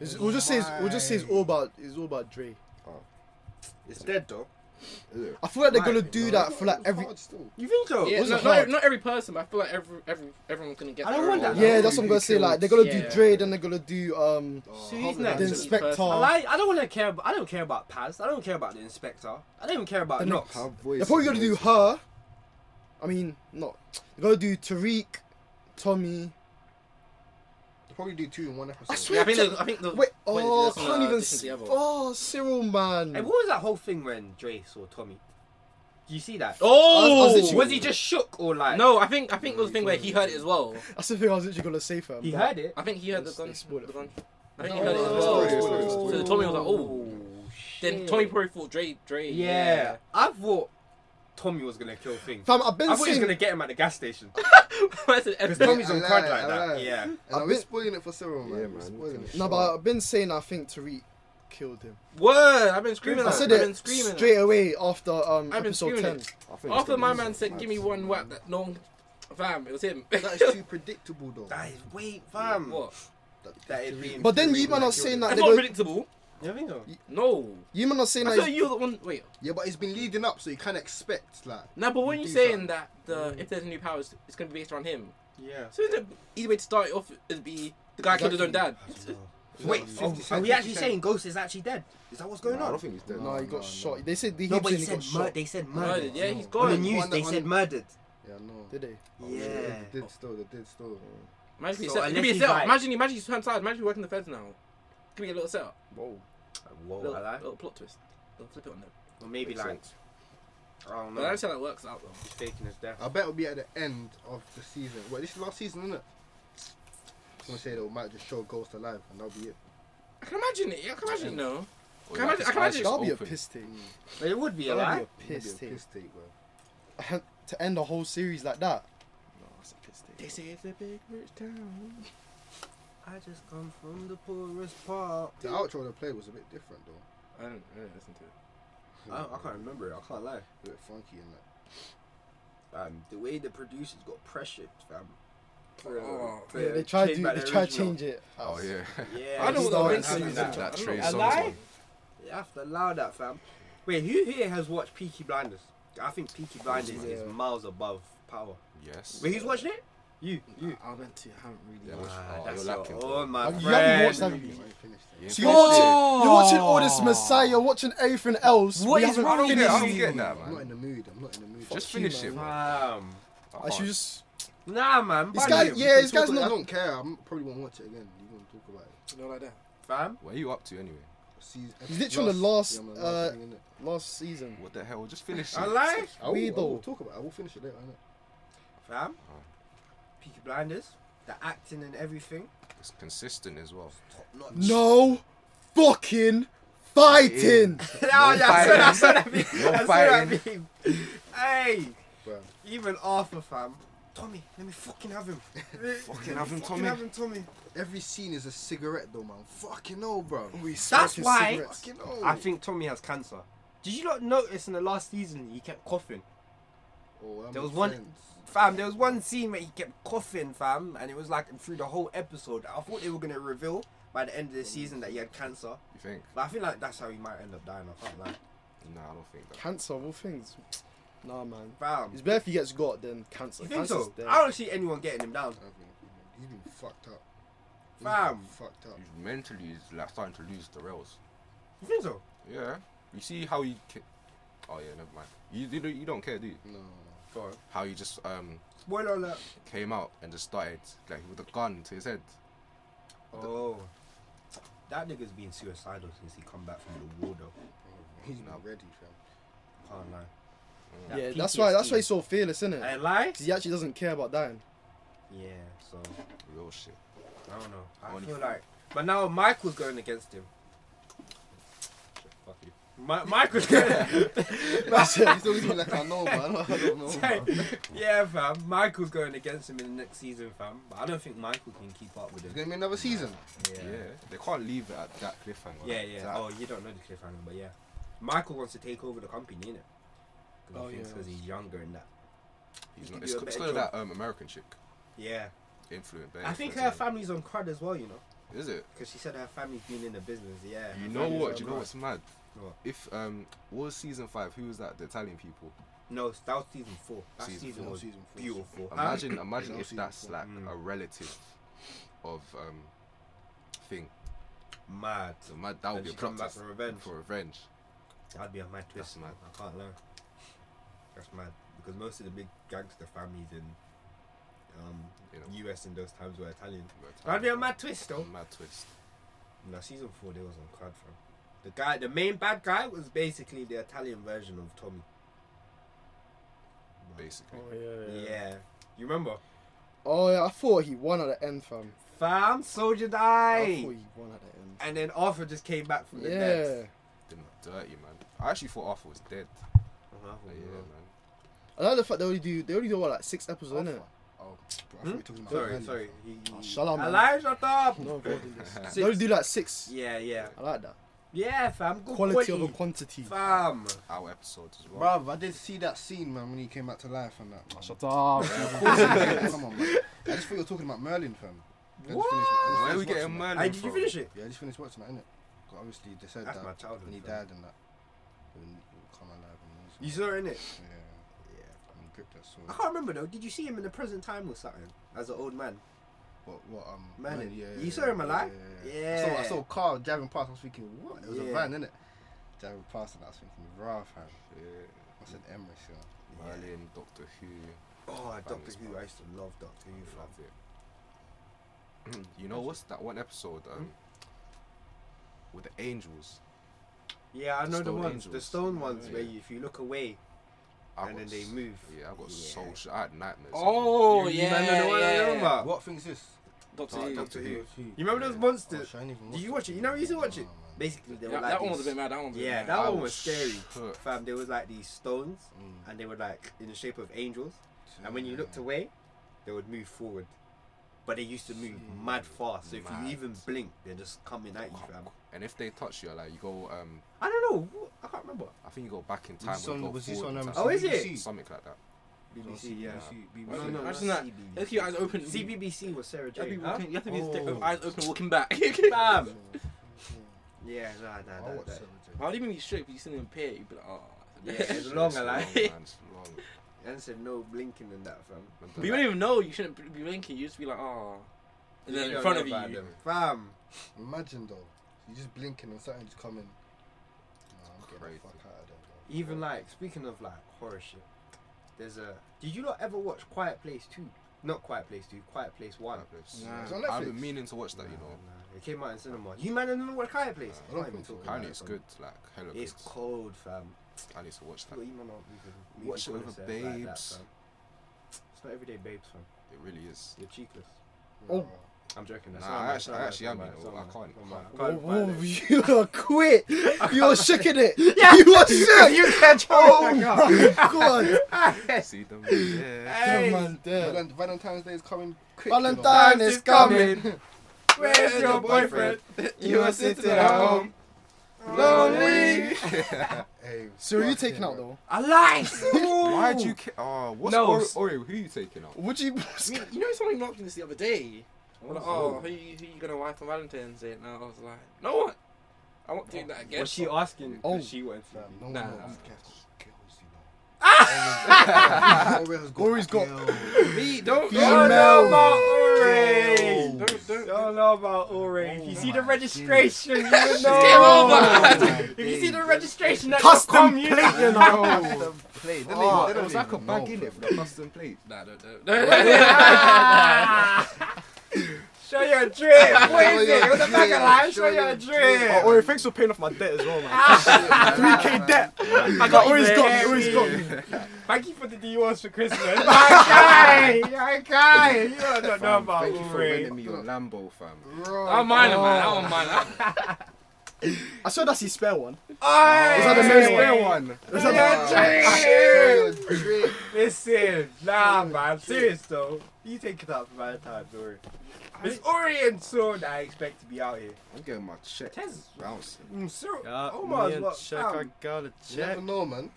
Speaker 2: It's, we'll just say it's, we'll just say it's all about it's all about Dre.
Speaker 4: It's dead though.
Speaker 2: I feel like they're gonna
Speaker 4: Right,
Speaker 2: do
Speaker 4: no,
Speaker 2: that for like every.
Speaker 4: You think so?
Speaker 9: Yeah,
Speaker 2: was
Speaker 9: no,
Speaker 2: it
Speaker 9: not,
Speaker 2: hard?
Speaker 9: not every person, but I feel like every every everyone's gonna get.
Speaker 4: I don't
Speaker 9: their
Speaker 4: want
Speaker 9: own.
Speaker 4: that.
Speaker 2: Yeah, that's what I'm gonna say. Like they're gonna
Speaker 9: Yeah.
Speaker 2: do Dre, then they're gonna do um
Speaker 4: So he's
Speaker 2: the
Speaker 4: next.
Speaker 9: Inspector.
Speaker 2: Inspector.
Speaker 4: I, like, I don't want to care. ab- I don't care about Paz. I don't care about the Inspector. I don't even care about
Speaker 2: The
Speaker 4: Knox.
Speaker 8: Her voice.
Speaker 2: They're probably gonna do
Speaker 8: is-
Speaker 2: her. I mean, not. They're gonna do Tariq, Tommy.
Speaker 10: They probably do two in one episode.
Speaker 2: I
Speaker 9: Yeah, I
Speaker 2: swear.
Speaker 9: think
Speaker 2: to,
Speaker 9: the, I think the
Speaker 2: wait.
Speaker 9: when
Speaker 2: Oh,
Speaker 9: there's
Speaker 2: I
Speaker 9: one,
Speaker 2: can't
Speaker 9: uh,
Speaker 2: even.
Speaker 9: different
Speaker 2: s-
Speaker 9: to the other.
Speaker 2: Oh, Cyril, man.
Speaker 4: Hey, what was that whole thing when Dre saw Tommy? Do you see that?
Speaker 2: I was- I was
Speaker 4: Oh,
Speaker 2: literally-
Speaker 4: was he just shook or like?
Speaker 9: No, I think I think it was the thing where he heard it as well.
Speaker 2: That's the thing I was literally gonna say, fam.
Speaker 4: he
Speaker 2: but-
Speaker 4: heard it.
Speaker 9: I think he heard the
Speaker 2: They
Speaker 9: gun.
Speaker 2: spoiled it
Speaker 9: The
Speaker 2: for
Speaker 9: gun.
Speaker 2: me.
Speaker 9: I think he heard it as
Speaker 8: Oh.
Speaker 9: well.
Speaker 8: Oh.
Speaker 9: So Tommy was like, "Oh." Then
Speaker 4: shit.
Speaker 9: Tommy probably thought Dre. Dre.
Speaker 4: Yeah. I thought Tommy was gonna kill Thing.
Speaker 2: Fam, I've
Speaker 4: I
Speaker 2: been
Speaker 4: thought he was
Speaker 2: saying.
Speaker 4: gonna get him at the gas station.
Speaker 9: (laughs)
Speaker 4: Because
Speaker 9: That's an episode.
Speaker 4: Tommy's
Speaker 10: I
Speaker 4: on
Speaker 10: lied,
Speaker 4: quad like
Speaker 10: I
Speaker 4: that.
Speaker 10: lied.
Speaker 4: Yeah.
Speaker 10: And
Speaker 2: I've
Speaker 10: we're
Speaker 2: been-
Speaker 10: spoiling it for Cyril, man.
Speaker 8: Yeah,
Speaker 10: We're
Speaker 8: man.
Speaker 10: spoiling it.
Speaker 2: No, but I've been saying I think Tariq killed him.
Speaker 9: Word. I've been screaming.
Speaker 2: I
Speaker 9: at
Speaker 2: said
Speaker 9: it. I've been
Speaker 2: it
Speaker 9: screaming.
Speaker 2: straight away after um
Speaker 9: I've been
Speaker 2: episode
Speaker 9: screaming
Speaker 2: ten.
Speaker 9: it.
Speaker 8: I think it's
Speaker 9: After
Speaker 8: gonna
Speaker 9: my
Speaker 8: be
Speaker 9: man
Speaker 8: some
Speaker 9: said, "Give me
Speaker 8: mad
Speaker 9: one whack," that long, fam, it was him.
Speaker 10: (laughs) That
Speaker 9: (laughs)
Speaker 10: is too predictable, though.
Speaker 4: That is way fam.
Speaker 9: what?
Speaker 4: That is being.
Speaker 2: But then you man are saying that
Speaker 9: That's
Speaker 2: they
Speaker 9: not
Speaker 2: go,
Speaker 9: predictable.
Speaker 4: You think so?
Speaker 9: No.
Speaker 2: you man are saying
Speaker 9: I
Speaker 2: that.
Speaker 9: thought
Speaker 2: it's-
Speaker 9: you were the one. Wait.
Speaker 10: Yeah, but it's been leading up, so you can't expect like.
Speaker 9: No, but when
Speaker 10: You
Speaker 9: you're
Speaker 10: do
Speaker 9: saying that the if there's new powers, it's gonna be based around him.
Speaker 4: Yeah.
Speaker 9: So is it- either way to start it off it'd be the guy killed his own dad.
Speaker 10: Like
Speaker 4: Wait, oh,
Speaker 10: 50
Speaker 4: are we
Speaker 10: cent,
Speaker 4: actually
Speaker 10: 50
Speaker 4: saying Ghost is actually dead? Is that what's going
Speaker 8: Nah, I
Speaker 4: on?
Speaker 8: don't think he's dead.
Speaker 2: No, he got
Speaker 10: no,
Speaker 2: shot.
Speaker 10: no.
Speaker 2: They said the
Speaker 4: No, but
Speaker 2: and
Speaker 4: he
Speaker 2: he got
Speaker 4: said mur-
Speaker 2: shot.
Speaker 4: they said murdered.
Speaker 9: Murdered. Yeah, he's
Speaker 4: On
Speaker 9: gone.
Speaker 4: the news,
Speaker 10: On the-
Speaker 4: they
Speaker 10: on
Speaker 4: said
Speaker 10: the-
Speaker 4: murdered.
Speaker 10: Yeah, no.
Speaker 2: Did they?
Speaker 4: Yeah.
Speaker 10: They did still. They did still.
Speaker 9: Imagine if
Speaker 4: So
Speaker 9: so it could be a
Speaker 4: unless he's
Speaker 9: setup.
Speaker 4: like-
Speaker 9: Imagine, imagine he's turned side. Imagine working the feds now. Could be a little setup.
Speaker 8: Whoa.
Speaker 4: Whoa,
Speaker 9: little,
Speaker 4: I lie.
Speaker 9: little plot twist. They'll flip it on them.
Speaker 4: Or maybe
Speaker 8: Makes
Speaker 4: like,
Speaker 8: sense.
Speaker 4: I don't
Speaker 9: But
Speaker 4: know,
Speaker 9: that's how that works out though.
Speaker 4: he's faking his death.
Speaker 10: I bet it'll be at the end of the season. Well, this is last season, isn't it? I'm gonna say they might just show Ghost alive, and that'll be it.
Speaker 9: I can imagine it. Yeah, I can imagine it. No.
Speaker 1: Or
Speaker 9: Can
Speaker 1: like
Speaker 9: I imagine-
Speaker 1: his
Speaker 9: I can
Speaker 1: eyes
Speaker 9: imagine-
Speaker 1: just
Speaker 2: That'll be a
Speaker 1: open.
Speaker 2: piss take.
Speaker 4: But it would be a
Speaker 2: That'll be
Speaker 4: lie.
Speaker 2: a
Speaker 10: That'll be
Speaker 2: piss
Speaker 10: a
Speaker 2: take.
Speaker 10: piss take, bro.
Speaker 2: To end the whole series like that.
Speaker 9: They say it's a big rich town.
Speaker 4: I just come from the poorest part.
Speaker 10: The outro they played was a bit different, though.
Speaker 9: I don't, I don't listen to it.
Speaker 4: I, I can't remember it. I can't lie.
Speaker 10: A bit funky and that.
Speaker 4: Um, the way the producers got pressured, fam. For,
Speaker 9: Oh,
Speaker 4: for-
Speaker 2: Yeah, they tried to
Speaker 4: came back
Speaker 2: they tried to
Speaker 4: original.
Speaker 2: change it.
Speaker 1: Oh yeah,
Speaker 4: Yeah,
Speaker 9: I don't
Speaker 4: you
Speaker 9: know what
Speaker 4: know
Speaker 9: that
Speaker 4: it happened like
Speaker 9: means.
Speaker 4: that.
Speaker 1: that Trey
Speaker 4: I
Speaker 1: Songz
Speaker 4: lie?
Speaker 1: one.
Speaker 4: You have to allow that, fam. Wait, who here has watched Peaky Blinders? I think Peaky Blinders is miles above power.
Speaker 1: Yes.
Speaker 4: Wait, who's watching it? You, you.
Speaker 9: I meant to. I haven't really.
Speaker 1: Yeah,
Speaker 9: watched
Speaker 1: watch-
Speaker 9: it.
Speaker 1: oh,
Speaker 4: that's
Speaker 1: you're
Speaker 4: your,
Speaker 1: lacking,
Speaker 4: oh,
Speaker 1: bro.
Speaker 4: my
Speaker 2: Have you- you haven't
Speaker 4: friend.
Speaker 2: watched that?
Speaker 10: You ain't finished it.
Speaker 1: You
Speaker 2: So you're watching, you're watching all this Messiah, you're watching everything else.
Speaker 4: What
Speaker 2: we
Speaker 4: is
Speaker 2: haven't
Speaker 4: wrong
Speaker 1: I
Speaker 4: with
Speaker 2: finished.
Speaker 1: don't get, I do that,
Speaker 10: I'm not in
Speaker 1: man.
Speaker 10: the mood. I'm not in the mood.
Speaker 1: Just
Speaker 2: you,
Speaker 1: finish it, man.
Speaker 4: Fam.
Speaker 2: I should just.
Speaker 4: Nah, man.
Speaker 2: This
Speaker 4: bun
Speaker 2: guy,
Speaker 4: him,
Speaker 2: yeah,
Speaker 10: We
Speaker 2: this
Speaker 10: can
Speaker 2: guy's
Speaker 10: talk- I
Speaker 2: not.
Speaker 10: don't care. I probably won't watch it again. You gonna talk about it?
Speaker 9: You know like that.
Speaker 4: Fam.
Speaker 1: What are you up to anyway?
Speaker 10: Season,
Speaker 2: He's literally on the last,
Speaker 10: man,
Speaker 2: uh,
Speaker 10: thing, innit?
Speaker 2: Last season.
Speaker 1: What the hell? Just finish it.
Speaker 4: I lie.
Speaker 10: I will,
Speaker 2: we
Speaker 10: I will
Speaker 2: though.
Speaker 10: talk about. it. I will finish it later. Innit?
Speaker 4: Fam. Peaky Blinders. The acting and everything.
Speaker 1: It's consistent as well.
Speaker 4: Top notch.
Speaker 2: No fucking fighting.
Speaker 4: Nah, yeah, I saw that- I saw that meme.
Speaker 1: No
Speaker 4: I saw that meme. Hey.
Speaker 10: Bruh.
Speaker 4: Even Arthur, fam. Tommy, let me fucking have him. fucking
Speaker 1: have him,
Speaker 4: fucking
Speaker 1: Tommy.
Speaker 4: have him, Tommy.
Speaker 10: Every scene is a cigarette, though, man. Fucking hell, bro.
Speaker 4: That's why-
Speaker 10: Fucking hell.
Speaker 4: I think Tommy has cancer. Did you not notice in the last season he kept coughing?
Speaker 10: Oh, that
Speaker 4: There was
Speaker 10: makes
Speaker 4: one-
Speaker 10: sense.
Speaker 4: Fam, there was one scene where he kept coughing, fam, and it was like through the whole episode. I thought they were gonna reveal by the end of the season that he had cancer.
Speaker 1: You think?
Speaker 4: But I feel like that's how he might end up dying. I can't lie.
Speaker 1: Nah, I don't think that.
Speaker 2: Cancer, of all things. Nah, man. It's
Speaker 4: Fam,
Speaker 2: better if he gets got than cancer.
Speaker 4: you think
Speaker 2: Cancer's
Speaker 4: so?
Speaker 2: dead.
Speaker 4: I don't see anyone getting him
Speaker 10: I
Speaker 4: down.
Speaker 10: don't think- He's been fucked up. He's
Speaker 4: Fam.
Speaker 10: been Fucked up.
Speaker 1: He's mentally he's like starting to lose the rails.
Speaker 4: You think so?
Speaker 1: Yeah. You see how he. Ki- oh yeah, never mind. You you don't, you don't care, do you?
Speaker 10: No.
Speaker 4: Go on.
Speaker 1: How he just um
Speaker 4: Spoiler alert.
Speaker 1: came out and just started like with a gun to his head.
Speaker 4: Oh, that nigga's been suicidal since he come back from the war, though.
Speaker 10: He's (laughs)
Speaker 1: No.
Speaker 10: not ready, fam.
Speaker 4: Can't lie. That
Speaker 2: yeah, that's why that's why
Speaker 4: PTSD.
Speaker 2: he's so fearless, isn't it?
Speaker 4: I lie.
Speaker 2: he actually doesn't care about dying.
Speaker 4: Yeah. So
Speaker 8: Real shit.
Speaker 4: I don't know. I
Speaker 8: Only
Speaker 4: feel
Speaker 8: four.
Speaker 4: like, but now Michael's going against him. Fuck you. Mi- Michael's going.
Speaker 6: He's always been like, I know, man. I don't know. man.
Speaker 4: yeah, fam. Michael's going against him in the next season, fam. But I don't think Michael can keep up with
Speaker 6: There's
Speaker 4: him.
Speaker 6: gonna be another season.
Speaker 4: Yeah,
Speaker 8: Yeah. They can't leave it at that cliffhanger.
Speaker 4: yeah.
Speaker 8: It's
Speaker 4: yeah.
Speaker 8: like,
Speaker 4: Oh, you don't know the cliffhanger, but yeah, Michael wants to take over the company, innit? Because
Speaker 2: Oh,
Speaker 4: he thinks
Speaker 2: yeah.
Speaker 4: because he's younger and that.
Speaker 8: he's
Speaker 4: you
Speaker 8: not,
Speaker 4: could
Speaker 8: it's
Speaker 4: do a
Speaker 8: it's
Speaker 4: better
Speaker 8: kind of that um, American chick.
Speaker 4: Yeah.
Speaker 8: Influent.
Speaker 4: I think her family's on crud as well, you know,
Speaker 8: Is it?
Speaker 4: because she said her family's been in the business. Yeah.
Speaker 8: You
Speaker 4: her
Speaker 8: know
Speaker 4: family's
Speaker 8: what?
Speaker 4: on
Speaker 8: Do you know
Speaker 4: crud.
Speaker 8: what's mad?
Speaker 4: What?
Speaker 8: If um, what was season five? Who was that? The Italian people.
Speaker 4: No, that was season four. That
Speaker 8: Season
Speaker 4: season,
Speaker 8: four,
Speaker 4: was
Speaker 6: season four.
Speaker 4: beautiful. (clears throat)
Speaker 8: Imagine, imagine
Speaker 6: I've
Speaker 8: if
Speaker 6: seen
Speaker 8: that's
Speaker 6: before.
Speaker 8: like
Speaker 4: Mm.
Speaker 8: a relative of um, thing.
Speaker 4: Mad.
Speaker 8: So mad, that would
Speaker 4: And
Speaker 8: be a
Speaker 4: she come
Speaker 8: plot
Speaker 4: back
Speaker 8: twist.
Speaker 4: for revenge.
Speaker 8: For revenge.
Speaker 4: That'd be a mad twist,
Speaker 8: That's mad.
Speaker 4: I can't lie. That's mad because most of the big gangster families in um,
Speaker 8: You know.
Speaker 4: US in those times were Italian.
Speaker 8: But
Speaker 4: That'd be a mad twist, though.
Speaker 8: Mad twist.
Speaker 4: Now season four, they was on crowd from. The guy, the main bad guy, was basically the Italian version of Tommy.
Speaker 8: Basically.
Speaker 4: Oh, Yeah. You remember?
Speaker 2: Oh yeah, I thought he won at the end, fam.
Speaker 4: Fam, soldier
Speaker 2: I
Speaker 4: die.
Speaker 2: thought he won at the end.
Speaker 4: And then Arthur just came back from the
Speaker 2: Yeah,
Speaker 4: dead.
Speaker 8: Did not dirty, man. I actually thought Arthur was dead.
Speaker 2: Oh,
Speaker 4: Uh-huh.
Speaker 8: Like, yeah, man.
Speaker 2: I like the fact they only do they only do what like six episodes, innit?
Speaker 6: Oh, bro, I thought
Speaker 4: Hmm?
Speaker 6: we were talking about
Speaker 4: Sorry,
Speaker 6: earlier.
Speaker 4: sorry. He, he,
Speaker 2: Oh, shut up, man.
Speaker 4: Alive, shut up.
Speaker 2: No, God, in this.
Speaker 4: Six.
Speaker 2: they only do like six.
Speaker 4: Yeah, yeah.
Speaker 2: I like that
Speaker 4: Yeah, fam. Good
Speaker 2: quality,
Speaker 4: quality.
Speaker 2: over quantity.
Speaker 4: Fam.
Speaker 8: Our episode as well.
Speaker 6: Bruv, I did see that scene, man, when he came back to life
Speaker 10: (laughs)
Speaker 6: and that. Man.
Speaker 11: Shut up.
Speaker 6: Of course he did. Come on, man. I just thought you were talking about Merlin, fam. I just
Speaker 4: What?
Speaker 6: finished- I just
Speaker 8: Where are we
Speaker 6: finished
Speaker 8: getting
Speaker 6: watching that.
Speaker 8: Merlin
Speaker 4: Hey, did you
Speaker 8: from?
Speaker 4: finish it?
Speaker 6: Yeah, I just finished watching that, innit? 'Cause Obviously, they said
Speaker 4: That's
Speaker 6: that
Speaker 4: my childhood,
Speaker 6: when he
Speaker 4: fam.
Speaker 6: died and that. When he come alive and all
Speaker 4: You
Speaker 6: this.
Speaker 4: saw it, innit?
Speaker 6: Yeah. And gripped that sword.
Speaker 4: I can't remember though. Did you see him in the present time or something? As an old man,
Speaker 6: What, what, um.
Speaker 4: Merlin.
Speaker 6: Merlin, yeah,
Speaker 4: you
Speaker 6: yeah,
Speaker 4: saw him
Speaker 6: yeah,
Speaker 4: alive.
Speaker 6: yeah, yeah. I saw, I
Speaker 4: Yeah.
Speaker 6: saw a car driving past. I was thinking, what? It was
Speaker 4: Yeah.
Speaker 6: a van, innit? Driving past, and I was thinking, rah, fam.
Speaker 8: Yeah.
Speaker 6: I said, Emery, so.
Speaker 8: Merlin, Doctor Who.
Speaker 4: Oh,
Speaker 8: Fam,
Speaker 4: Doctor
Speaker 8: it's
Speaker 4: Who.
Speaker 8: mad.
Speaker 4: I used to love Doctor Who. Fam.
Speaker 8: Loved it. you know what's that one episode
Speaker 4: Hmm?
Speaker 8: um, with the angels?
Speaker 4: Yeah, I
Speaker 8: The
Speaker 4: know the
Speaker 8: Stone
Speaker 4: ones, the
Speaker 8: Angels.
Speaker 4: stone ones,
Speaker 8: Yeah.
Speaker 4: where you, if you look away
Speaker 8: I
Speaker 4: and
Speaker 8: got
Speaker 4: then they
Speaker 8: s-
Speaker 4: move.
Speaker 8: Yeah, I got
Speaker 4: Yeah.
Speaker 8: so sh- I had nightmares.
Speaker 9: Oh,
Speaker 4: You
Speaker 9: yeah.
Speaker 4: remember the one I
Speaker 9: yeah.
Speaker 4: remember?
Speaker 6: What thing is this?
Speaker 9: Doctor
Speaker 4: Oh,
Speaker 9: Who.
Speaker 4: Doctor Who.
Speaker 6: You Oh,
Speaker 4: You remember those monsters? Did you watch it? You never used to watch it. Basically, they
Speaker 9: Yeah,
Speaker 4: were
Speaker 9: that
Speaker 4: like
Speaker 9: one was a
Speaker 4: these-
Speaker 9: bit mad. That one was a bit
Speaker 4: Yeah,
Speaker 9: mad.
Speaker 4: that
Speaker 8: I
Speaker 4: one
Speaker 8: was
Speaker 4: was scary.
Speaker 8: shook.
Speaker 4: Fam, there was like these stones,
Speaker 6: Mm.
Speaker 4: and they were like in the shape of angels. And when you looked away, they would move forward. But they used to move mad fast. So if
Speaker 8: Mad.
Speaker 4: you even blink, they're just coming at you, fam.
Speaker 8: And if they touch you, like you go, um,
Speaker 4: I don't know. wh- I can't remember.
Speaker 8: I think you go back in time.
Speaker 6: this
Speaker 8: or
Speaker 6: on-
Speaker 8: go
Speaker 6: was this
Speaker 8: forward
Speaker 6: on,
Speaker 8: in
Speaker 6: um,
Speaker 8: time.
Speaker 4: Oh, is it? BBC?
Speaker 8: Something
Speaker 4: (laughs)
Speaker 8: like that.
Speaker 4: BBC, yeah.
Speaker 6: BBC.
Speaker 4: No, no,
Speaker 9: Imagine
Speaker 4: not
Speaker 9: that.
Speaker 4: CBBC.
Speaker 9: Look at your eyes
Speaker 4: (laughs)
Speaker 9: open.
Speaker 4: CBBC was Sarah
Speaker 9: You have to
Speaker 4: J.
Speaker 9: be
Speaker 4: huh? (laughs)
Speaker 9: walking- you have to be with
Speaker 6: Oh.
Speaker 9: eyes open walking (laughs) back.
Speaker 4: Fam. Yeah, nah, nah, nah. nah.
Speaker 9: I would even be strict, but you still impair. You'd be like, oh.
Speaker 4: Yeah,
Speaker 8: It's (laughs)
Speaker 4: it's long,
Speaker 8: long,
Speaker 4: like.
Speaker 8: man, it's long.
Speaker 4: And said no blinking in that, fam.
Speaker 8: Remember
Speaker 9: But you
Speaker 8: that-
Speaker 9: don't even know. You shouldn't b- be blinking. You just be like, oh. And then in front of you.
Speaker 4: don't know about them. Fam.
Speaker 6: Imagine though, you just blinking and something's coming. Nah, I'm getting
Speaker 8: Crazy.
Speaker 6: the fuck out of there.
Speaker 4: Even like, speaking of like horror shit, there's a. Did you not ever watch Quiet Place 2? Not Quiet Place 2, Quiet Place 1.
Speaker 8: that place.
Speaker 6: Nah. It's on Netflix.
Speaker 8: I've been meaning to watch that, you know.
Speaker 4: Nah, It came out in cinema. You man didn't know what Quiet Place?
Speaker 6: I don't
Speaker 4: Can't even
Speaker 6: think so.
Speaker 4: talk about
Speaker 8: Apparently
Speaker 4: it,
Speaker 8: it's
Speaker 4: fam.
Speaker 8: good, like hella
Speaker 4: It's
Speaker 8: good.
Speaker 4: cold, fam.
Speaker 8: I need to watch that.
Speaker 4: What you man aren't even- movie
Speaker 8: Watch it with
Speaker 4: concepts
Speaker 8: the
Speaker 4: like that,
Speaker 8: babes.
Speaker 4: fam. It's not everyday babes, fam.
Speaker 8: It really is.
Speaker 4: You're cheekless.
Speaker 2: Oh.
Speaker 4: I'm joking. that's
Speaker 8: Nah,
Speaker 4: not
Speaker 8: I
Speaker 4: mine,
Speaker 8: actually-
Speaker 4: that's
Speaker 8: I
Speaker 4: not
Speaker 8: actually
Speaker 4: mine,
Speaker 8: am,
Speaker 4: that's
Speaker 8: you know,
Speaker 4: not
Speaker 8: I
Speaker 4: mine,
Speaker 8: can't-
Speaker 4: that's not mine.
Speaker 2: Whoa,
Speaker 4: I can't
Speaker 2: whoa,
Speaker 4: find it.
Speaker 2: you (laughs) are
Speaker 4: (laughs)
Speaker 2: quick. You are shaking it. You are shook.
Speaker 4: You can't
Speaker 2: (laughs) Oh
Speaker 4: joke.
Speaker 2: my
Speaker 4: (laughs)
Speaker 2: god.
Speaker 8: See them. Yeah.
Speaker 2: That
Speaker 4: Hey,
Speaker 2: man there.
Speaker 6: Valen- Valentine's Day is coming quick. you know.
Speaker 2: Valentine is coming.
Speaker 4: Where's your boyfriend?
Speaker 2: You are
Speaker 4: sitting at home,
Speaker 2: lonely.
Speaker 6: Hey,
Speaker 2: So are you
Speaker 6: fuck
Speaker 2: taking
Speaker 6: it,
Speaker 2: out
Speaker 6: bro.
Speaker 2: though?
Speaker 4: I lied.
Speaker 8: Why do you care? Oh, what's
Speaker 9: No.
Speaker 8: Ori, Ori, who you taking out?
Speaker 2: Would you?
Speaker 9: I mean, you know, someone knocked me this the other day. I'm like, oh, who you, who you gonna wife on Valentine's Day? And I was like, no one. I won't do that again.
Speaker 4: Was
Speaker 9: (laughs)
Speaker 4: she asking?
Speaker 2: Oh.
Speaker 4: Oh, she went.
Speaker 6: Fam, no one
Speaker 9: Nah.
Speaker 6: knows girls, you know. Ori's
Speaker 2: got-
Speaker 9: Me, don't.
Speaker 2: You
Speaker 9: don't-
Speaker 6: Oh,
Speaker 2: know.
Speaker 4: Ore.
Speaker 9: Don't, don't,
Speaker 4: You Don't know about Ore. If you see the registration, you would
Speaker 9: Game (laughs)
Speaker 4: know.
Speaker 9: over.
Speaker 4: If you see the registration, that's
Speaker 2: Custom
Speaker 4: you.
Speaker 2: plate, you
Speaker 6: Oh.
Speaker 2: know.
Speaker 6: Play. Then
Speaker 8: Oh,
Speaker 6: they,
Speaker 8: it
Speaker 6: they
Speaker 8: was like a bag in
Speaker 6: it.
Speaker 9: (laughs)
Speaker 8: it for the custom plate.
Speaker 9: Nah, don't, don't.
Speaker 4: Shut Show your
Speaker 9: (laughs)
Speaker 4: drip. What
Speaker 2: Show
Speaker 4: is
Speaker 2: your
Speaker 4: it? With a bag
Speaker 2: drip.
Speaker 4: of lime,
Speaker 2: Show
Speaker 4: show your
Speaker 2: your
Speaker 4: drip.
Speaker 2: Oh, oh, thanks for paying off my debt as well, man. Ah. Three K debt. I got always got me, always got me.
Speaker 4: Thank you for the DUIs for
Speaker 9: (laughs)
Speaker 4: Christmas. My guy, my guy. You don't know
Speaker 12: Fam,
Speaker 4: about
Speaker 12: Thank you for
Speaker 4: Uwe.
Speaker 12: renting me your Lambo, fam.
Speaker 4: I don't mind it, man. I
Speaker 6: Oh.
Speaker 4: don't mind
Speaker 9: (laughs)
Speaker 4: it.
Speaker 2: (laughs) I saw that's his spare one. Is
Speaker 4: Aye.
Speaker 2: that the
Speaker 4: Hey.
Speaker 2: main spare one? Is
Speaker 4: (laughs) Show your drip. Listen, nah, man. Serious though. You take it out for my time, don't worry. It's Orient sword I expect to be out here.
Speaker 12: I'm getting my check.
Speaker 4: Tez.
Speaker 12: Bouncing.
Speaker 4: Mm, sir,
Speaker 12: Yeah,
Speaker 4: Omar's
Speaker 12: me and
Speaker 4: what?
Speaker 12: Shaq
Speaker 4: fam.
Speaker 12: are
Speaker 9: got a
Speaker 6: You never know, man.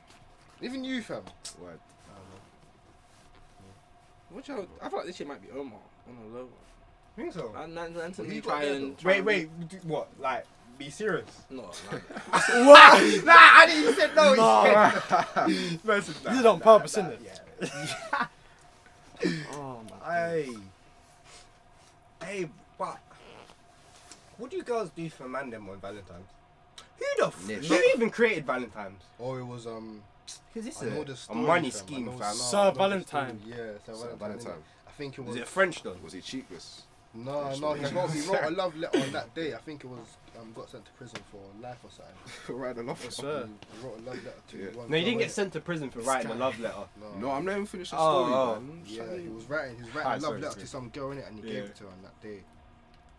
Speaker 6: Even you, fam.
Speaker 12: What?
Speaker 9: Which I, I feel like this shit might be Omar on a low one.
Speaker 4: Think so?
Speaker 9: And then Anthony
Speaker 4: Wait,
Speaker 9: try and
Speaker 4: wait,
Speaker 9: try and-
Speaker 4: wait, d- what? Like, be serious?
Speaker 9: No, (laughs)
Speaker 4: what? Nah, I didn't. You said no.
Speaker 2: Nah,
Speaker 4: (laughs) He
Speaker 2: man.
Speaker 4: said no. Listen,
Speaker 2: This is on purpose, isn't it?
Speaker 4: (laughs)
Speaker 9: Oh my.
Speaker 4: Hey, hey, but what do you girls do for man them on Valentine's? Who the f-
Speaker 12: Niche.
Speaker 4: who even created Valentine's?
Speaker 6: Or it was um.
Speaker 4: Because it's
Speaker 6: I know the
Speaker 4: a, a
Speaker 6: story,
Speaker 4: money
Speaker 6: fam. I
Speaker 4: scheme,
Speaker 6: know-
Speaker 4: fam.
Speaker 6: no,
Speaker 2: Sir
Speaker 6: I know the
Speaker 2: Valentine.
Speaker 6: story. Yeah, Sir
Speaker 8: Sir
Speaker 6: Valentine.
Speaker 8: Valentine.
Speaker 6: innit? I think it
Speaker 4: Is
Speaker 6: was.
Speaker 4: it French though?
Speaker 8: Was it cheapest?
Speaker 6: No, no, he wrote, he wrote a love letter on that day. I think it was um, got sent to prison for life or something.
Speaker 8: (laughs) right enough.
Speaker 2: Yes, sir.
Speaker 6: He wrote a love letter to
Speaker 8: Yeah.
Speaker 6: one
Speaker 4: No, you didn't
Speaker 6: girl,
Speaker 4: get sent to prison for writing a love letter.
Speaker 6: innit?
Speaker 8: No, I'm not even finished the
Speaker 4: Oh,
Speaker 8: story,
Speaker 4: oh.
Speaker 8: man.
Speaker 6: Yeah,
Speaker 8: Shall
Speaker 6: he
Speaker 8: we-
Speaker 6: was writing. He was
Speaker 4: Ah,
Speaker 6: writing a love
Speaker 4: sorry,
Speaker 6: letter
Speaker 4: sorry.
Speaker 6: to some girl in it, and he
Speaker 4: Yeah.
Speaker 6: gave it to her on that day.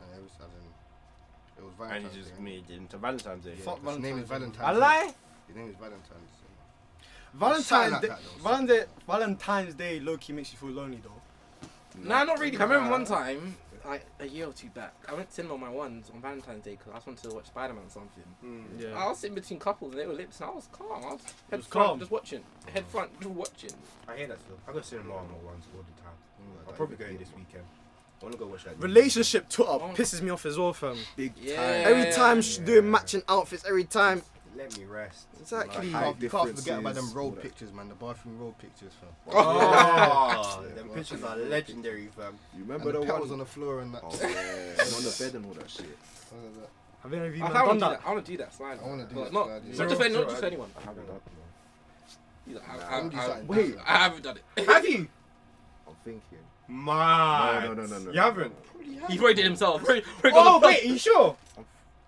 Speaker 6: And it was, I mean, it was
Speaker 4: And you
Speaker 6: Valentine's.
Speaker 4: just
Speaker 6: Day, innit?
Speaker 4: made it into Valentine's Day.
Speaker 6: Yeah, 'cause His name is Valentine's.
Speaker 4: I lie.
Speaker 6: His name is Valentine's. innit?
Speaker 2: Valentine's
Speaker 6: Something
Speaker 2: Day,
Speaker 6: like that, though.
Speaker 2: Valentine's, Valentine's Day low key makes you feel lonely though.
Speaker 9: Nah, not really. uh, I remember one time, like a year or two back, I went to cinema on my ones on Valentine's Day because I just wanted to watch Spider Man or something.
Speaker 6: Mm.
Speaker 9: I was sitting between couples and they were lips, and I was calm. I was head
Speaker 2: was
Speaker 9: front,
Speaker 2: calm.
Speaker 9: just watching. Head front, just watching.
Speaker 4: I hear that still. I go to cinema on my ones all the time. I'm probably going this weekend. I want to go watch that.
Speaker 2: Relationship Twitter pisses me off as well, fam.
Speaker 8: Big
Speaker 9: Yeah.
Speaker 8: time.
Speaker 2: Every time sh doing matching outfits, every time.
Speaker 4: Let me rest.
Speaker 2: Exactly.
Speaker 6: You
Speaker 8: Height
Speaker 6: can't, you can't forget about
Speaker 8: differences,
Speaker 6: them road
Speaker 8: all that.
Speaker 6: pictures, man. The bathroom road pictures, fam.
Speaker 4: (laughs) Oh, them pictures are legendary, fam.
Speaker 8: You
Speaker 6: And
Speaker 8: remember
Speaker 6: the
Speaker 8: the
Speaker 6: pet was on
Speaker 8: one?
Speaker 6: the floor and that.
Speaker 8: Oh,
Speaker 6: (laughs)
Speaker 8: (laughs) yeah. and on the bed and all that shit.
Speaker 2: Have any of you
Speaker 9: I,
Speaker 2: man
Speaker 9: I
Speaker 2: done
Speaker 9: want to do
Speaker 2: that?
Speaker 9: that. I want to do that slide.
Speaker 6: I wanna do
Speaker 9: But
Speaker 6: that
Speaker 9: Not,
Speaker 6: slide, yeah.
Speaker 9: not just for not just for anyone.
Speaker 8: I haven't up, man.
Speaker 9: Either. I,
Speaker 8: Nah,
Speaker 9: I,
Speaker 6: I'm
Speaker 9: I,
Speaker 6: deciding.
Speaker 9: wait, I haven't done it. (laughs)
Speaker 4: Have you?
Speaker 8: I'm thinking.
Speaker 4: My.
Speaker 8: No, no, no, no, no.
Speaker 4: You haven't.
Speaker 9: He's already did it himself. (laughs) Already- already
Speaker 4: Oh
Speaker 9: got-
Speaker 4: wait, you sure?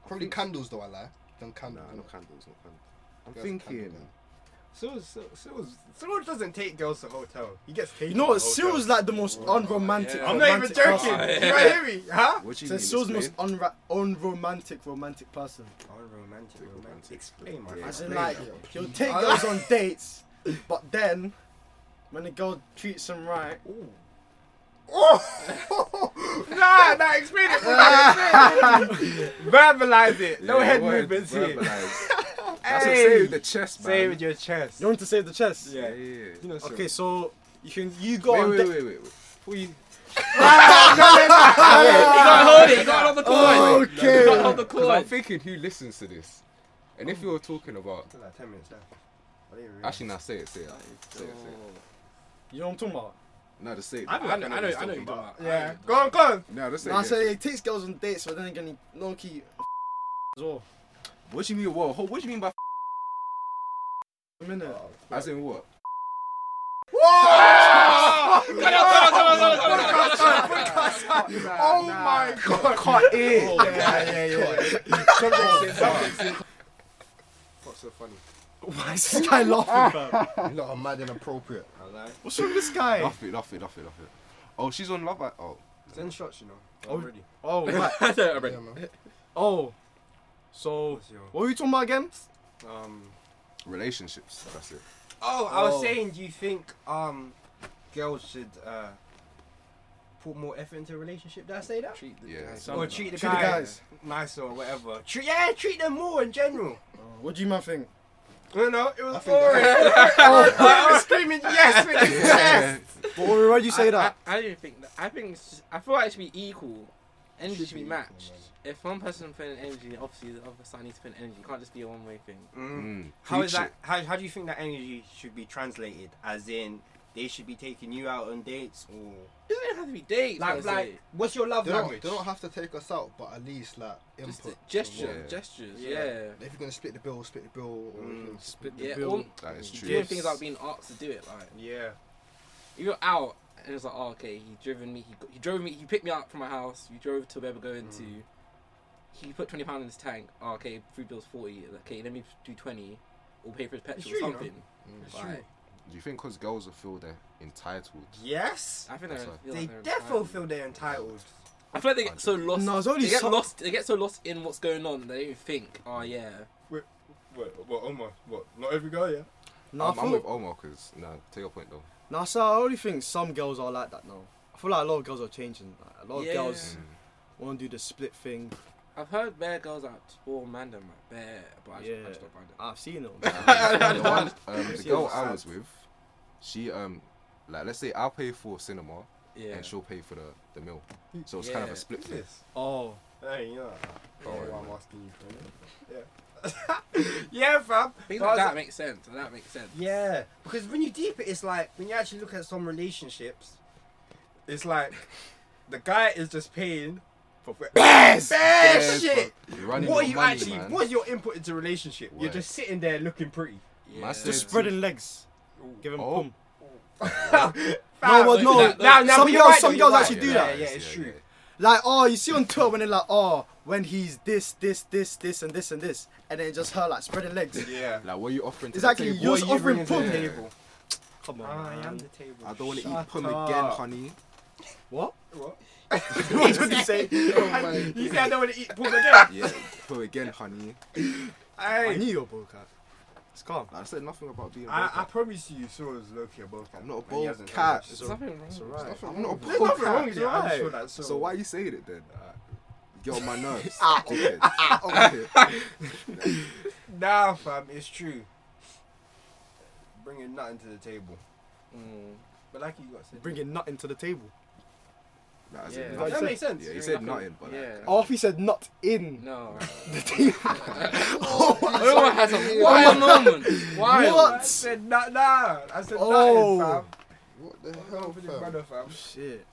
Speaker 6: Probably candles, though, I lie. Done
Speaker 8: Nah,
Speaker 6: candles.
Speaker 8: not candles, not candles. I'm
Speaker 6: That's
Speaker 8: thinking.
Speaker 6: candle, man.
Speaker 4: Cyril, Cyril, Cyril, Cyril doesn't take girls to hotel. He gets taken.
Speaker 2: You know
Speaker 4: to
Speaker 2: what?
Speaker 4: hotel.
Speaker 2: Cyril's like the most unromantic.
Speaker 9: Yeah.
Speaker 4: I'm not even
Speaker 2: romantic
Speaker 4: joking.
Speaker 2: person.
Speaker 4: You right hear me? Huh?
Speaker 8: What do you
Speaker 2: So
Speaker 8: mean?
Speaker 2: Cyril's the
Speaker 8: explain?
Speaker 2: most unra- unromantic romantic person.
Speaker 4: Unromantic, romantic. Explain, my
Speaker 8: Yeah.
Speaker 2: As
Speaker 4: friend.
Speaker 2: in,
Speaker 4: (laughs)
Speaker 2: like, he'll take girls
Speaker 6: (laughs)
Speaker 2: on dates, but then when the girl treats him right,
Speaker 4: Oh, nah, nah. Explain
Speaker 2: (laughs)
Speaker 4: it. Nah, explain it. Verbalize it. No
Speaker 8: Yeah,
Speaker 4: head
Speaker 8: word,
Speaker 4: movements here.
Speaker 8: verbalize. That's what
Speaker 4: Hey,
Speaker 8: save the chest, man.
Speaker 4: say with your chest.
Speaker 2: you want to save the chest.
Speaker 4: Yeah.
Speaker 8: yeah, yeah, yeah.
Speaker 4: You know,
Speaker 2: Okay, so you can you go
Speaker 8: Wait,
Speaker 2: on
Speaker 8: wait,
Speaker 2: da-
Speaker 8: wait, wait, wait. Before you
Speaker 9: You gotta hold it. You gotta hold the cord. You gotta hold the
Speaker 8: Because I'm
Speaker 9: cord.
Speaker 8: thinking who listens to this. And if you're talking about.
Speaker 4: Still like ten minutes left. I didn't realise.
Speaker 8: Actually, now say it, say it. Say it, say it.
Speaker 2: You know what I'm talking about?
Speaker 8: No, just say it.
Speaker 9: I know, I know, I know, I know you don't. like-
Speaker 4: Yeah. Go on, go on.
Speaker 8: No, just say
Speaker 2: Nah,
Speaker 8: it.
Speaker 2: so he takes girls on dates, but then again, he low key (laughs) as well.
Speaker 8: What do you mean, whoa, ho- what do you mean by
Speaker 2: A minute.
Speaker 8: As in what?
Speaker 4: Oh my god. Cut it. Yeah, yeah, yeah.
Speaker 6: What's so funny?
Speaker 2: Why is this guy laughing, fam?
Speaker 6: You lot are mad and inappropriate.
Speaker 2: What's wrong with this guy?
Speaker 8: Nothing, nothing, nothing, nothing. Oh, she's on Love Island. Oh.
Speaker 4: Ten shots, you know.
Speaker 2: Oh,
Speaker 4: Already.
Speaker 2: Oh, right.
Speaker 9: (laughs) I said it already.
Speaker 6: Yeah, man.
Speaker 2: oh. So,
Speaker 4: What's your-
Speaker 2: what were you talking about again?
Speaker 4: Um.
Speaker 8: Relationships. That's it.
Speaker 4: Oh, I was
Speaker 2: Oh.
Speaker 4: saying, do you think um, girls should uh, put more effort into a relationship? Did I say that?
Speaker 8: Treat the yeah.
Speaker 4: or treat the
Speaker 2: Treat the
Speaker 4: guys,
Speaker 2: guys.
Speaker 4: nice or whatever. Treat, yeah, treat them more in general.
Speaker 2: What do you man think?
Speaker 4: No, no, it was boring. (laughs) I was screaming yes with his chest.
Speaker 2: But why did you say
Speaker 9: I,
Speaker 2: that?
Speaker 9: I, I don't even think that. I think it's just, I feel like it should be equal. Energy should, be, matched. if one person spending energy, obviously the other side needs to spend energy. It can't just be a one way thing.
Speaker 4: Mm.
Speaker 8: Mm.
Speaker 4: How
Speaker 8: Preach
Speaker 4: is
Speaker 8: it.
Speaker 4: that? How, how do you think that energy should be translated? As in, they should be taking you out on dates or
Speaker 9: It doesn't have to be dates. per
Speaker 4: like,
Speaker 9: se.
Speaker 4: like, what's your love
Speaker 6: They don't,
Speaker 4: language?
Speaker 6: they don't have to take us out, but at least like
Speaker 9: Just
Speaker 6: input.
Speaker 9: the gesture,
Speaker 8: Yeah.
Speaker 9: gestures.
Speaker 4: Yeah.
Speaker 9: Yeah.
Speaker 6: If you're gonna split the bill, split the bill. Or
Speaker 4: Mm.
Speaker 6: mm.
Speaker 2: Split
Speaker 9: Yeah,
Speaker 2: bill.
Speaker 9: all-
Speaker 8: That is true.
Speaker 9: doing things like being asked to do it. Like
Speaker 4: yeah.
Speaker 9: if you're out and it was like, oh, okay, he driven me. He, got, he drove me. He picked me up from my house. We drove to where we're going
Speaker 8: Mm.
Speaker 9: to. He put twenty pound in his tank. Oh, okay, food bill's forty. Okay, let me do twenty, or pay for his petrol
Speaker 4: true, you
Speaker 9: or
Speaker 4: know.
Speaker 9: something.
Speaker 4: It's
Speaker 9: Like,
Speaker 4: true.
Speaker 8: Do you think because girls will feel they're entitled?
Speaker 4: Yes.
Speaker 9: I think
Speaker 8: That's
Speaker 9: they're-
Speaker 8: why.
Speaker 9: feel
Speaker 4: They
Speaker 9: like they're
Speaker 4: definitely feel they're entitled.
Speaker 9: I feel like they get so lost.
Speaker 4: No, it's only
Speaker 9: they get
Speaker 4: so-
Speaker 9: lost. They get so lost in what's going on. They don't even think. Oh yeah.
Speaker 4: Wait, wait, what? Omar, what? Not every girl, yeah.
Speaker 2: No,
Speaker 8: I'm,
Speaker 2: I
Speaker 8: I'm
Speaker 2: thought-
Speaker 8: with Omar because nah, take your (laughs) point though.
Speaker 2: Now, so I only think some girls are like that now. I feel like a lot of girls are changing. Like, a lot of
Speaker 9: Yeah.
Speaker 2: girls want to do the split thing.
Speaker 9: I've heard bear girls out all man them like bear, but I just, I just don't find
Speaker 8: Uh,
Speaker 9: it.
Speaker 2: I've seen them.
Speaker 8: (laughs) the, one, um, the girl I was with, she um, like let's say I'll pay for cinema,
Speaker 9: Yeah.
Speaker 8: and she'll pay for the the meal. So it's kind of
Speaker 4: Yeah.
Speaker 8: a split
Speaker 4: Who's
Speaker 8: thing.
Speaker 4: this?
Speaker 2: Oh.
Speaker 4: Hey, you know.
Speaker 8: Oh,
Speaker 4: yeah,
Speaker 8: yeah.
Speaker 4: I'm asking you for it. Yeah. (laughs) yeah, fam.
Speaker 9: Things
Speaker 4: But I
Speaker 9: like
Speaker 4: was
Speaker 9: that makes sense. That makes sense.
Speaker 4: Yeah, because when you deep it, it's like when you actually look at some relationships, it's like the guy is just paying for bare,
Speaker 8: Bears,
Speaker 4: bare
Speaker 8: bears,
Speaker 4: shit.
Speaker 8: bro. You're running
Speaker 4: What
Speaker 8: your
Speaker 4: are you
Speaker 8: money,
Speaker 4: actually?
Speaker 8: man.
Speaker 4: What's your input into the relationship? You're
Speaker 8: Word.
Speaker 4: just sitting there looking pretty.
Speaker 8: My sister-
Speaker 2: Just spreading legs. Give them
Speaker 8: Oh.
Speaker 4: (laughs)
Speaker 2: pump.
Speaker 4: Fam,
Speaker 2: no, but no.
Speaker 4: that- that- no,
Speaker 2: some
Speaker 4: but
Speaker 2: girls,
Speaker 4: you're right,
Speaker 2: some girls
Speaker 4: though, you're right.
Speaker 2: actually do
Speaker 4: Yeah,
Speaker 2: that.
Speaker 4: yeah, it's Yeah, true. yeah.
Speaker 2: Like, oh, you see on Twitter when they're like, oh, when he's this, this, this, this, and this, and this, and then just her like spreading legs.
Speaker 4: Yeah.
Speaker 8: Like what are you offering? To
Speaker 2: Exactly,
Speaker 8: The
Speaker 2: you
Speaker 8: table?
Speaker 2: was
Speaker 8: What are you
Speaker 2: offering
Speaker 8: bringing to the
Speaker 2: pump.
Speaker 8: table?
Speaker 2: Come on.
Speaker 4: I am
Speaker 2: man.
Speaker 4: the table.
Speaker 8: I don't want to eat
Speaker 4: Shut
Speaker 8: pum
Speaker 4: up.
Speaker 8: again, honey.
Speaker 2: What?
Speaker 4: What?
Speaker 2: what did you say?
Speaker 4: You say I don't want to eat
Speaker 8: (laughs)
Speaker 4: pum again.
Speaker 8: Yeah, pum again, honey.
Speaker 2: (laughs) I
Speaker 4: Hey,
Speaker 2: knew your bowl cat. It's calm.
Speaker 8: I said nothing about being.
Speaker 4: I, I
Speaker 8: broke
Speaker 4: promise you, Sora is low-key a bowl cat.
Speaker 8: I'm not a
Speaker 4: and he
Speaker 8: bowl
Speaker 4: hasn't
Speaker 8: cat.
Speaker 4: done
Speaker 8: It's
Speaker 9: There's nothing wrong.
Speaker 8: up. It's nothing- I'm not a
Speaker 4: There's
Speaker 8: broke
Speaker 4: nothing
Speaker 8: cat.
Speaker 4: wrong with you, I'm
Speaker 8: Right.
Speaker 4: sure that's
Speaker 8: So
Speaker 4: so.
Speaker 8: why are you saying it then? Get on
Speaker 4: (laughs)
Speaker 8: my nerves. Dickhead. Dickhead. (laughs)
Speaker 4: it. Nah, fam, it's true. Bringing nothing to the table.
Speaker 9: Mm.
Speaker 4: But like you got said,
Speaker 2: Bringing nothing to the table.
Speaker 8: Nah, I said
Speaker 9: Yeah.
Speaker 8: nothing.
Speaker 4: that makes sense.
Speaker 8: Yeah, he
Speaker 9: Bring
Speaker 8: said
Speaker 9: nothing-
Speaker 8: nothing, but like,
Speaker 9: yeah.
Speaker 2: Oh, if he said not in
Speaker 9: No.
Speaker 2: the
Speaker 9: (laughs)
Speaker 2: table.
Speaker 9: Everyone has a wild moment. Wild.
Speaker 4: I said nah, nah. I said
Speaker 2: Oh.
Speaker 4: nothing,
Speaker 6: (laughs) What the
Speaker 4: fam.
Speaker 6: hell,
Speaker 4: Over the
Speaker 6: fam?
Speaker 4: brother, fam.
Speaker 2: Shit.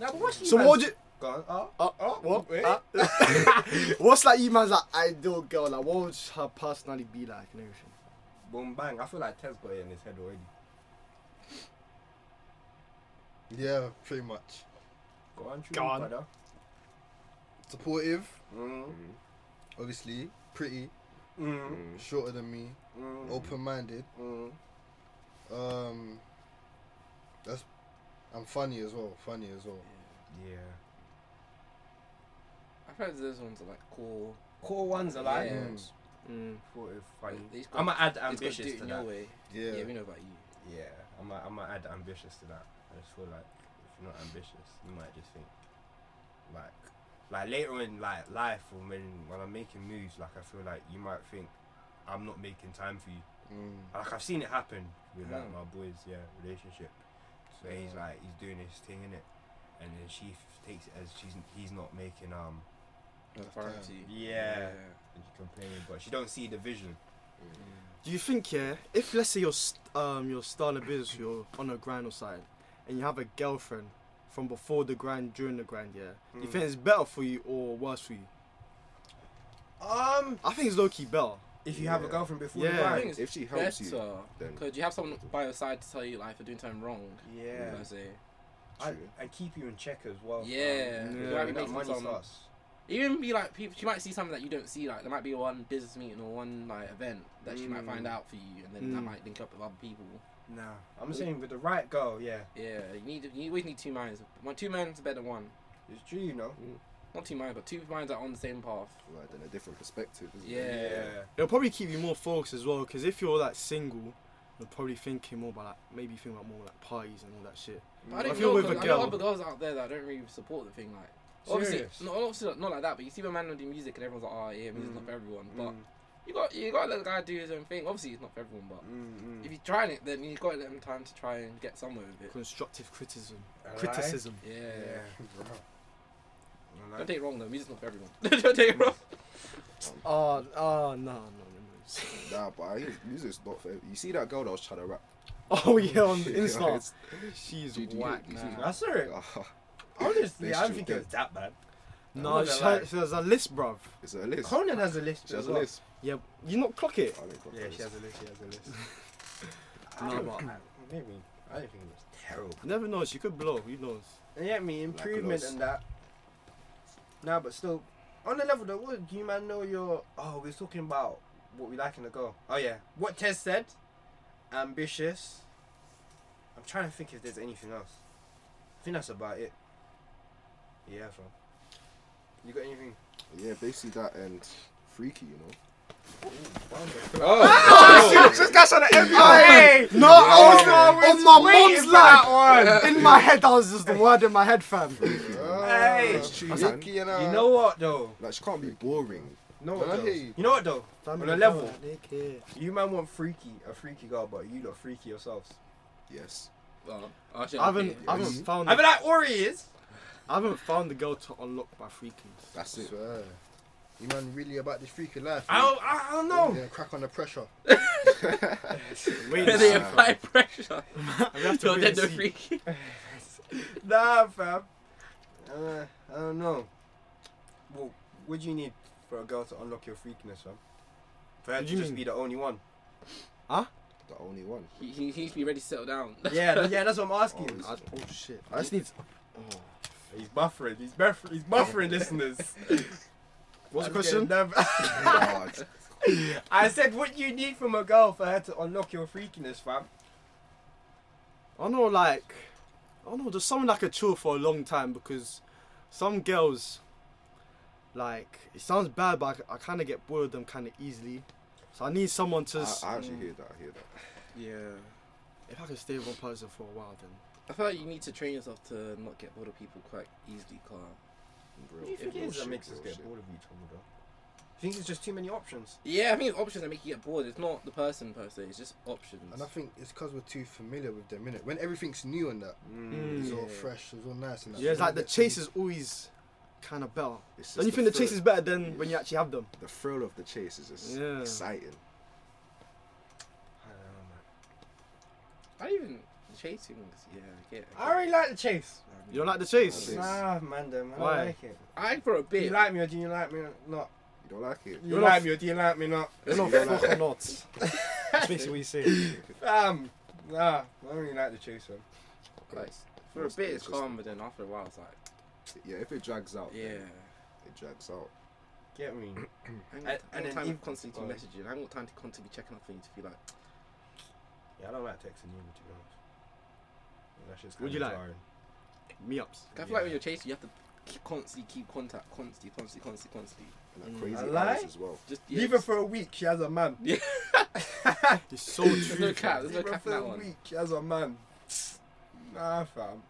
Speaker 4: Nah, but what's
Speaker 2: So what?
Speaker 4: you?
Speaker 2: Do,
Speaker 4: Gone. Oh,
Speaker 2: uh,
Speaker 4: oh,
Speaker 2: what?
Speaker 4: wait.
Speaker 2: Uh, (laughs) what's like you man's like ideal girl? Like what would her personality be like and everything?
Speaker 4: Boom, bang. I feel like Tez got it in his head already.
Speaker 6: Yeah, pretty much.
Speaker 4: Go on, true,
Speaker 2: Go on.
Speaker 4: brother.
Speaker 6: Supportive,
Speaker 4: Mm,
Speaker 6: obviously. Pretty,
Speaker 4: mm,
Speaker 6: shorter than me.
Speaker 4: mm,
Speaker 2: Oh.
Speaker 6: Open-minded.
Speaker 4: mm.
Speaker 6: Um, that's. I'm funny as well. Funny as well.
Speaker 4: Yeah.
Speaker 9: I've heard those ones are like cool.
Speaker 4: Core ones are like.
Speaker 9: Yeah.
Speaker 6: Mm.
Speaker 2: Mm.
Speaker 4: What if funny?
Speaker 9: It's got-
Speaker 4: I'm gonna add
Speaker 9: It's got to do
Speaker 4: ambitious
Speaker 9: it
Speaker 4: to
Speaker 9: in
Speaker 4: that.
Speaker 9: your way.
Speaker 6: Yeah.
Speaker 9: Yeah. we know about you.
Speaker 4: Yeah, I'm gonna, I'm gonna add ambitious to that. I just feel like if you're not ambitious, you might just think like like later in like life or when when I'm making moves, like I feel like you might think I'm not making time for you.
Speaker 6: Mm.
Speaker 4: Like I've seen it happen with like
Speaker 9: Mm.
Speaker 4: my boy's yeah relationship. So he's like he's doing his thing in it, and then she f- takes it as she's he's not making um
Speaker 6: That's
Speaker 9: Authority.
Speaker 4: yeah, and she complaining, but she don't see the vision.
Speaker 2: Do you think yeah? If let's say you're st- um you're starting a business, you're on a grind or something, and you have a girlfriend from before the grind, during the grind, yeah. Do you
Speaker 4: Mm.
Speaker 2: think it's better for you or worse for you?
Speaker 4: Um,
Speaker 2: I think it's low key better.
Speaker 4: if you have a
Speaker 8: Yeah.
Speaker 4: girlfriend before,
Speaker 2: Yeah.
Speaker 4: the
Speaker 9: I
Speaker 4: bride.
Speaker 9: think it's
Speaker 8: If she helps you,
Speaker 9: better,
Speaker 8: then-
Speaker 9: Because you have someone by your side to tell you like if you're doing something wrong. You know
Speaker 4: yeah.
Speaker 9: what I'm saying?
Speaker 4: I, and keep you in check as well. fam.
Speaker 9: Yeah.
Speaker 4: Because
Speaker 2: Yeah.
Speaker 4: when
Speaker 2: Like,
Speaker 4: that
Speaker 9: making
Speaker 4: money
Speaker 9: some-
Speaker 4: starts.
Speaker 9: Even be like people, she might see something that you don't see. Like there might be one business meeting or one like event that she might
Speaker 4: Mm.
Speaker 9: find out for you, and then that
Speaker 2: Mm.
Speaker 9: might link up with other people.
Speaker 4: Nah, I'm saying with the right girl, yeah,
Speaker 9: Yeah, you need you always need two minds. One two minds is better than one.
Speaker 4: it's true, you know.
Speaker 9: Not two minds, but two minds are on the same path.
Speaker 8: Right, then a different perspective. Isn't
Speaker 9: Yeah.
Speaker 8: It?
Speaker 2: It'll probably keep you more focused as well, because if you're like single, you're probably thinking more about like maybe thinking about more like parties and all that shit.
Speaker 9: But I
Speaker 2: If
Speaker 9: don't
Speaker 2: you're
Speaker 9: know.
Speaker 2: with a
Speaker 9: 'cause I know
Speaker 2: girl-
Speaker 9: other girls out there that don't really support the thing. Like obviously,
Speaker 4: Serious?
Speaker 9: not obviously not like that. But you see, when man do music, and everyone's like, "Oh yeah, music's not
Speaker 4: Mm.
Speaker 9: for everyone." But you got you got to let the guy do his own thing. Obviously, it's not for everyone, but.
Speaker 4: Mm,
Speaker 9: If you're trying it, then you've got to let them time to try and get somewhere with it.
Speaker 2: Constructive criticism.
Speaker 4: Alright.
Speaker 2: Criticism.
Speaker 9: Yeah.
Speaker 4: Yeah. I
Speaker 9: Don't
Speaker 4: like-
Speaker 9: take it wrong though. Music's not for everyone. (laughs) don't take it wrong.
Speaker 8: Ah,
Speaker 2: Oh, oh no, no, no.
Speaker 8: Nah, but I hear music's not for. You see that girl that was trying to rap?
Speaker 2: Oh yeah, on
Speaker 8: (laughs) Shit,
Speaker 2: Insta.
Speaker 8: it's-
Speaker 2: She's
Speaker 8: Did you- (laughs)
Speaker 2: whack.
Speaker 8: did you-
Speaker 9: nah.
Speaker 4: I saw it.
Speaker 8: Ah,
Speaker 4: Honestly,
Speaker 8: They
Speaker 4: I don't
Speaker 8: should
Speaker 4: think
Speaker 8: do.
Speaker 4: it was that bad.
Speaker 2: No,
Speaker 4: not
Speaker 2: she,
Speaker 4: gonna lie.
Speaker 2: she has a list, bruv.
Speaker 8: It's a list.
Speaker 4: Conan has a list.
Speaker 8: She has
Speaker 4: as
Speaker 8: a
Speaker 4: well.
Speaker 8: list.
Speaker 2: Yeah, you not clock
Speaker 8: I
Speaker 2: it.
Speaker 8: don't know if I've
Speaker 4: Yeah,
Speaker 8: got
Speaker 4: she
Speaker 8: this.
Speaker 4: has a list. She has a list.
Speaker 2: No, but
Speaker 4: Maybe.
Speaker 13: I didn't think it was terrible.
Speaker 2: You never know. She could blow. Who knows?
Speaker 4: And yet, me improvement
Speaker 2: Lackluster.
Speaker 4: and that. Nah, but still, on the level though, what do you man know your? Oh, we're talking about what we like in a girl. Oh yeah, what Tez said, ambitious. I'm trying to think if there's anything else. I think that's about it. Yeah, bro. You got anything?
Speaker 8: Yeah, basically that and freaky, you know.
Speaker 4: Oh,
Speaker 1: Hey, no, I was on my mom's life. In my head, (laughs) that was just the word in my head, fam.
Speaker 6: Ah,
Speaker 4: Hey,
Speaker 8: cheeky,
Speaker 4: you know what though?
Speaker 8: Like she can't be boring.
Speaker 4: No,
Speaker 8: Man, I
Speaker 4: what though?
Speaker 8: hear you.
Speaker 4: you know what though?
Speaker 8: Family
Speaker 4: On a level,
Speaker 8: colour,
Speaker 4: you man want freaky, a freaky girl, but you lot freaky yourselves.
Speaker 8: Yes.
Speaker 9: I
Speaker 2: I haven't, I haven't found.
Speaker 4: I mean, like Ori is.
Speaker 2: I haven't found the girl to unlock my freakings.
Speaker 8: That's
Speaker 2: it.
Speaker 6: You man really about this freaking life?
Speaker 2: I
Speaker 6: man?
Speaker 2: don't- I- I don't
Speaker 4: Oh.
Speaker 2: know.
Speaker 6: Yeah, crack on the pressure.
Speaker 2: Wait,
Speaker 9: (laughs) they apply pressure.
Speaker 2: We
Speaker 9: (laughs)
Speaker 2: have to
Speaker 9: Till
Speaker 2: wait
Speaker 9: then
Speaker 2: and
Speaker 9: they're
Speaker 2: see.
Speaker 9: freaky.
Speaker 4: Nah, fam. Uh, I don't know. Well, what do you need for a girl to unlock your freakiness, fam? For
Speaker 2: What
Speaker 4: her to
Speaker 2: do you
Speaker 4: just
Speaker 2: mean?
Speaker 4: be the only one.
Speaker 2: Huh?
Speaker 8: The only one.
Speaker 9: He, he, he needs to be ready to settle down. (laughs)
Speaker 4: Yeah, th- yeah, that's what I'm asking.
Speaker 2: I- (laughs) oh shit! I just need. To,
Speaker 4: He's buffering. He's buffering. He's buffering, listeners.
Speaker 2: What's
Speaker 4: I'm
Speaker 2: the question?
Speaker 4: getting nerv- (laughs) I said, what you need from a girl for her to unlock your freakiness, fam?
Speaker 2: I know, like, I don't know, just someone like a chill for a long time because some girls, like, it sounds bad, but I, kind of get bored of them kind of easily. So I need someone to. s-
Speaker 8: I, I actually hear that. I hear that.
Speaker 2: Yeah. If I could stay with one person for a while, then.
Speaker 9: I feel like you need to train yourself to not get bored of people quite easily, Carl.
Speaker 8: Real,
Speaker 4: Do you think it
Speaker 8: real
Speaker 4: is that
Speaker 8: shit,
Speaker 4: makes us
Speaker 8: real
Speaker 4: get
Speaker 8: shit.
Speaker 4: bored of each other, though? I think it's just too many options.
Speaker 9: Yeah, I think it's options that make you get bored. It's not the person per se. It's just options.
Speaker 6: And I think it's because we're too familiar with them, innit? When everything's new and that,
Speaker 2: Mm.
Speaker 6: it's all
Speaker 2: Yeah.
Speaker 6: fresh, it's all nice and that.
Speaker 2: Yeah, it's like the
Speaker 6: Yeah.
Speaker 2: chase is always kind of better.
Speaker 8: It's
Speaker 2: Don't you
Speaker 8: just
Speaker 2: think
Speaker 8: the
Speaker 2: the chase
Speaker 8: thrill.
Speaker 2: is better than when you actually have them?
Speaker 8: The thrill of the chase is just
Speaker 2: Yeah.
Speaker 8: exciting.
Speaker 4: I don't know, man.
Speaker 9: I even chasing. Yeah, I get.
Speaker 4: I really like the chase.
Speaker 2: You don't like the chase?
Speaker 4: Nah, man, them. I
Speaker 2: Why?
Speaker 4: don't like it.
Speaker 9: I for a
Speaker 4: Do
Speaker 9: bit.
Speaker 4: you like me or do you like me not?
Speaker 8: You don't like it?
Speaker 4: Do you
Speaker 2: You're
Speaker 4: like
Speaker 2: not-
Speaker 4: me or do you like me not?
Speaker 2: You're not fuck or
Speaker 4: (laughs)
Speaker 2: not. That's basically what you say.
Speaker 4: Um, nah, I don't really like the chase, man.
Speaker 9: like, for a bit, it's calm, but then after a while, it's like,
Speaker 8: Yeah, if it drags out,
Speaker 9: yeah.
Speaker 8: then it drags out.
Speaker 4: Get me?
Speaker 9: I ain't
Speaker 4: And-
Speaker 9: got, I ain't
Speaker 4: and
Speaker 9: got time
Speaker 4: then
Speaker 9: to constantly
Speaker 4: if-
Speaker 9: message you. I ain't got time to constantly be checking up on you to be like,
Speaker 4: Yeah, I don't like texting you, to be honest. That shit's
Speaker 2: Would you
Speaker 4: kinda
Speaker 2: like?
Speaker 4: jarring.
Speaker 2: Me ups.
Speaker 9: I feel
Speaker 4: Yeah.
Speaker 9: like when you're chasing, you have to keep, constantly keep contact, constantly, constantly, constantly, constantly.
Speaker 8: And
Speaker 2: Mm.
Speaker 8: that crazy
Speaker 4: I
Speaker 8: hours
Speaker 4: like-
Speaker 8: as well.
Speaker 9: Just yeah,
Speaker 4: Leave her for a week, she has a man.
Speaker 9: Yeah.
Speaker 2: It's so true.
Speaker 9: There's no
Speaker 2: fam.
Speaker 9: cap. There's no
Speaker 4: Leave her
Speaker 9: cap
Speaker 4: for
Speaker 9: in that
Speaker 4: a
Speaker 9: one.
Speaker 4: week, she has a man. Nah, fam.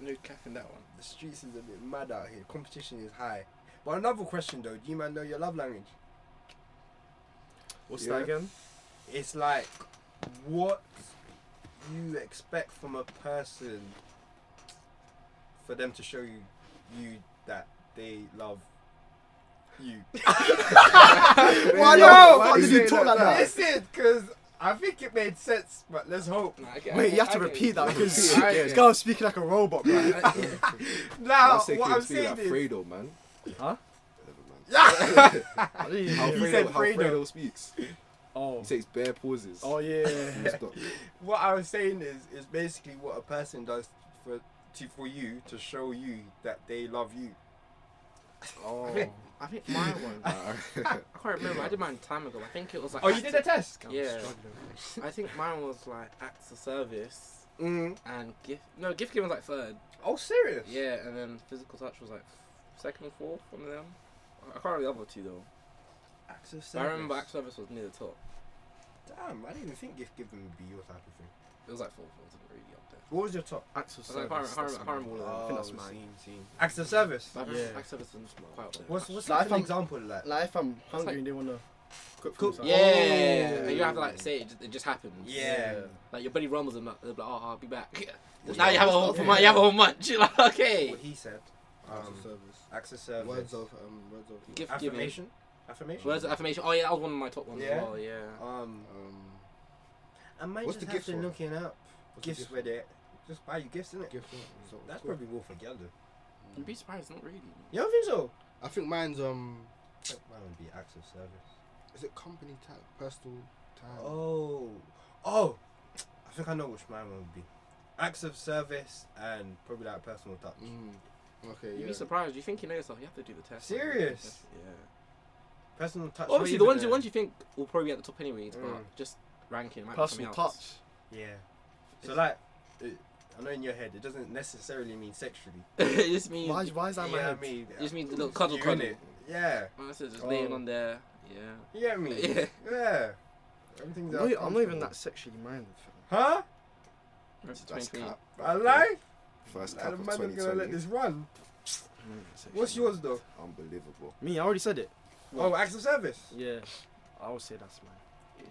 Speaker 9: No cap in that one.
Speaker 4: The streets is a bit mad out here. Competition is high. But another question though, do you man know your love language?
Speaker 2: What's
Speaker 8: Yeah.
Speaker 2: that again?
Speaker 4: It's like what you expect from a person for them to show you you that they love
Speaker 2: (laughs)
Speaker 4: you. (laughs)
Speaker 1: Why
Speaker 8: yo,
Speaker 1: not?
Speaker 8: why
Speaker 1: Why
Speaker 8: you
Speaker 1: did you
Speaker 8: say
Speaker 1: talk
Speaker 8: that
Speaker 1: like that?
Speaker 4: Listen, because I think it made sense, but let's hope.
Speaker 9: Nah, I get- I
Speaker 2: Wait,
Speaker 9: get-
Speaker 2: you have
Speaker 9: I
Speaker 2: to
Speaker 9: get
Speaker 2: repeat
Speaker 9: you.
Speaker 2: that because
Speaker 9: I
Speaker 2: this
Speaker 9: get
Speaker 2: guy's speaking like a robot,
Speaker 9: (laughs)
Speaker 2: man.
Speaker 4: Now,
Speaker 8: That's
Speaker 4: Oh, what I'm
Speaker 8: taking me
Speaker 4: saying
Speaker 8: like
Speaker 4: is, (laughs)
Speaker 8: Fredo, man.
Speaker 2: Huh?
Speaker 8: Never mind.
Speaker 2: I didn't even
Speaker 8: How
Speaker 2: hear
Speaker 8: Fredo,
Speaker 2: it.
Speaker 4: said
Speaker 8: how
Speaker 4: Fredo. (laughs)
Speaker 8: Fredo speaks. He
Speaker 2: Oh.
Speaker 8: takes bare pauses.
Speaker 2: Oh yeah.
Speaker 8: Full stop.
Speaker 4: what I was saying is, is basically what a person does for to for you to show you that they love you.
Speaker 9: I think, Oh, I think (laughs) my one. I can't remember. I did mine time ago. I think it was like.
Speaker 4: Oh, you did a
Speaker 9: acts-
Speaker 4: test.
Speaker 9: Yeah. I think mine was like acts of service
Speaker 4: Mm.
Speaker 9: and gift. No, gift giving was like third.
Speaker 4: Oh, serious?
Speaker 9: Yeah, and then physical touch was like second or fourth from them. I can't remember the other two though.
Speaker 4: Acts of
Speaker 9: But I remember act service was near the top.
Speaker 4: Damn, I didn't even think gift giving would be your type of thing.
Speaker 9: It was like fourth. It wasn't really up there.
Speaker 4: What was your top?
Speaker 2: Acts of
Speaker 9: I was like, I can't,
Speaker 2: service. that's mine.
Speaker 9: remember- I can't remember all of
Speaker 2: I
Speaker 9: them.
Speaker 2: think that's mine.
Speaker 4: Seen, seen. Acts of service.
Speaker 9: But I
Speaker 2: Yeah.
Speaker 9: remember act service was quite up there.
Speaker 4: What's what's
Speaker 2: Like,
Speaker 4: like
Speaker 2: if
Speaker 4: an
Speaker 2: I'm-
Speaker 4: example of that?
Speaker 2: Like if I'm hungry
Speaker 9: like-
Speaker 2: and they wanna cook food,
Speaker 4: Cook-
Speaker 2: so-
Speaker 9: Yeah, and you have to like say it. Just, it just happens.
Speaker 4: yeah.
Speaker 9: Like your buddy rumbles and like, they'll be like, oh, I'll be back.
Speaker 4: Yeah.
Speaker 9: Now you have a whole,
Speaker 4: Yeah.
Speaker 9: month, you have a whole month. You're (laughs) like, okay.
Speaker 4: What he said.
Speaker 6: Acts of
Speaker 4: Um,
Speaker 6: service.
Speaker 4: acts of service.
Speaker 6: Words of, um, words of.
Speaker 9: Gift giving.
Speaker 4: affirmation. Affirmation.
Speaker 9: Words of affirmation. Oh yeah, that was one of my top ones
Speaker 4: Yeah.
Speaker 9: as well. Yeah.
Speaker 4: Um,
Speaker 6: Um,
Speaker 4: I might
Speaker 6: What's
Speaker 4: just
Speaker 6: the
Speaker 4: have
Speaker 6: gift
Speaker 4: to
Speaker 6: one?
Speaker 4: look it up.
Speaker 6: what's the
Speaker 4: Gifts
Speaker 6: gift?
Speaker 4: where they just buy you gifts, innit?
Speaker 6: Gift. one, so it's
Speaker 4: That's
Speaker 6: cool.
Speaker 4: probably more for together.
Speaker 9: You'd be surprised, not really.
Speaker 4: You don't think so?
Speaker 6: I think mine's um.
Speaker 4: Mine would be acts of service.
Speaker 6: Is it company type, personal time?
Speaker 4: Oh, oh, I think I know which mine would be. Acts of service and probably like personal touch.
Speaker 6: Mm. Okay,
Speaker 9: You'd be surprised. You think you know yourself. You have to do the test.
Speaker 4: Serious?
Speaker 9: Yeah.
Speaker 4: Personal touch. what
Speaker 9: Obviously,
Speaker 4: you
Speaker 9: the
Speaker 4: gonna
Speaker 9: ones, the
Speaker 4: do?
Speaker 9: ones you think will probably be at the top anyways,
Speaker 4: Mm.
Speaker 9: but just ranking might
Speaker 4: Personal
Speaker 9: be something else. (laughs)
Speaker 4: Yeah. So like, it, I know in your head it doesn't necessarily mean sexually.
Speaker 9: it just means.
Speaker 4: Why- why is that in my
Speaker 9: yeah,
Speaker 4: head?
Speaker 9: I mean, It
Speaker 4: Yeah.
Speaker 9: just means little cuddle
Speaker 4: You
Speaker 9: cuddle.
Speaker 4: innit? Yeah.
Speaker 9: Oh, that's it, just
Speaker 4: Oh.
Speaker 9: laying on there. Yeah.
Speaker 4: You get me?
Speaker 9: Yeah.
Speaker 4: Yeah. Everything's
Speaker 2: I'm, not, e-, I'm not even that sexually minded.
Speaker 4: Huh?
Speaker 9: That's cap.
Speaker 4: I lie.
Speaker 8: First
Speaker 4: Like,
Speaker 8: cap
Speaker 4: the man
Speaker 8: of
Speaker 4: not gonna let
Speaker 8: 2020.
Speaker 4: this run. What's yours though?
Speaker 8: Unbelievable.
Speaker 2: Me, I already said it.
Speaker 4: Oh, acts of service.
Speaker 2: Yeah, I would say that's mine.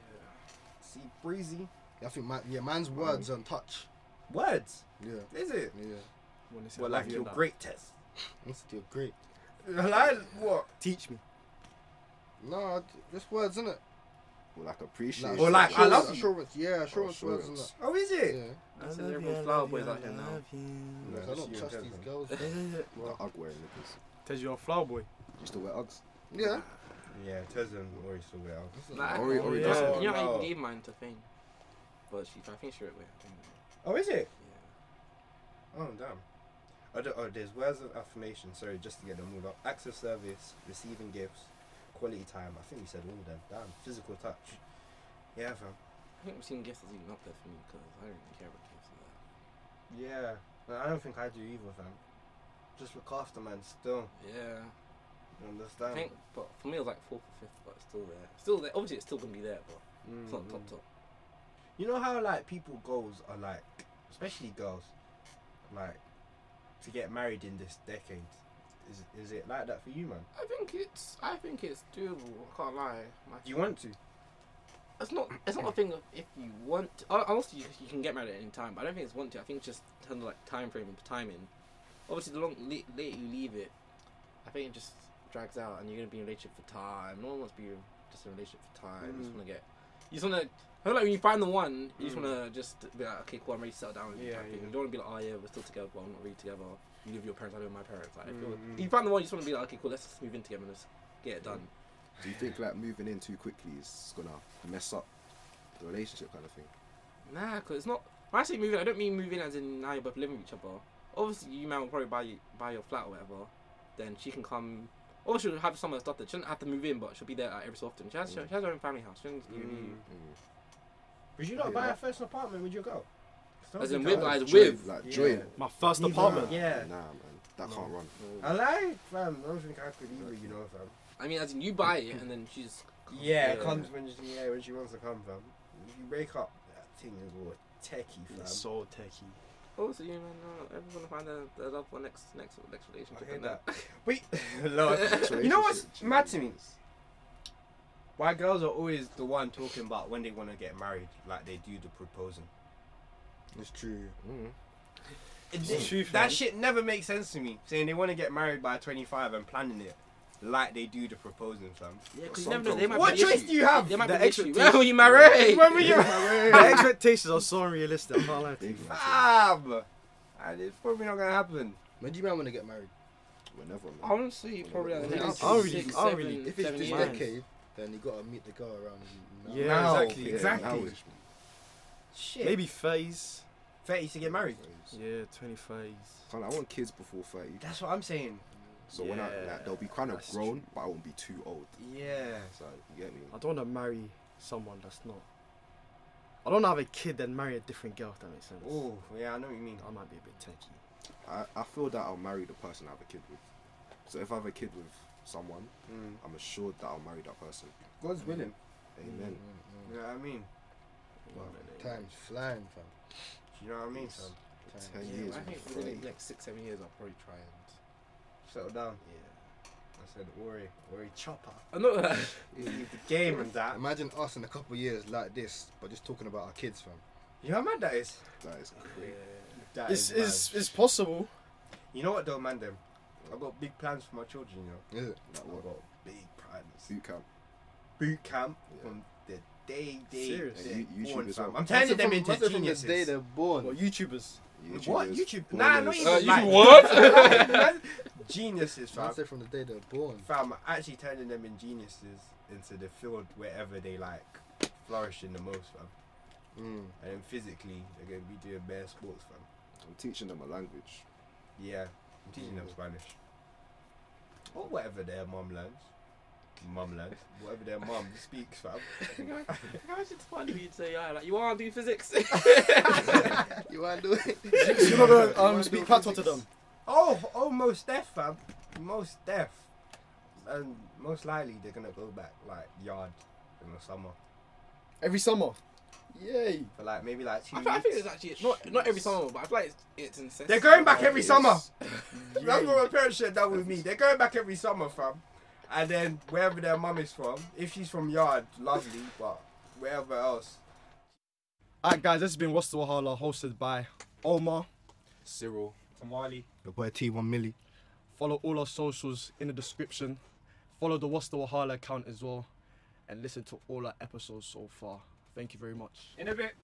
Speaker 4: See, breezy.
Speaker 6: Yeah, I think my, yeah, man's words on touch.
Speaker 4: Words?
Speaker 6: Yeah.
Speaker 4: Is it?
Speaker 6: Yeah.
Speaker 2: When they say
Speaker 4: Well,
Speaker 2: love
Speaker 4: like
Speaker 2: you
Speaker 4: your
Speaker 2: and that.
Speaker 4: great test.
Speaker 6: That's still great.
Speaker 4: Like what?
Speaker 2: Teach me.
Speaker 6: No, just words, innit?
Speaker 8: Well, like appreciate.
Speaker 6: Like,
Speaker 8: it.
Speaker 6: assurance- assurance. Yeah, assurance, words,
Speaker 8: Assurance.
Speaker 6: innit?
Speaker 4: Oh, is it?
Speaker 6: Yeah.
Speaker 9: That's it. Everyone flower boys out here now.
Speaker 8: Yeah,
Speaker 6: I don't trust these girls.
Speaker 8: Well, Ugg wearing niggas.
Speaker 2: Tells you a flower boy.
Speaker 8: You still wear Uggs?
Speaker 6: Yeah.
Speaker 4: Yeah, Tezzan or used to wear Uggs.
Speaker 9: Nah, I-
Speaker 8: Ori- Ori
Speaker 9: yeah.
Speaker 8: doesn't.
Speaker 9: You know,
Speaker 4: Oh, no.
Speaker 9: I gave mine to Fane, but she, I think she wrote it.
Speaker 4: Oh, is it?
Speaker 9: Yeah.
Speaker 4: Oh, damn. Oh, th- oh, there's words of affirmation. Sorry, just to get them all up. Acts of service, receiving gifts, quality time. I think we said all them. Damn, physical touch. Yeah, fam.
Speaker 9: I think receiving gifts is even up there for me because I don't really care about gifts. and that.
Speaker 4: Yeah. No, I don't think I do either, fam. Just look after man still.
Speaker 9: Yeah.
Speaker 4: You
Speaker 9: I
Speaker 4: understand?
Speaker 9: think, but for me, it was like fourth or fifth, but it's still there. Still there. Obviously, it's still gonna be there, but it's not top top.
Speaker 4: You know how like people goals are like, especially girls, like to get married in this decade. Is is it like that for you, man?
Speaker 9: I think it's. I think it's doable. I can't lie. Like,
Speaker 4: Do you want to?
Speaker 9: It's not. It's not a thing of if you want. To, hon- honestly, you, you can get married at any time, but I don't think it's want to. I think it's just in terms of like time frame and timing. Obviously, the long late, later you leave it, I think it just drags out, and you're gonna be in a relationship for time. No one wants to be in- just in a relationship for time. You just
Speaker 4: Mm.
Speaker 9: wanna get. You just wanna. I feel like when you find the one, you just
Speaker 4: Mm.
Speaker 9: wanna just be like, okay, cool, I'm ready to settle down. With you,
Speaker 4: Yeah,
Speaker 9: type thing.
Speaker 4: yeah.
Speaker 9: You don't wanna be like, oh yeah, we're still together, but I'm not really together. You live with your parents, I live with my parents. Like, if you're-
Speaker 4: Mm, mm.
Speaker 9: if you find the one, you just wanna be like, okay, cool, let's just move in together and let's get it done.
Speaker 8: Do you think like moving in too quickly is gonna mess up the relationship kind of thing?
Speaker 9: Nah, cause it's not. When I say moving, I don't mean moving as in now you're both living with each other. Obviously, you man will probably buy buy your flat or whatever. Then she can come. Or she'll have some of the stuff that she doesn't have to move in, but she'll be there like, every so often. She has, she has her own family house. She doesn't just be with you.
Speaker 4: Would you not
Speaker 8: Yeah.
Speaker 4: buy a first apartment with your girl?
Speaker 9: Mm. As in
Speaker 4: Don't be
Speaker 9: with, like,
Speaker 4: dumb.
Speaker 8: Joint,
Speaker 9: with.
Speaker 8: like
Speaker 4: Yeah.
Speaker 8: joint.
Speaker 2: My first
Speaker 4: Even-
Speaker 2: apartment.
Speaker 4: Yeah. Mm.
Speaker 8: Nah, man, that can't run.
Speaker 4: I lie, fam. I don't think I could either. You know, fam.
Speaker 9: I mean, as in you buy it and then (laughs) she just.
Speaker 4: Yeah, comes when she, yeah when she wants to come, fam. If you break up, that thing is all techie, fam.
Speaker 2: It's so techie.
Speaker 9: Also, you man, no, everyone's gonna find their, their loved one next next next relationship.
Speaker 4: I hate
Speaker 9: and that.
Speaker 4: Wait, (laughs)
Speaker 2: (laughs)
Speaker 4: Lord.
Speaker 8: Relationship,
Speaker 4: you know what's
Speaker 8: Jesus.
Speaker 4: mad to me? Why girls are always the one talking about when they want to get married, like they do the proposing.
Speaker 6: It's true.
Speaker 4: It-
Speaker 2: It's true, fam.
Speaker 4: that shit never makes sense to me. Saying they want to get married by 25 and planning it like they do the proposing, fam.
Speaker 9: Yeah,
Speaker 8: Well,
Speaker 9: because you never know. They
Speaker 8: sometimes-
Speaker 9: might
Speaker 4: What
Speaker 9: be an
Speaker 4: choice
Speaker 9: issue.
Speaker 4: do you have?
Speaker 9: They might
Speaker 4: The
Speaker 9: be an issue.
Speaker 4: expectation.
Speaker 9: When you (laughs) marry?
Speaker 4: When were
Speaker 2: (laughs)
Speaker 4: you
Speaker 2: the expectations are so unrealistic. I can't lie to you.
Speaker 8: Big matter.
Speaker 4: Fam! And it's probably not gonna happen.
Speaker 6: When do you man want to get married?
Speaker 8: Whenever, man.
Speaker 4: Oh,
Speaker 9: Honestly, probably.
Speaker 6: I
Speaker 9: I
Speaker 6: don't
Speaker 2: really-
Speaker 9: six,
Speaker 2: I don't really-
Speaker 9: seven,
Speaker 6: If it's
Speaker 9: seven
Speaker 6: this
Speaker 9: years.
Speaker 6: decade, then you gotta meet the girl around. Now.
Speaker 2: Yeah,
Speaker 4: Now,
Speaker 2: exactly.
Speaker 8: Yeah,
Speaker 4: Exactly.
Speaker 8: now-ish, man.
Speaker 4: Shit.
Speaker 2: Maybe phase.
Speaker 4: 30 to get married.
Speaker 2: Yeah, 20 phase.
Speaker 8: Kinda, I want kids before thirty,
Speaker 4: That's what I'm saying.
Speaker 8: so when I
Speaker 2: Yeah,
Speaker 8: like, they'll be kind of
Speaker 2: that's
Speaker 8: grown, but I won't be too old.
Speaker 4: Yeah.
Speaker 8: So you get me?
Speaker 2: I don't want to marry someone that's not. I don't wanna have a kid then marry a different girl, if that makes sense.
Speaker 4: Oh, yeah, I know what you mean.
Speaker 2: I might be a bit techie.
Speaker 8: I, I feel that I'll marry the person I have a kid with. So if I have a kid with someone,
Speaker 4: Mm.
Speaker 8: I'm assured that I'll marry that person.
Speaker 4: God's willing.
Speaker 8: Amen.
Speaker 4: You know what I mean?
Speaker 6: Time's flying, fam.
Speaker 4: Do you know what I mean, son?
Speaker 8: Ten
Speaker 9: Yeah,
Speaker 8: years.
Speaker 9: I think
Speaker 8: with
Speaker 9: within the
Speaker 8: thirty.
Speaker 9: next six, seven years, I'll probably try and.
Speaker 4: Settle down.
Speaker 9: Yeah.
Speaker 4: I said, worry, worry, chopper.
Speaker 9: I'm not. (laughs)
Speaker 4: You leave the game
Speaker 6: (laughs)
Speaker 4: and that.
Speaker 6: Imagine us in a couple of years like this, but just talking about our kids, fam.
Speaker 4: You know how mad that is?
Speaker 8: That is crazy.
Speaker 4: That
Speaker 2: It's,
Speaker 4: is
Speaker 2: it's,
Speaker 4: mad.
Speaker 2: it's possible.
Speaker 4: You know what though, man? Them, I've got big plans for my children. You know,
Speaker 6: Is it?
Speaker 8: Like
Speaker 4: I've
Speaker 8: what?
Speaker 4: got big plans.
Speaker 8: Boot camp.
Speaker 4: Boot camp
Speaker 8: Yeah.
Speaker 4: from the day they
Speaker 2: Serious.
Speaker 4: they're
Speaker 8: You- YouTube
Speaker 4: born,
Speaker 8: as
Speaker 4: fam.
Speaker 8: well.
Speaker 4: I'm turning them
Speaker 6: From-
Speaker 4: into
Speaker 6: must have been
Speaker 4: geniuses.
Speaker 6: The day they're born.
Speaker 2: What, YouTubers?
Speaker 4: what
Speaker 8: YouTubers,
Speaker 4: YouTube?
Speaker 8: pornos.
Speaker 4: Nah, not even
Speaker 9: Uh,
Speaker 4: like,
Speaker 9: YouTube what?
Speaker 4: like, (laughs) geniuses, fam.
Speaker 6: Must have from the day they're
Speaker 4: (laughs)
Speaker 6: born.
Speaker 4: Fam, actually turning them in geniuses into the field wherever they like flourish in the most, fam. and then physically they're gonna be doing bare sports, fam.
Speaker 8: I'm teaching them a language.
Speaker 4: Yeah, I'm teaching them Spanish or whatever their mum learns. Mum learns whatever their mum speaks, fam.
Speaker 9: (laughs) Imagine it's funny you'd say, yeah, like, you want to do (laughs) physics?
Speaker 14: you want
Speaker 6: (laughs)
Speaker 14: to do it?
Speaker 6: You're not gonna um, speak Patois to them.
Speaker 4: Oh, oh, most deaf, fam. Most deaf. And most likely they're gonna go back like yard in the summer
Speaker 6: Every summer. Yay.
Speaker 4: for like maybe like two
Speaker 9: I,
Speaker 4: weeks.
Speaker 9: feel, I think it's actually not not every summer, but I feel like it's, it's incessant.
Speaker 4: They're going back every (laughs) summer. That's what my parents shared that with me. They're going back every summer, fam. And then wherever their mum is from, if she's from Yard, lovely, but wherever else.
Speaker 2: Alright, guys, this has been What's the Wahala, hosted by Omar.
Speaker 8: Cyril.
Speaker 4: Tamali.
Speaker 15: Your boy T1 Milli.
Speaker 2: Follow all our socials in the description. Follow the What's the Wahala account as well, and listen to all our episodes so far. Thank you very much.
Speaker 4: In a bit.